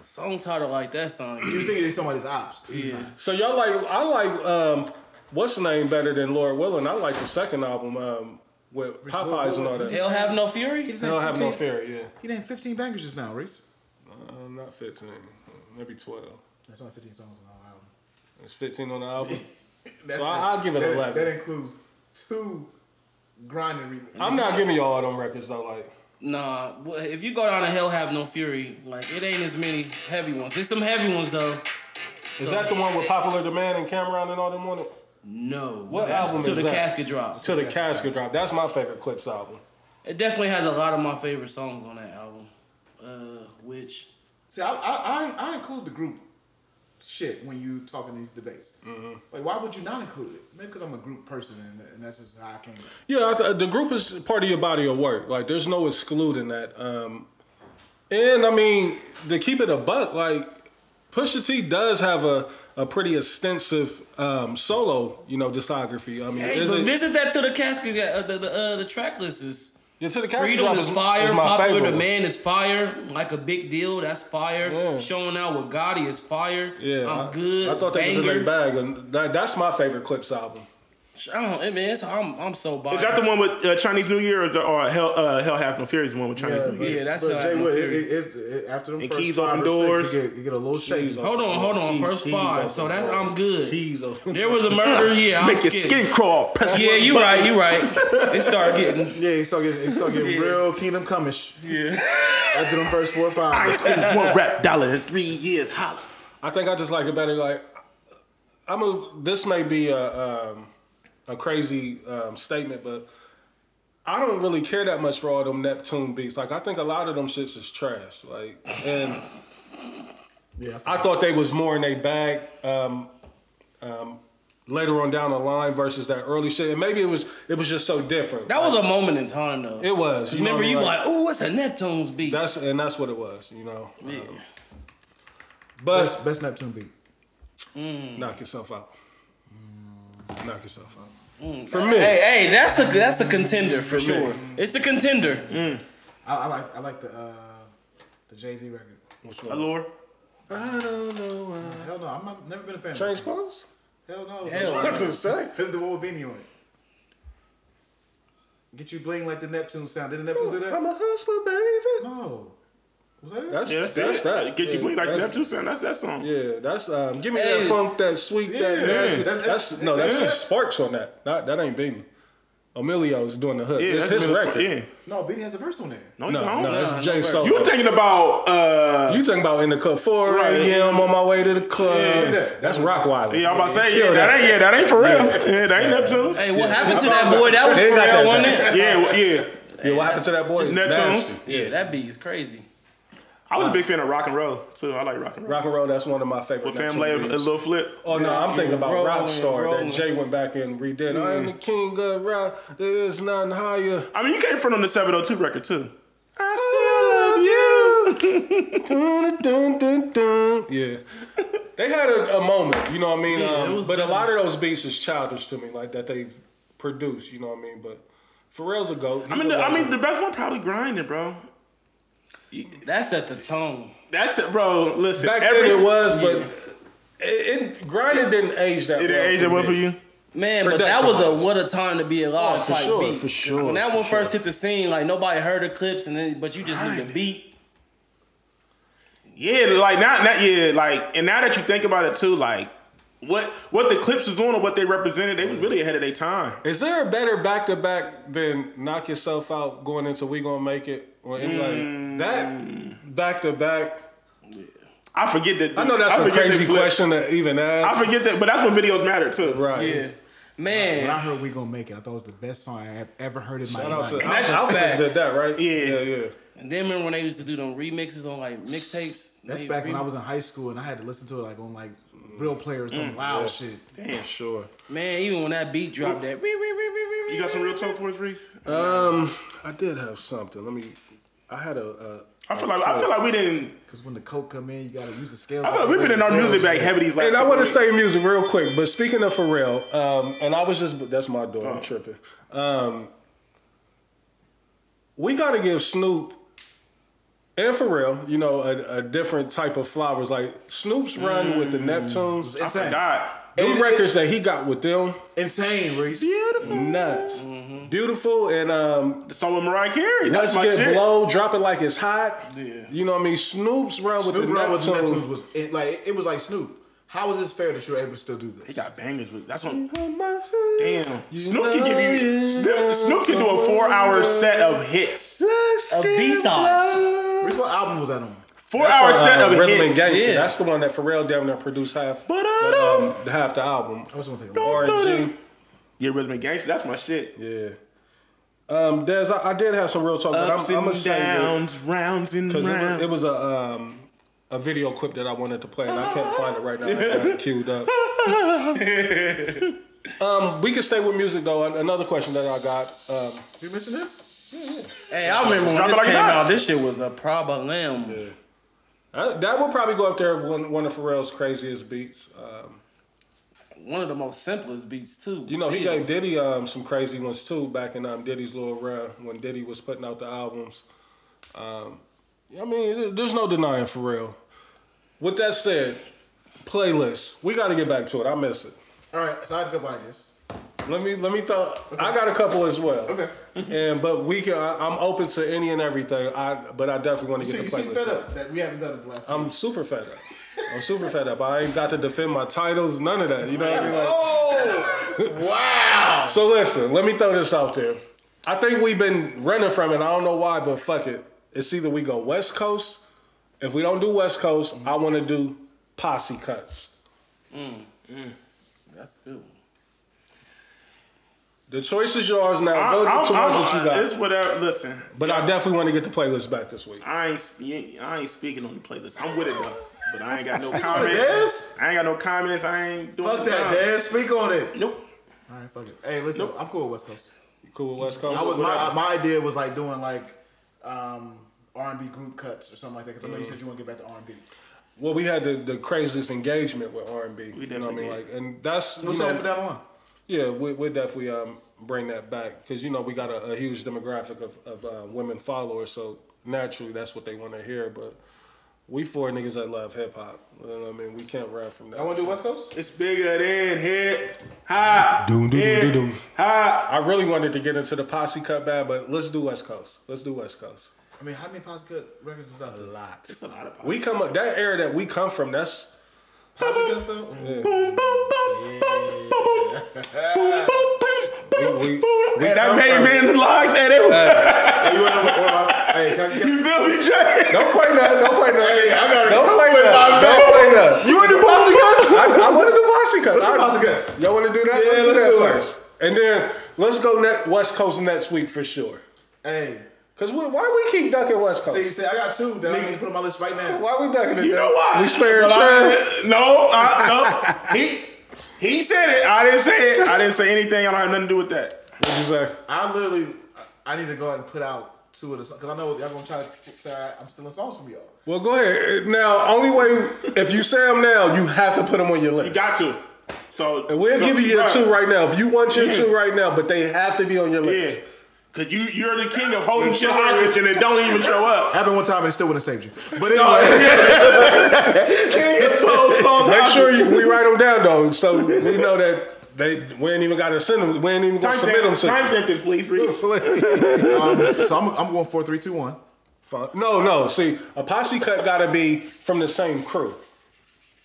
D: Song title like that song.
B: You think it is somebody's ops? He's
D: Yeah.
B: not.
A: So y'all like I like um, what's the name better than Laura Willing? I like the second album um, with Popeyes and all
B: Willin'.
A: that.
D: They'll have no fury.
B: He just
A: I
B: ain't
A: don't have no
B: 15
A: fear. Yeah,
B: He named 15 bangers just now, Reese.
A: Uh, not fifteen, maybe twelve.
B: That's not 15 songs on the whole album.
A: It's fifteen on the album.
B: That-
A: So I- I'll give it
B: that,
A: 11.
B: That includes two grinding remixes.
A: I'm not giving y'all all them records though. Like
D: Nah, well, if you go down to Hell Have No Fury, like it ain't as many heavy ones. There's some heavy ones though.
A: Is that the one with Popular Demand and Cameron and all them on it?
D: No.
A: What
D: That's
A: album
D: To
A: is
D: the
A: that?
D: casket drop.
A: To the Casket Drop. That's my favorite Clips album.
D: It definitely has a lot of my favorite songs on that album. Uh, which
B: See, I, I, I, I include the group shit when you talk in these debates. Like, why would you not include it? Maybe because I'm a group person and, and that's just how I came. up.
A: Yeah, I th- the group is part of your body of work. Like, there's no excluding that. Um, and I mean, to keep it a buck, like Pusha T does have a, a pretty extensive um, solo, you know, discography. I mean,
D: hey,
A: is
D: but
A: it-
D: visit that to the casket. Uh, the the, uh, the track list is.
A: yeah, to the Casket
D: Freedom
A: Drop
D: is fire.
A: is my
D: Popular
A: favorite one.
D: demand is fire. Like a big deal, that's fire.
A: Yeah.
D: Showing out with Gotti is fire.
A: Yeah,
D: I'm
A: I-
D: good.
A: I thought that was in
D: Banger.
A: their bag, and that, that's my favorite Clips album.
D: I don't, I mean, it's, I'm, I'm so
C: is
D: biased.
C: that the one with uh, Chinese New Year or, is it- or Hell uh, Hell Hath No Fury is the one with Chinese New
B: but-
C: Year?
D: Yeah, that's
B: but
D: how I
B: Jay
D: do
B: Wood.
D: too.
B: It, it, it, it, after them
C: And
B: first
C: keys
B: five
C: open
B: or
C: doors.
B: Six, you, get, you get a little shaky.
A: open
D: Hold on, hold on.
A: Keys,
D: First
A: keys
D: five.
A: off
D: So
A: the
D: that's
A: walls.
D: I'm good.
A: Keys off-
D: There was a murder. Yeah, I'm
C: Make your
D: skipped.
C: skin crawl. Press
D: Yeah,
C: one
D: you
C: button.
D: right. You right. It start getting.
B: Yeah, he start getting, he start getting
D: Yeah.
B: real Kingdom Comish. Yeah. After them first four or five.
C: I spent one rap dollar in three years. Holla.
A: I think I just like it better. Like, I'm a. This may be a um, a crazy um, statement, but I don't really care that much for all them Neptune beats. Like, I think a lot of them shits is trash. Like, and
B: Yeah,
A: I thought they was more in a bag. Um, um, later on down the line versus that early shit, and maybe it was it was just so different.
D: That was a moment in time though.
A: it was. know
D: Remember,
A: what I
D: you
A: mean?
D: like, ooh, it's a Neptune's beat.
A: that's and that's what it was. You know,
D: yeah.
A: Um,
B: best,
A: but
B: best Neptune beat.
A: knock yourself out. Knock yourself out.
C: Mm.
A: For me,
D: Hey, hey, that's a that's a contender for sure. It's a contender.
A: Mm.
B: I, I like I like the uh, the Jay Z record.
A: Which one?
C: Allure.
A: I don't know. Why.
B: Hell no, I'm not, never been a fan.
A: Change
B: of
A: clothes?
B: this. Hell no.
D: Hell
B: Hell
A: to say.
B: the what would be on it? Get you bling like the Neptune sound. Did the Neptune do that?
A: I'm a hustler, baby.
B: No. Was that it?
A: That's
C: Yeah, that's,
A: that's
C: it.
A: that.
C: Get you
A: yeah,
C: bleed like
A: that's-
C: Neptune sound. That's that song.
A: Yeah, that's um. Give me
D: Hey.
A: that funk, that sweet,
B: Yeah,
A: that nasty.
B: that- that-
A: that's no, that's
B: that-
A: just sparks on that. That that ain't beating. Emilio's doing the hook.
C: Yeah,
A: it's
C: that's
A: his
C: middle
A: record.
C: school. Yeah.
B: No, Benny has a verse on there.
C: No, you
A: No,
C: don't.
A: no,
D: Nah,
A: that's Jay
D: no
A: Solo.
C: You thinking about uh
A: You talking about in the club 4 a.m. on my way to the club.
B: yeah.
A: That's Rockwilder.
C: yeah, I'm about to say,
A: Kill
C: yeah, that ain't yeah, that ain't for real. Yeah, that ain't Neptune.
D: Hey, what happened to that boy? That was
A: They got
D: for
A: that
D: real, wasn't
A: back.
D: it?
C: Yeah, well, yeah.
A: Yeah, what happened to that boy?
C: Just Neptunes.
A: Nasty.
D: Yeah, that beat is crazy.
C: I was a big fan of rock and roll too. I like rock and roll.
A: Rock and roll, that's one of my favorite.
C: With Fam
A: Neptune
C: Lay and
A: beats.
C: Lil Flip.
A: Oh no, I'm thinking about
D: Rolling,
A: Rockstar
D: rolling.
A: that Jay went back and redid. I am the king of rock. There is none higher.
C: I mean, you came from the 702 record too.
A: I still love you. dun, dun, dun, dun. Yeah. They had a, a moment, you know what I mean?
D: Yeah, it
A: um,
D: was-
A: but a lot of those beats is childish to me, like that they produced, you know what I mean? But Pharrell's a goat.
C: I mean, the, I mean, the best one probably grinding, bro.
D: That's at the tone.
C: That's it, bro. Listen,
A: back
C: every
A: then it was, but it, it grinding didn't age that well.
C: it didn't age that well
A: me.
C: for you.
D: Man, but that was a
A: Production-wise.
D: what a time to be alive.
A: Oh, for
D: type
A: sure,
D: beat.
A: for
D: 'Cause
A: sure,
D: When that
A: for
D: one first
A: sure.
D: hit the scene, like nobody heard the clips, and then but you just knew the
C: Right.
D: beat.
C: Yeah, like now, now, yeah, like, and now that you think about it too, like, what what the clips was on and what they represented, they was really ahead of their time.
A: Is there a better back to back than knock yourself out going into we gonna make it or any like
C: Mm.
A: that back to back?
C: I forget that.
A: I know that's a
C: forget
A: crazy
C: that Flip-
A: question to even ask.
C: I forget that, but that's when videos matter too.
A: right.
D: Yeah,
B: When I
D: man.
B: heard "We Gonna Make It," I thought it was the best song I have ever heard in my
A: Shout out
B: life.
A: to
D: that's
A: Alpha-
D: just
A: Alphas
D: facts.
A: did that, right?
C: Yeah.
A: yeah, yeah.
D: And then remember when they used to do them remixes on like mixtapes?
B: That's
D: They
B: back when
D: rem-
B: I was in high school and I had to listen to it like on like real player or some
C: Mm,
B: loud shit.
A: Damn, sure.
D: Man, even when that beat dropped, that
C: You got some real talk for us, Reese?
A: Um, I did have something. Let me. I had a. Uh,
C: I feel like I feel like we didn't.
B: Because when the coke come in, you gotta use the scale.
C: I feel like we've been in our music bag heavy these last.
A: and I
C: couple
A: want to
C: weeks.
A: say music real quick, but speaking of Pharrell, um, and I was just that's my door. I'm tripping. Um, we got to give Snoop and Pharrell, you know, a, a different type of flowers. Like Snoop's run with the Neptunes,
C: I
B: Insane.
C: forgot.
A: them
B: it- it-
A: records that he got with them,
B: Insane, Reese.
A: nuts, beautiful, and um,
C: The song with Mariah Carey.
A: let's
C: That's my
A: get
C: shit.
A: blow, drop it like it's hot.
D: Yeah.
A: You know what I mean? Snoop's run with
B: Snoop
A: the
B: Dogg was
A: Neptunes.
B: Neptunes was it, like it- it was like Snoop. How is this fair that you're able to still do
C: He
B: this?
C: got bangers with. That's what.
A: Damn.
C: Damn. Snoop can give you. Snoop, Snoop can do a four-hour set of hits.
D: Of B-sides.
B: Reese, what album was that on?
C: Four-hour set of
A: uh, Rhythm and
C: hits.
A: Gangsta.
D: Yeah.
A: That's the one that Pharrell damn near produced half, um,
C: Ba-da-dum.
A: half the album.
B: I just want to take a look.
A: RNG.
C: Yeah, rhythm and gangster. That's my shit.
A: Yeah. Um, Des, I, I did have some real talk, but
C: Ups
A: I'm, I'm gonna
C: and
A: say that
C: downs, rounds and
A: because it, was-
C: rounds.
A: it was a um, a video clip that I wanted to play, and I can't find it right now. I got it queued up. um, we can stay with music though. An- Another question that I got. Um,
B: You mentioned this?
D: hey, I remember when
C: Drop it
D: this
C: like
D: came
C: it's hot.
D: out. This shit was a problem.
A: I- that will probably go up there with one, one of Pharrell's craziest beats. Um,
D: One of the most simplest beats too.
A: you know, he
D: Still.
A: gave Diddy um, some crazy ones too back in um, Diddy's little run when Diddy was putting out the albums. Um, I mean, th- there's no denying Pharrell. With that said, playlist. We got to get back to it. I miss it.
B: All right, so I had to go buy this.
A: Let me let me throw. I got a couple as well.
B: Okay.
A: And but we can. I, I'm open to any and everything. I but I definitely want to
B: So
A: get
B: you
A: the
B: seem
A: playlist.
B: fed
A: back.
B: up that we haven't done it the last
A: I'm
B: week.
A: super fed up. I'm super fed up. I ain't got to defend my titles, none of that. You know what I mean? Like-
B: Oh! wow!
A: So listen, let me throw this out there. I think we've been running from it. I don't know why, but fuck it. It's either we go West Coast. If we don't do West Coast, I want to do posse cuts.
D: That's a good. one.
A: The choice is yours now.
C: I-
A: go to
C: I'm-
A: the ones that you
C: I'm-
A: got.
C: It's whatever. Listen,
A: but I definitely want to get the playlist back this week.
C: I ain't spe- I ain't speaking on the playlist. I'm with it though, but I ain't got no
B: on it,
C: comments. I ain't got no comments. I ain't doing
B: Fuck
C: the
B: that,
C: time.
B: Dad. Speak on it.
C: Nope.
B: All right, fuck it. Hey, listen, I'm cool with West Coast.
A: Cool with West Coast.
B: I was,
A: Whatever.
B: my, my idea was like doing like um, R&B group cuts or something like that because I know you said you want to get back to R&B.
A: well, we had the, the craziest engagement with R and B. You know what I
C: definitely
A: mean?
C: did.
A: Like, and that's
B: We'll
A: you
B: set
A: know,
B: it for that one.
A: yeah, we, we'll definitely um, bring that back because you know we got a, a huge demographic of, of uh, women followers, so naturally that's what they want to hear. But we four niggas that love hip hop. You know what I mean, we can't rap from that.
B: I want to do West Coast.
C: It's bigger than hip hop.
A: Doom, doom,
C: Hip
A: doom, doom.
C: hop.
A: I really wanted to get into the posse cut bad, but let's do West Coast. Let's do West Coast.
B: I mean, how many Posse Cut records is out there?
A: lot.
C: It's a lot of pop.
A: We come up that era that we come from. That's
B: Posse Cut stuff? Mm.
C: boom boom boom boom boom boom boom boom boom
A: we,
B: Hey,
A: come
B: that made
A: from-
B: me.
C: Man, the logs, hey, they was.
B: Hey, you wanna know what- what about- hey, can I- can I-
C: You feel me, Jay?
A: Don't play that. Don't play that.
B: Hey, I gotta
A: Don't
B: come
A: play
B: with
A: that.
B: my
A: Don't
B: man.
A: play that.
C: You in the bossy cuts?
A: I, I want to do Bossy Cuts.
B: Let's do
A: I-
B: Bossy Cuts.
A: Y'all want to do that?
B: Yeah,
A: let's, do
B: let's do it.
A: that first. And then let's go net West Coast next week for sure.
B: Hey,
A: Cause we, why we keep ducking West Coast?
B: see, see, I got two that I need to put on my list right now.
A: why we ducking it?
C: You
A: dude?
C: know why?
A: We sparing
C: But I-
A: trash.
C: No, I, no. He he said it. I didn't say it. I didn't say anything. I don't have nothing to do with that.
A: What'd you say?
B: I literally, I I need to go ahead and put out two of the songs because I know y'all gonna try to say I- I'm stealing songs from y'all.
A: Well, go ahead. Now, only way if you say them now, you have to put them on your list.
C: You got to. So
A: And we'll
C: so-
A: give you your
C: bruh,
A: two right now. If you want your
C: Yeah.
A: two right now, but they have to be on your
C: Yeah.
A: list.
C: Cause you you're the king of holding
A: The
C: shit
A: choice.
C: hostage and it don't even show up.
B: Happened one time and it still wouldn't have saved you. But anyway,
A: Make sure you, we write them down though, so we know that they we ain't even got to send them. We ain't even gonna submit them
C: Timestamp
A: to.
C: timestamp this, please, Reese.
B: um, so I'm, I'm going four, three, two, one.
A: Fine. No, no. See, a posse cut gotta be from the same crew.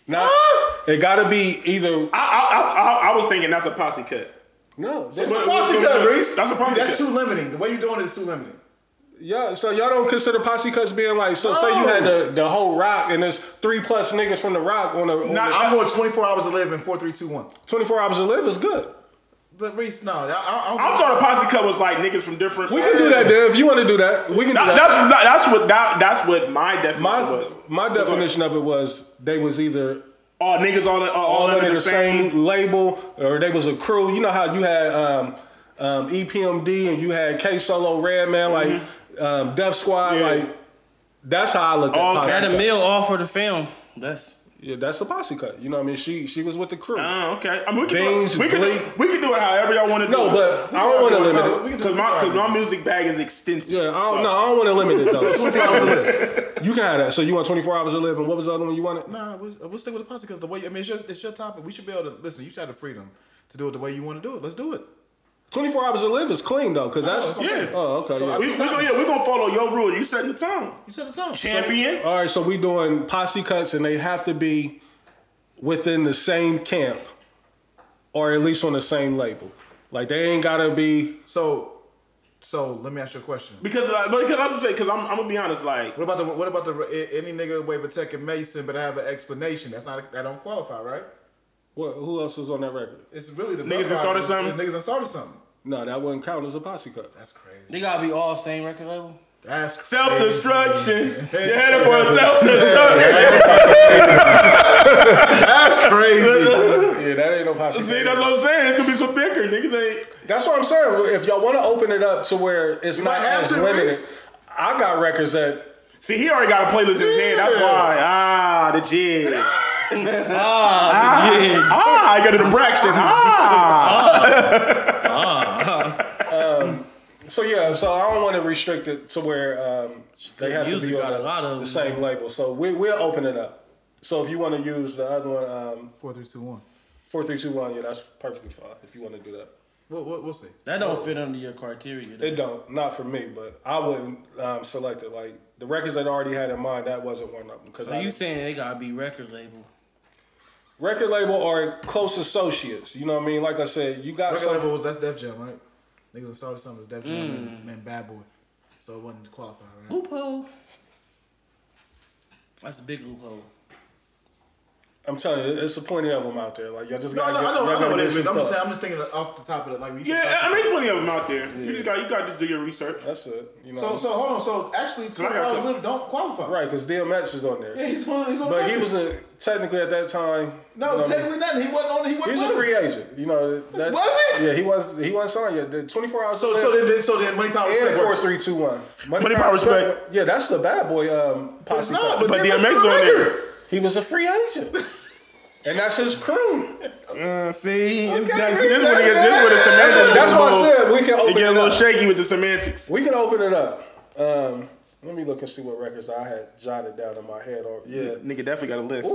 A: Not it gotta be either.
C: I, I, I, I was thinking that's a posse cut.
A: No,
B: It's
A: that's-
B: a posse cut, Reese.
C: That's a posse
B: That's
C: cut.
B: too limiting. The way you're doing it is too limiting.
A: yeah. So y'all don't consider posse cuts being like. So say you had the, the whole rock and there's three plus niggas from the rock on a. on
C: Nah,
A: a-
B: I'm going 24 hours to live in four, three, two, one.
A: 24 hours to live is good.
B: But Reese, no, I, I, I
C: I
B: don't.
C: thought a posse cut was like niggas from different.
A: We can do that, Dan. If you want to do that, we can do
C: Nah,
A: that.
C: that's not, that's what that, that's what my definition
A: my
C: was.
A: my definition of it was they was either
C: All niggas all all, all
A: all
C: under the same.
A: label or they was a crew. You know how you had um, um, EPMD and you had K Solo Redman, like um, Def Squad,
C: Mm-hmm. Yeah.
A: like that's how I look at
C: All
A: posse
C: kind
D: Had
A: cut.
D: a meal offered the film. That's
A: Yeah, that's the posse cut. You know what I mean? She she was with the crew.
C: Oh, okay. I mean, we can,
A: Beans,
C: do, we, can do,
A: Glee.
C: we can do it however y'all want to do
A: no,
C: it.
A: but I don't want to
B: no, we
A: limit it.
B: can do
C: because my because my
B: Alright.
C: music bag is extensive.
A: Yeah, I
C: so-
A: don't, no, I don't want to limit it though.
B: 24 hours to live.
A: you can have that. So you want 24 hours to live, and what was the other one you wanted?
B: Nah, we'll, we'll stick with the posse because the way I mean, it's your, it's your topic. We should be able to listen. You should have the freedom to do it the way you want to do it. Let's do it.
A: 24 hours to live is clean though, because that's
B: that's what I'm saying.
A: Oh, okay.
B: So
A: yeah.
B: I-
C: we we gonna yeah, we gonna follow your rule. You setting the tone,
B: You said the tone.
C: champion.
A: All right, so we doing posse cuts, and they have to be within the same camp, or at least on the same label. Like they ain't gotta be.
B: So, so let me ask you a question.
C: because like, but because I was gonna say because I'm, I'm gonna be honest like
B: What about the what about the a- any nigga waiver tech and Mason, but I have an explanation. That's not that don't qualify, right?
A: What, who else was on that record?
B: It's really the
C: Niggas that started something?
B: Niggas that started something.
A: No, that wouldn't count as a posse cut.
B: That's crazy.
D: they gotta be all same record label.
B: That's crazy.
C: self destruction. You're headed for self destruction.
B: That's crazy.
A: Yeah, that ain't no posse.
C: See, that's what I'm saying. It's gonna be some bicker. Niggas ain't.
A: That's what I'm saying. If y'all want to open it up to where it's not
B: might have
A: as
B: to,
A: limited,
B: Reese.
A: I got records that
C: See, he already got a playlist in his hand. That's
B: Yeah.
C: why. Ah, the jig.
D: Ah, the jig.
C: Ah, I got it to Braxton. Ah.
A: So yeah, so I don't want to restrict it to where um, they have to
D: music
A: be on
D: got
A: the,
D: a lot of
A: the
D: them,
A: same label. So we we'll open it up. So if you want to use the other one, um,
B: Four, three, two, one.
A: four three two one, yeah, that's perfectly fine. If you want to do that,
B: We'll, we'll, we'll see.
D: That don't fit under your criteria.
A: it
D: though.
A: don't not for me, but I wouldn't um, select it. Like the records that I already had in mind, that wasn't one of them because
D: So you saying they gotta be record label?
A: record label or close associates. You know what I mean? Like I said, you got
B: Record
A: some.
B: label was that's Def Jam, right? Niggas that started something was Def Jam
A: Mm.
B: and, and Bad Boy, so it wasn't qualified, right?
D: Loophole. That's a big loophole.
A: I'm telling you, it's a plenty of them out there. Like y'all just
B: No,
A: gotta
B: no,
A: get,
B: I
A: y'all
B: know, I know
A: gotta
B: what it
A: get
B: is.
A: some
B: I'm just
A: thought.
B: saying, I'm just thinking off the top of it, like we.
C: Yeah, I mean, there's plenty of them out there. You just got you got to just do your research.
A: That's it. You know,
B: So, so hold on. So actually, two
C: I got
B: hours
C: you.
B: live don't qualify.
A: right? Because DMX is on there.
B: Yeah, he's on. He's on.
A: But
B: the
A: he
B: record.
A: was a technically at that time. you know what I
B: No,
A: mean?
B: technically nothing. He wasn't on. He
A: He
B: wasn't.
A: was a
B: on it.
A: free agent. You know that,
B: Was he?
A: Yeah, he was. He wasn't signed yet. The twenty four hours.
B: So, so then, then, so then, money power
A: and
B: respect
A: four
B: works.
A: three two one.
C: Money Power Respect.
A: Yeah, that's the bad boy. Um,
B: But it's
A: posse
B: not.
A: cut.
B: But,
C: But
B: DMX is
C: DMX
B: on
C: on
B: there.
C: there.
A: he was a free agent, and that's his crew.
C: Uh, see, it's-
B: Okay,
C: that's- this
B: yeah,
C: one, is- this one is
B: yeah,
C: semantics.
A: That's why I said we can
C: It
A: open
C: get a
A: it
C: little
A: up.
C: shaky with the semantics.
A: we can open it up. Um, let me look and see what records I had jotted down in my head. Or yeah,
C: Nigga definitely got a list.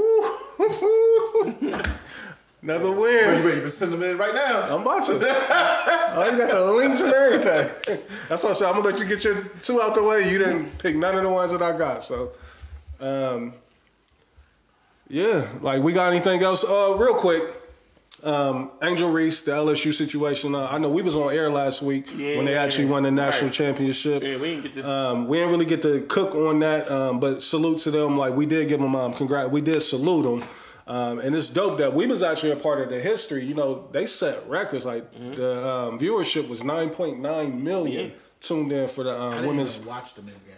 A: another win.
B: You ready to send them in right now?
A: I'm about to. I ain't got the links and everything. That's why I said I'm gonna let you get your two out the way. You didn't pick none of the ones that I got. So, um, yeah. Like we got anything else? Uh, real quick. um, Angel Reese, the LSU situation. Uh, I know we was on air last week when they
C: Yeah.
A: actually won the national
C: Right.
A: championship.
C: Yeah, we didn't get to.
A: Um, we didn't really get to cook on that, um, but salute to them. Like we did give them, um, congrat. We did salute them, um, and it's dope that we was actually a part of the history. You know, they set records. Like the um, viewership was nine point nine million
C: Yeah.
A: tuned in for the um,
B: I didn't
A: women's.
B: even watch the men's game.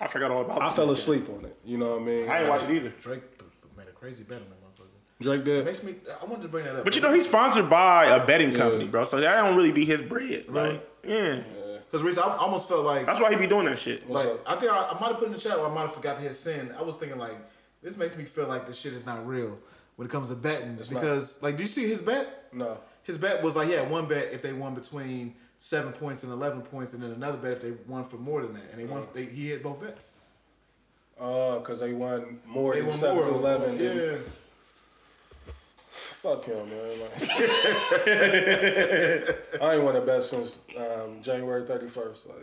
C: I forgot all about.
A: I
C: this.
A: fell asleep on it. You know what I mean?
C: I didn't watch it either.
B: Drake p- p- made a crazy bet on that motherfucker.
A: Drake did.
B: Makes me. I wanted to bring that up.
C: But you know, he's sponsored by a betting company, bro. So that don't really be his bread.
B: Really?
C: Like, yeah.
B: because Reese, I almost felt like
C: That's why he be doing that shit.
B: like I think I, I might have put in the chat or I might have forgot to hit send. I was thinking like this makes me feel like this shit is not real when it comes to betting because like do you see his bet?
A: No.
B: His bet was like, yeah, one bet if they won between seven points and eleven points, and then another bet if they won for more than that, and they won. They, he hit both bets.
A: Oh, because they won more
B: They
A: than
B: won
A: 7
B: more.
A: to 11.
B: yeah.
A: than- Fuck him, man. Like, I ain't won a bet since um, January 31st. Like,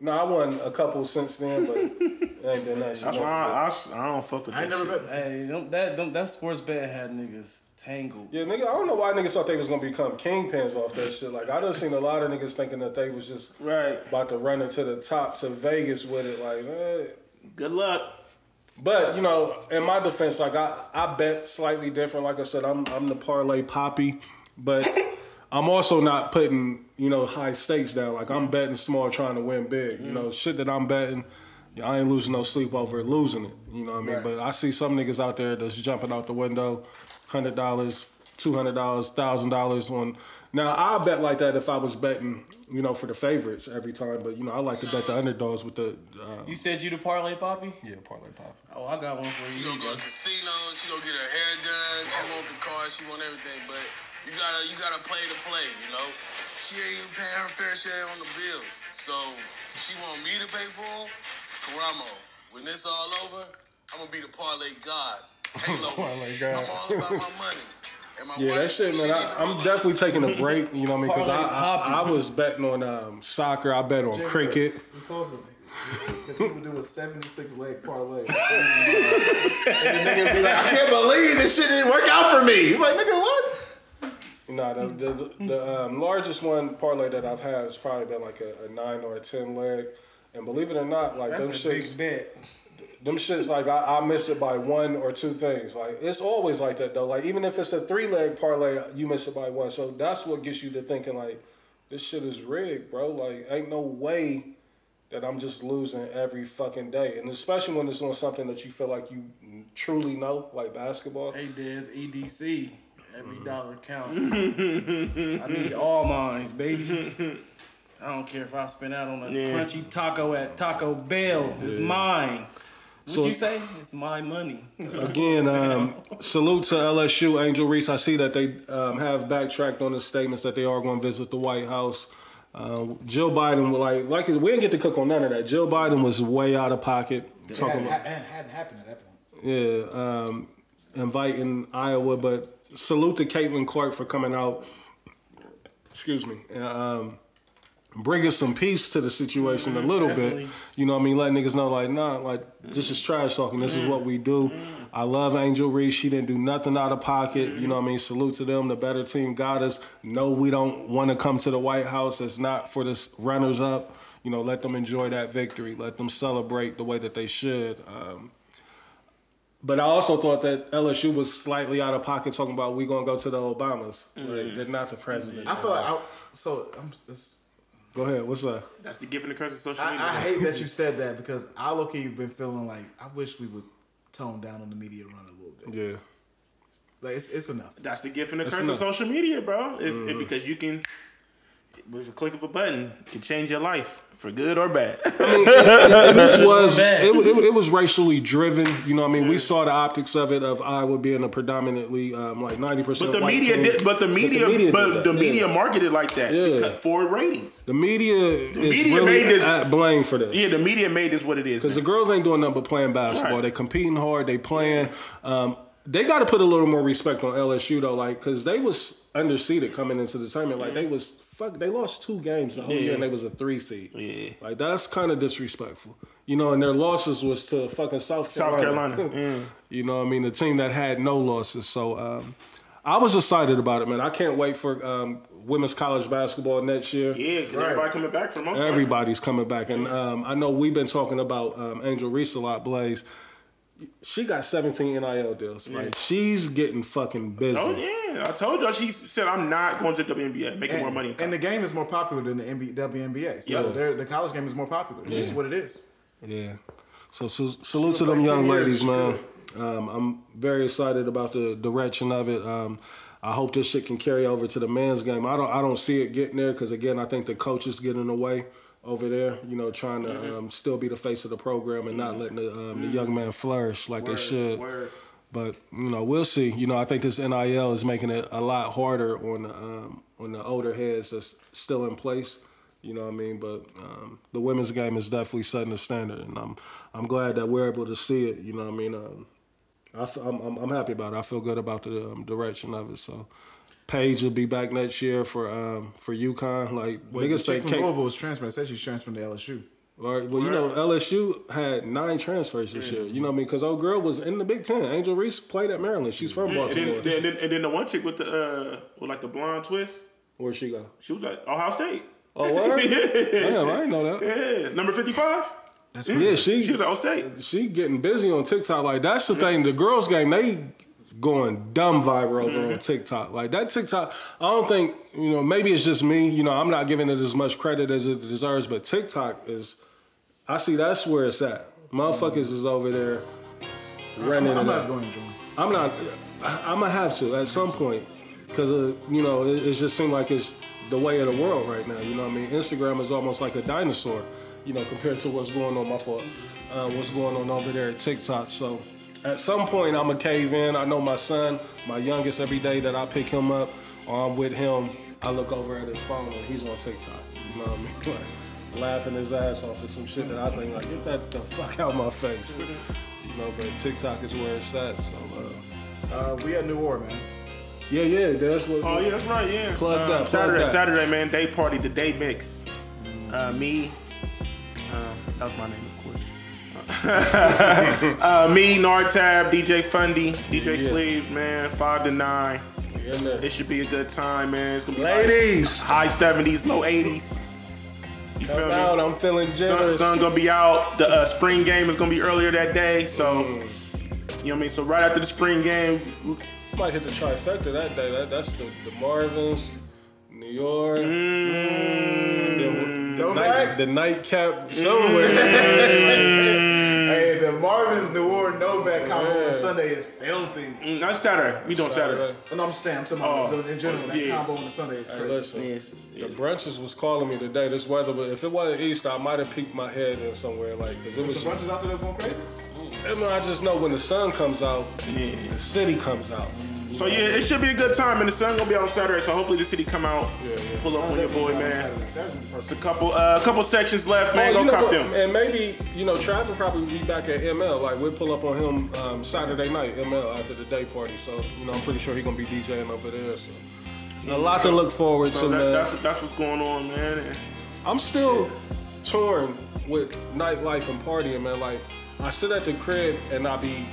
A: no, I won a couple since then, but I ain't done nothing.
C: That's why I, I s- I don't fuck with that.
B: I ain't never
C: shit.
B: bet. before.
D: Hey, don't, that don't, that sports bet had niggas tangled.
A: Yeah, nigga, I don't know why niggas thought they was gonna become kingpins off that shit. Like, I done seen a lot of niggas thinking that they was just
C: Right.
A: about to run into the top to Vegas with it. Like, man,
C: Good luck.
A: But you know, in my defense, like I, I bet slightly different. Like I said, I'm I'm the parlay poppy, but I'm also not putting you know high stakes down. Like I'm betting small, trying to win big. You know, shit that I'm betting, yeah, I ain't losing no sleep over losing it. You know what I mean?
B: Right.
A: But I see some niggas out there that's jumping out the window, hundred dollars. Two hundred dollars, thousand dollars on. Now I bet like that if I was betting, you know, for the favorites every time. But you know, I like to bet the underdogs with the uh,
D: You said you the parlay poppy?
A: yeah parlay pop.
D: Oh, I got one for
F: She
D: you.
F: gonna go to casinos. She gonna get her hair done. She want the car. She want everything. But you gotta, you gotta play to play. You know, she ain't even paying her fair share on the bills. So she want me to pay for 'em? Caramo. When this all over, I'm gonna be the parlay god. Halo.
A: Parlay god.
F: I'm all about my money. And my
A: Yeah, that
F: wife,
A: shit,
F: she
A: man.
F: needs
A: I,
F: to
A: I'm
F: relax.
A: definitely taking a break. You know what I mean? Because I,
D: Parlay
A: I,
D: poppy.
A: I was betting on um, soccer. I bet on cricket.
B: He calls him. Because he would do a 76 leg parlay. and the nigga would be like, I can't believe this shit didn't work out for me. He's like, nigga, what?
A: You know, the the, the um, largest one parlay that I've had has probably been like a, a nine or a ten leg. And believe it or not, like them
D: That's a
A: shits,
D: big bet.
A: them shits, like I, I miss it by one or two things. Like it's always like that though. Like even if it's a three leg parlay, you miss it by one. So that's what gets you to thinking like, this shit is rigged, bro. Like ain't no way that I'm just losing every fucking day. And especially when it's on something that you feel like you truly know, like basketball.
D: Hey, E there's EDC. Every dollar counts. I need all mines, baby. I don't care if I spend out on a
C: Yeah.
D: crunchy taco at Taco Bell. It's mine. Would
A: So-
D: you say it's my money?
A: Again, um, salute to LSU, Angel Reese. I see that they um, have backtracked on the statements that they are going to visit the White House. Uh, Jill Biden, like, like we didn't get to cook on none of that. Jill Biden was way out of pocket.
B: It
A: Talking
B: hadn't,
A: about,
B: ha- hadn't- hadn't happened at that point.
A: yeah, um, inviting Iowa, but salute to Caitlin Clark for coming out. Excuse me. and, Um, bringing some peace to the situation a little
D: definitely.
A: bit. You know what I mean? Let niggas know, like, nah, like, this is trash talking. This is what we do. I love Angel Reese. She didn't do nothing out of pocket. You know what I mean? Salute to them. The better team got us. No, we don't want to come to the White House. It's not for the runners up. You know, let them enjoy that victory. Let them celebrate the way that they should. Um, but I also thought that LSU was slightly out of pocket talking about we gonna go to the Obamas. Like, they're not the president.
B: I feel like I. So, I'm, it's,
A: Go ahead. What's up?
C: That's the gift and the curse of social media.
B: I, I hate that you said that because I look at you been feeling like I wish we would tone down on the media run a little bit.
A: Yeah.
B: Like, it's, it's enough.
C: That's the gift and the curse
A: enough.
C: of social media, bro. It's it- because you can, with a click of a button, can change your life for good or bad.
A: this was
D: bad.
A: it, it, it was racially driven. You know, what I mean, we saw the optics of it of Iowa being a predominantly um, like ninety percent.
C: But the media did. But the media. But the media,
A: did that, yeah.
C: marketed like that
A: Yeah.
C: because- for ratings.
A: the media, the
C: media
A: really
C: made this-
A: at blame for this.
C: Yeah, the media made this what it is.
A: Because the
C: now.
A: girls ain't doing nothing but playing basketball.
C: Right.
A: They competing hard. They playing. Um, they got to put a little more respect on LSU though, like because they was underseeded coming into the tournament. Like they was fuck. They lost two games the whole year, and they was a three seed.
C: Yeah.
A: like that's kind of disrespectful. You know, and their losses was to fucking South
C: South
A: Carolina.
C: Carolina, yeah.
A: you know, what I mean, the team that had no losses. So um, I was excited about it, man. I can't wait for um, women's college basketball next year.
C: Yeah, because
B: Right.
C: everybody coming back from most part.
A: Everybody's coming back, and um, I know we've been talking about um, Angel Reese a lot. Blaze, she got 17 nil deals. Like she's getting fucking busy.
C: Oh yeah, I told y'all. She said I'm not going to the WNBA, making
B: And,
C: more money.
B: and the game is more popular than the NBA, WNBA. So
A: Yeah.
B: they're the college game is more popular. It's just what it is.
A: Yeah. So, so salute
B: She
A: to
B: been
A: them
B: playing
A: young
B: 10 years,
A: ladies,
B: she
A: man. Um, I'm very excited about the direction of it. Um, I hope this shit can carry over to the men's game. I don't, I don't see it getting there because again, I think the coaches get in the way over there. You know, trying to
C: Mm-hmm.
A: um, still be the face of the program and not letting the, um, the young man flourish like they should.
C: word.
A: But you know, we'll see. You know, I think this NIL is making it a lot harder on the um, on the older heads that's still in place. You know what I mean? But um, the women's game is definitely setting the standard, and I'm I'm glad that we're able to see it. You know what I mean? Um, I f- I'm, I'm I'm happy about it. I feel good about the um, direction of it. So. Paige will be back next year for um for UConn. Like
B: Wait, the
A: niggas say,
B: chick from
A: Kate,
B: Louisville was transferred. I said she's transferred to LSU.
A: Right. Well, you know, LSU had nine transfers this year. You know what I mean? Because old girl was in the Big Ten. Angel Reese played at Maryland. She's from
C: And then,
A: Baltimore.
C: then, then, and then the one chick with the uh, with like the blonde twist,
A: Where'd she go?
C: she was at Ohio State.
A: Oh, word? Damn, I didn't know that.
C: Yeah, number fifty five.
B: That's
A: Yeah,
B: crazy.
A: she
C: She was at Ohio State.
A: she getting busy on TikTok. Like that's the thing. The girls game they going dumb viral over on TikTok. Like that TikTok. I don't think you know. Maybe it's just me. You know, I'm not giving it as much credit as it deserves. But TikTok is. I see that's where it's at. Motherfuckers is over there running
B: I'm
A: it
B: not
A: up.
B: going to join.
A: I'm not. I'm gonna have to at some point, cause uh, you know it, it just seems like it's the way of the world right now. You know what I mean? Instagram is almost like a dinosaur, you know, compared to what's going on. My fault. Uh, what's going on over there at TikTok? So at some point, I'm gonna cave in. I know my son, my youngest, every day that I pick him up or I'm with him, I look over at his phone and he's on TikTok. You know what I mean? Like laughing his ass off at some shit that I think like get that the fuck out of my face. You know, but TikTok is where it's at. So. Uh,
B: Uh, we at New Orleans, man.
A: yeah, yeah, that's what.
C: Oh yeah, that's right. Yeah,
A: Plugged up, plugged
C: Saturday,
A: up.
C: Saturday, man. Day party, the day mix. Uh, me, uh, that was my name, of course. uh, me, Nartab, DJ Fundy, DJ
A: Yeah.
C: Sleeves, man. Five to nine.
A: In there.
C: It should be a good time, man. It's gonna be like
B: Ladies,
C: high seventies, low eighties. You feel
A: I'm
C: me?
A: out. I'm feeling
C: Sun,
A: generous.
C: sun gonna be out. The uh, spring game is gonna be earlier that day, so
A: Mm.
C: you know what I mean. So right after the spring game,
A: Might hit the trifecta that day. That, that's the, the Marvins, New York.
C: Mm.
A: The, the,
B: Don't
A: night,
B: act.
A: the nightcap
C: Mm.
A: somewhere.
B: hey, the Marvin's New Orleans Novak combo
A: Yeah.
B: on Sunday is filthy.
C: mm, that's Saturday. We doing Saturday.
B: And I'm just saying, I'm talking about
C: Oh,
B: in general. That
C: yeah.
B: combo on the Sunday is
A: Hey,
B: crazy.
A: listen,
C: Yes.
A: the brunches was calling me today. This weather, but if it wasn't East, I might have peeked my head in somewhere like because it
B: There's
A: was.
B: some brunches out there that's going crazy.
A: I, mean, I just know when the sun comes out,
C: Yeah.
A: the city comes out.
C: So yeah, it should be a good time, and the sun gonna be out on Saturday. So hopefully the city come out,
A: Yeah, yeah.
C: pull up on your boy, man.
B: Saturday. Saturday's gonna be
C: It's a
B: perfect.
C: couple, uh, couple sections left, man.
A: Oh, you
C: Go
A: know
C: cop
A: what?
C: them.
A: And maybe, you know, Travis probably be back at ML. Like, we'll pull up on him um, Saturday night, ML, after the day party. So, you know, I'm pretty sure he's going to be DJing over there. So, a lot to look forward
C: So
A: to,
C: that,
A: man.
C: that's that's what's going on, man. And
A: I'm still torn with nightlife and partying, man. Like, I sit at the crib and I be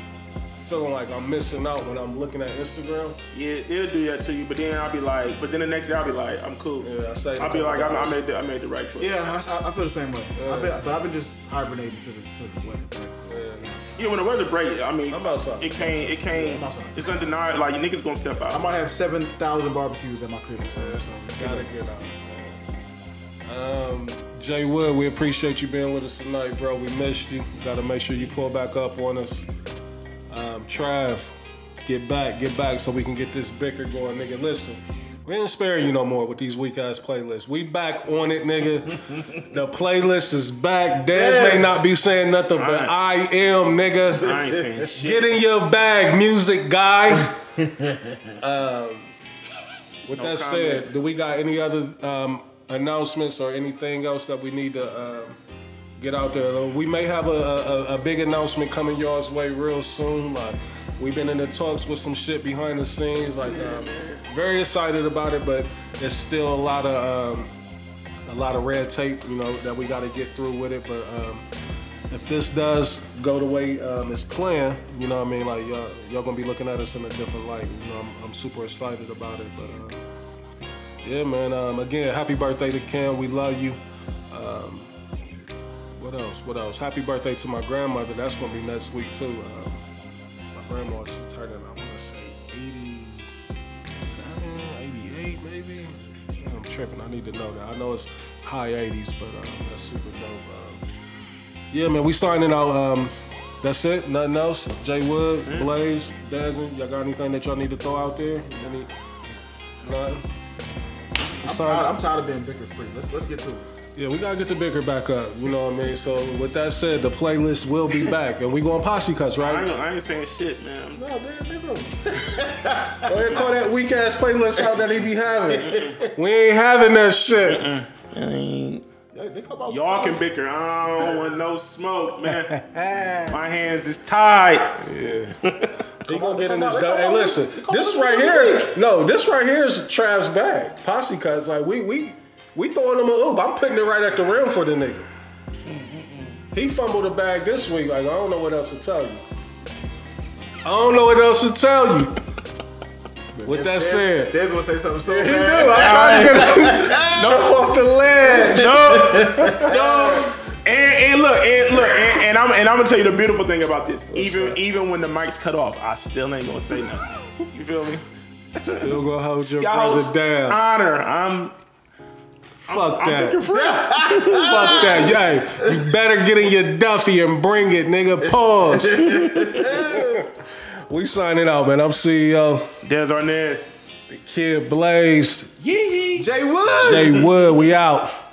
A: feeling like I'm missing out when I'm looking at Instagram.
C: yeah, they'll do that to you, but then I'll be like, but then the next day I'll be like, I'm cool.
A: Yeah, I say
C: I'll be
A: that.
C: like, I, I made the, I made the right choice.
B: Yeah, I, I feel the same way. I've been, but I've been just hibernating to the to the weather. breaks.
C: Yeah, when the weather break, I mean,
A: I'm outside.
C: It can't, it can't.
B: I'm outside.
C: it's undeniable. Like you niggas gonna step out.
B: I might have seven thousand barbecues at my crib or something. So.
A: Gotta get out. Um, Jay Wood, we appreciate you being with us tonight, bro. We missed you. Gotta make sure you pull back up on us. Um, Trav, get back, get back so we can get this bicker going, nigga. Listen, we ain't sparing you no more with these weak ass playlists. We back on it, nigga. the playlist is back. Dez may
B: Yes.
A: not be saying nothing, but I am, nigga.
C: I ain't saying shit.
A: Get in your bag, music guy. um, with that said,
C: comment.
A: do we got any other um, announcements or anything else that we need to um, get out there? Though We may have a, a, a big announcement coming y'all's way real soon. Like we've been in the talks with some shit behind the scenes. Like um, very excited about it, but it's still a lot of um, a lot of red tape, you know, that we got to get through with it. But um, if this does go the way um, it's planned, you know what I mean? Like, y'all, y'all gonna be looking at us in a different light. You know, I'm, I'm super excited about it. But, uh, yeah, man, um, again, happy birthday to Kim. We love you. Um, what else? What else? Happy birthday to my grandmother. That's gonna be next week, too. Um, my grandma, she's turning, I wanna say, 87, 88, maybe? I'm tripping. I need to know that. I know it's high 80s, but um, that's super dope. Um, yeah, man, we signing out. Um, that's it. Nothing else. Jay Wood, Blaze, Dazzin, y'all got anything that y'all need to throw out there? Any? Nothing? We
B: I'm
A: signing
B: tired,
A: out.
B: I'm tired of being bicker free. Let's let's get to it.
A: Yeah, we gotta get the bicker back up. You know what I mean. So with that said, the playlist will be back, and we going posse cuts,
C: I
A: right?
C: ain't, I ain't saying shit, man.
B: No, man, say something.
A: Go ahead, call that weak ass playlist out that he be having. we ain't having that shit.
B: They, they come out with
C: Y'all can
B: policy.
C: bicker. I don't want no smoke, man. My hands is tied.
A: He gonna get in this.
B: Come
A: Dog.
B: on,
A: Hey,
B: come on,
A: listen,
B: come on,
A: this
B: come on,
A: right
B: come
A: here, no, this right here is Trav's bag. Posse cuts, like we we we throwing him a oop. I'm putting it right at the rim for the nigga. He fumbled a bag this week. Like I don't know what else to tell you. I don't know what else to tell you. With that
B: Dez-
A: said.
B: Dez wanna say something so
A: He do. I'm
B: bad.
A: trying to get him jump off the ledge.
C: And, and look, and look, and, and I'm and I'm gonna tell you the beautiful thing about this. even even when the mic's cut off, I still ain't gonna say nothing. You feel me?
A: Still gonna hold your
C: Y'all's
A: brother down.
C: honor. I'm
A: Fuck
C: I'm
A: that.
C: bicker
A: Fuck
C: free.
A: that. Yeah, you better get in your Duffy and bring it, nigga. Pause. we signing out, man. I'm CEO
C: Des Arnaz.
A: Kid Blaze,
D: Yee.
B: Jay Wood.
A: Jay Wood. We out.